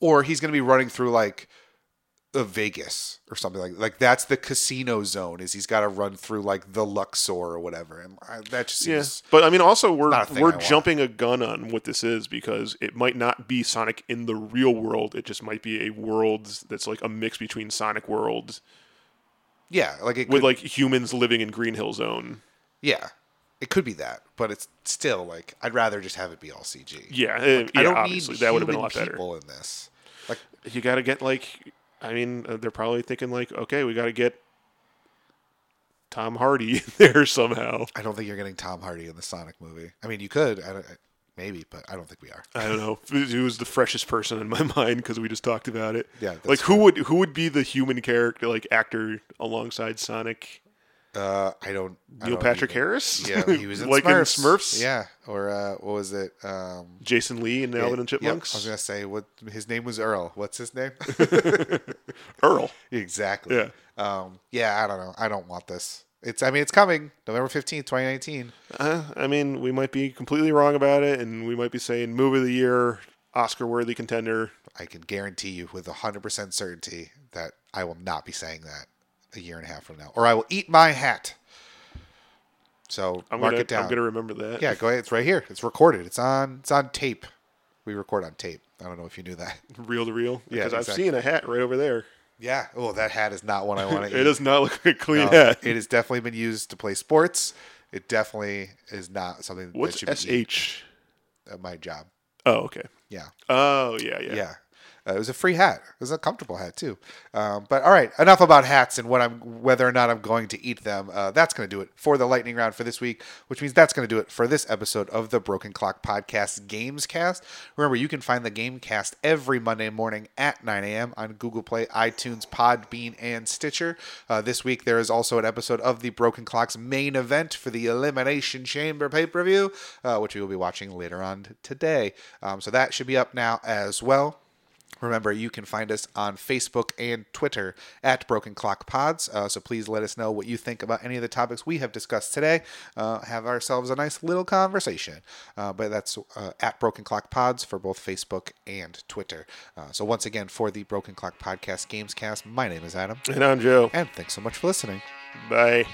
Speaker 1: or he's gonna be running through like uh, Vegas or something like like that's the casino zone. Is he's got to run through like the Luxor or whatever, and I, that just
Speaker 2: Yeah.
Speaker 1: seems
Speaker 2: But I mean, also we're
Speaker 1: Not a thing I
Speaker 2: we're
Speaker 1: want.
Speaker 2: jumping a gun on what this is because it might not be Sonic in the real world. It just might be a world that's like a mix between Sonic world
Speaker 1: yeah, like it
Speaker 2: with
Speaker 1: could,
Speaker 2: like humans living in Green Hill Zone.
Speaker 1: yeah, it could be that, but it's still like I'd rather just have it be all CG.
Speaker 2: Yeah, uh, yeah
Speaker 1: I don't
Speaker 2: obviously
Speaker 1: need
Speaker 2: that would have been a
Speaker 1: human
Speaker 2: lot better.
Speaker 1: people in this. Like
Speaker 2: You got to get like, I mean, uh, they're probably thinking like, okay, we got to get Tom Hardy <laughs> in there somehow.
Speaker 1: I don't think you're getting Tom Hardy in the Sonic movie. I mean, you could, I don't, maybe, but I don't think we are.
Speaker 2: I don't know who was the freshest person in my <laughs> mind because we just talked about it.
Speaker 1: Yeah, that's
Speaker 2: like who would who would be the human character like actor alongside Sonic?
Speaker 1: Uh, I don't. I
Speaker 2: Neil
Speaker 1: don't
Speaker 2: Patrick
Speaker 1: even-
Speaker 2: Harris?
Speaker 1: Yeah,
Speaker 2: <laughs>
Speaker 1: he was in
Speaker 2: like
Speaker 1: Smurfs.
Speaker 2: in Smurfs.
Speaker 1: Yeah, or uh, what was it? Um,
Speaker 2: Jason Lee and the Alvin and
Speaker 1: yeah,
Speaker 2: Chipmunks.
Speaker 1: I was gonna say what his name was Earl. What's his
Speaker 2: <laughs>
Speaker 1: name?
Speaker 2: Earl.
Speaker 1: <laughs> exactly.
Speaker 2: Yeah.
Speaker 1: Um. Yeah. I don't know. I don't want this. It's. I mean, it's coming November fifteenth, twenty nineteen.
Speaker 2: Uh, I mean, we might be completely wrong about it, and we might be saying movie of the year, Oscar worthy contender.
Speaker 1: I can guarantee you with hundred percent certainty that I will not be saying that a year and a half from now, or I will eat my hat. So
Speaker 2: I'm
Speaker 1: mark
Speaker 2: gonna,
Speaker 1: it down.
Speaker 2: I'm gonna remember that. <laughs>
Speaker 1: Yeah, go ahead. It's right here. It's recorded. It's on. It's on tape. We record on tape. I don't know if you knew that. <laughs>
Speaker 2: real to real.
Speaker 1: Yeah,
Speaker 2: because
Speaker 1: exactly.
Speaker 2: I've seen a hat right over there.
Speaker 1: Yeah. Oh, that hat is not one I want to eat.
Speaker 2: <laughs> It does not look like a clean
Speaker 1: Uh,
Speaker 2: hat. <laughs>
Speaker 1: It has definitely been used to play sports. It definitely is not something that
Speaker 2: What's
Speaker 1: should be eaten
Speaker 2: sh?
Speaker 1: at my job.
Speaker 2: Oh, okay.
Speaker 1: Yeah.
Speaker 2: Oh, yeah, yeah.
Speaker 1: Yeah. Uh, it was a free hat. It was a comfortable hat too. Um, but all right, enough about hats and what I'm whether or not I'm going to eat them. Uh, that's going to do it for the lightning round for this week, which means that's going to do it for this episode of the Broken Clock Podcast Games Cast. Remember, you can find the Gamecast every Monday morning at 9 a.m. on Google Play, iTunes, Podbean, and Stitcher. Uh, this week there is also an episode of the Broken Clock's main event for the Elimination Chamber pay per view, uh, which we will be watching later on t- today. Um, so that should be up now as well. Remember, you can find us on Facebook and Twitter at Broken Clock Pods. Uh, so please let us know what you think about any of the topics we have discussed today. Uh, have ourselves a nice little conversation. Uh, but that's uh, at Broken Clock Pods for both Facebook and Twitter. Uh, so once again, for the Broken Clock Podcast Gamescast, my name is Adam,
Speaker 2: And I'm Joe.
Speaker 1: and thanks so much for listening.
Speaker 2: Bye.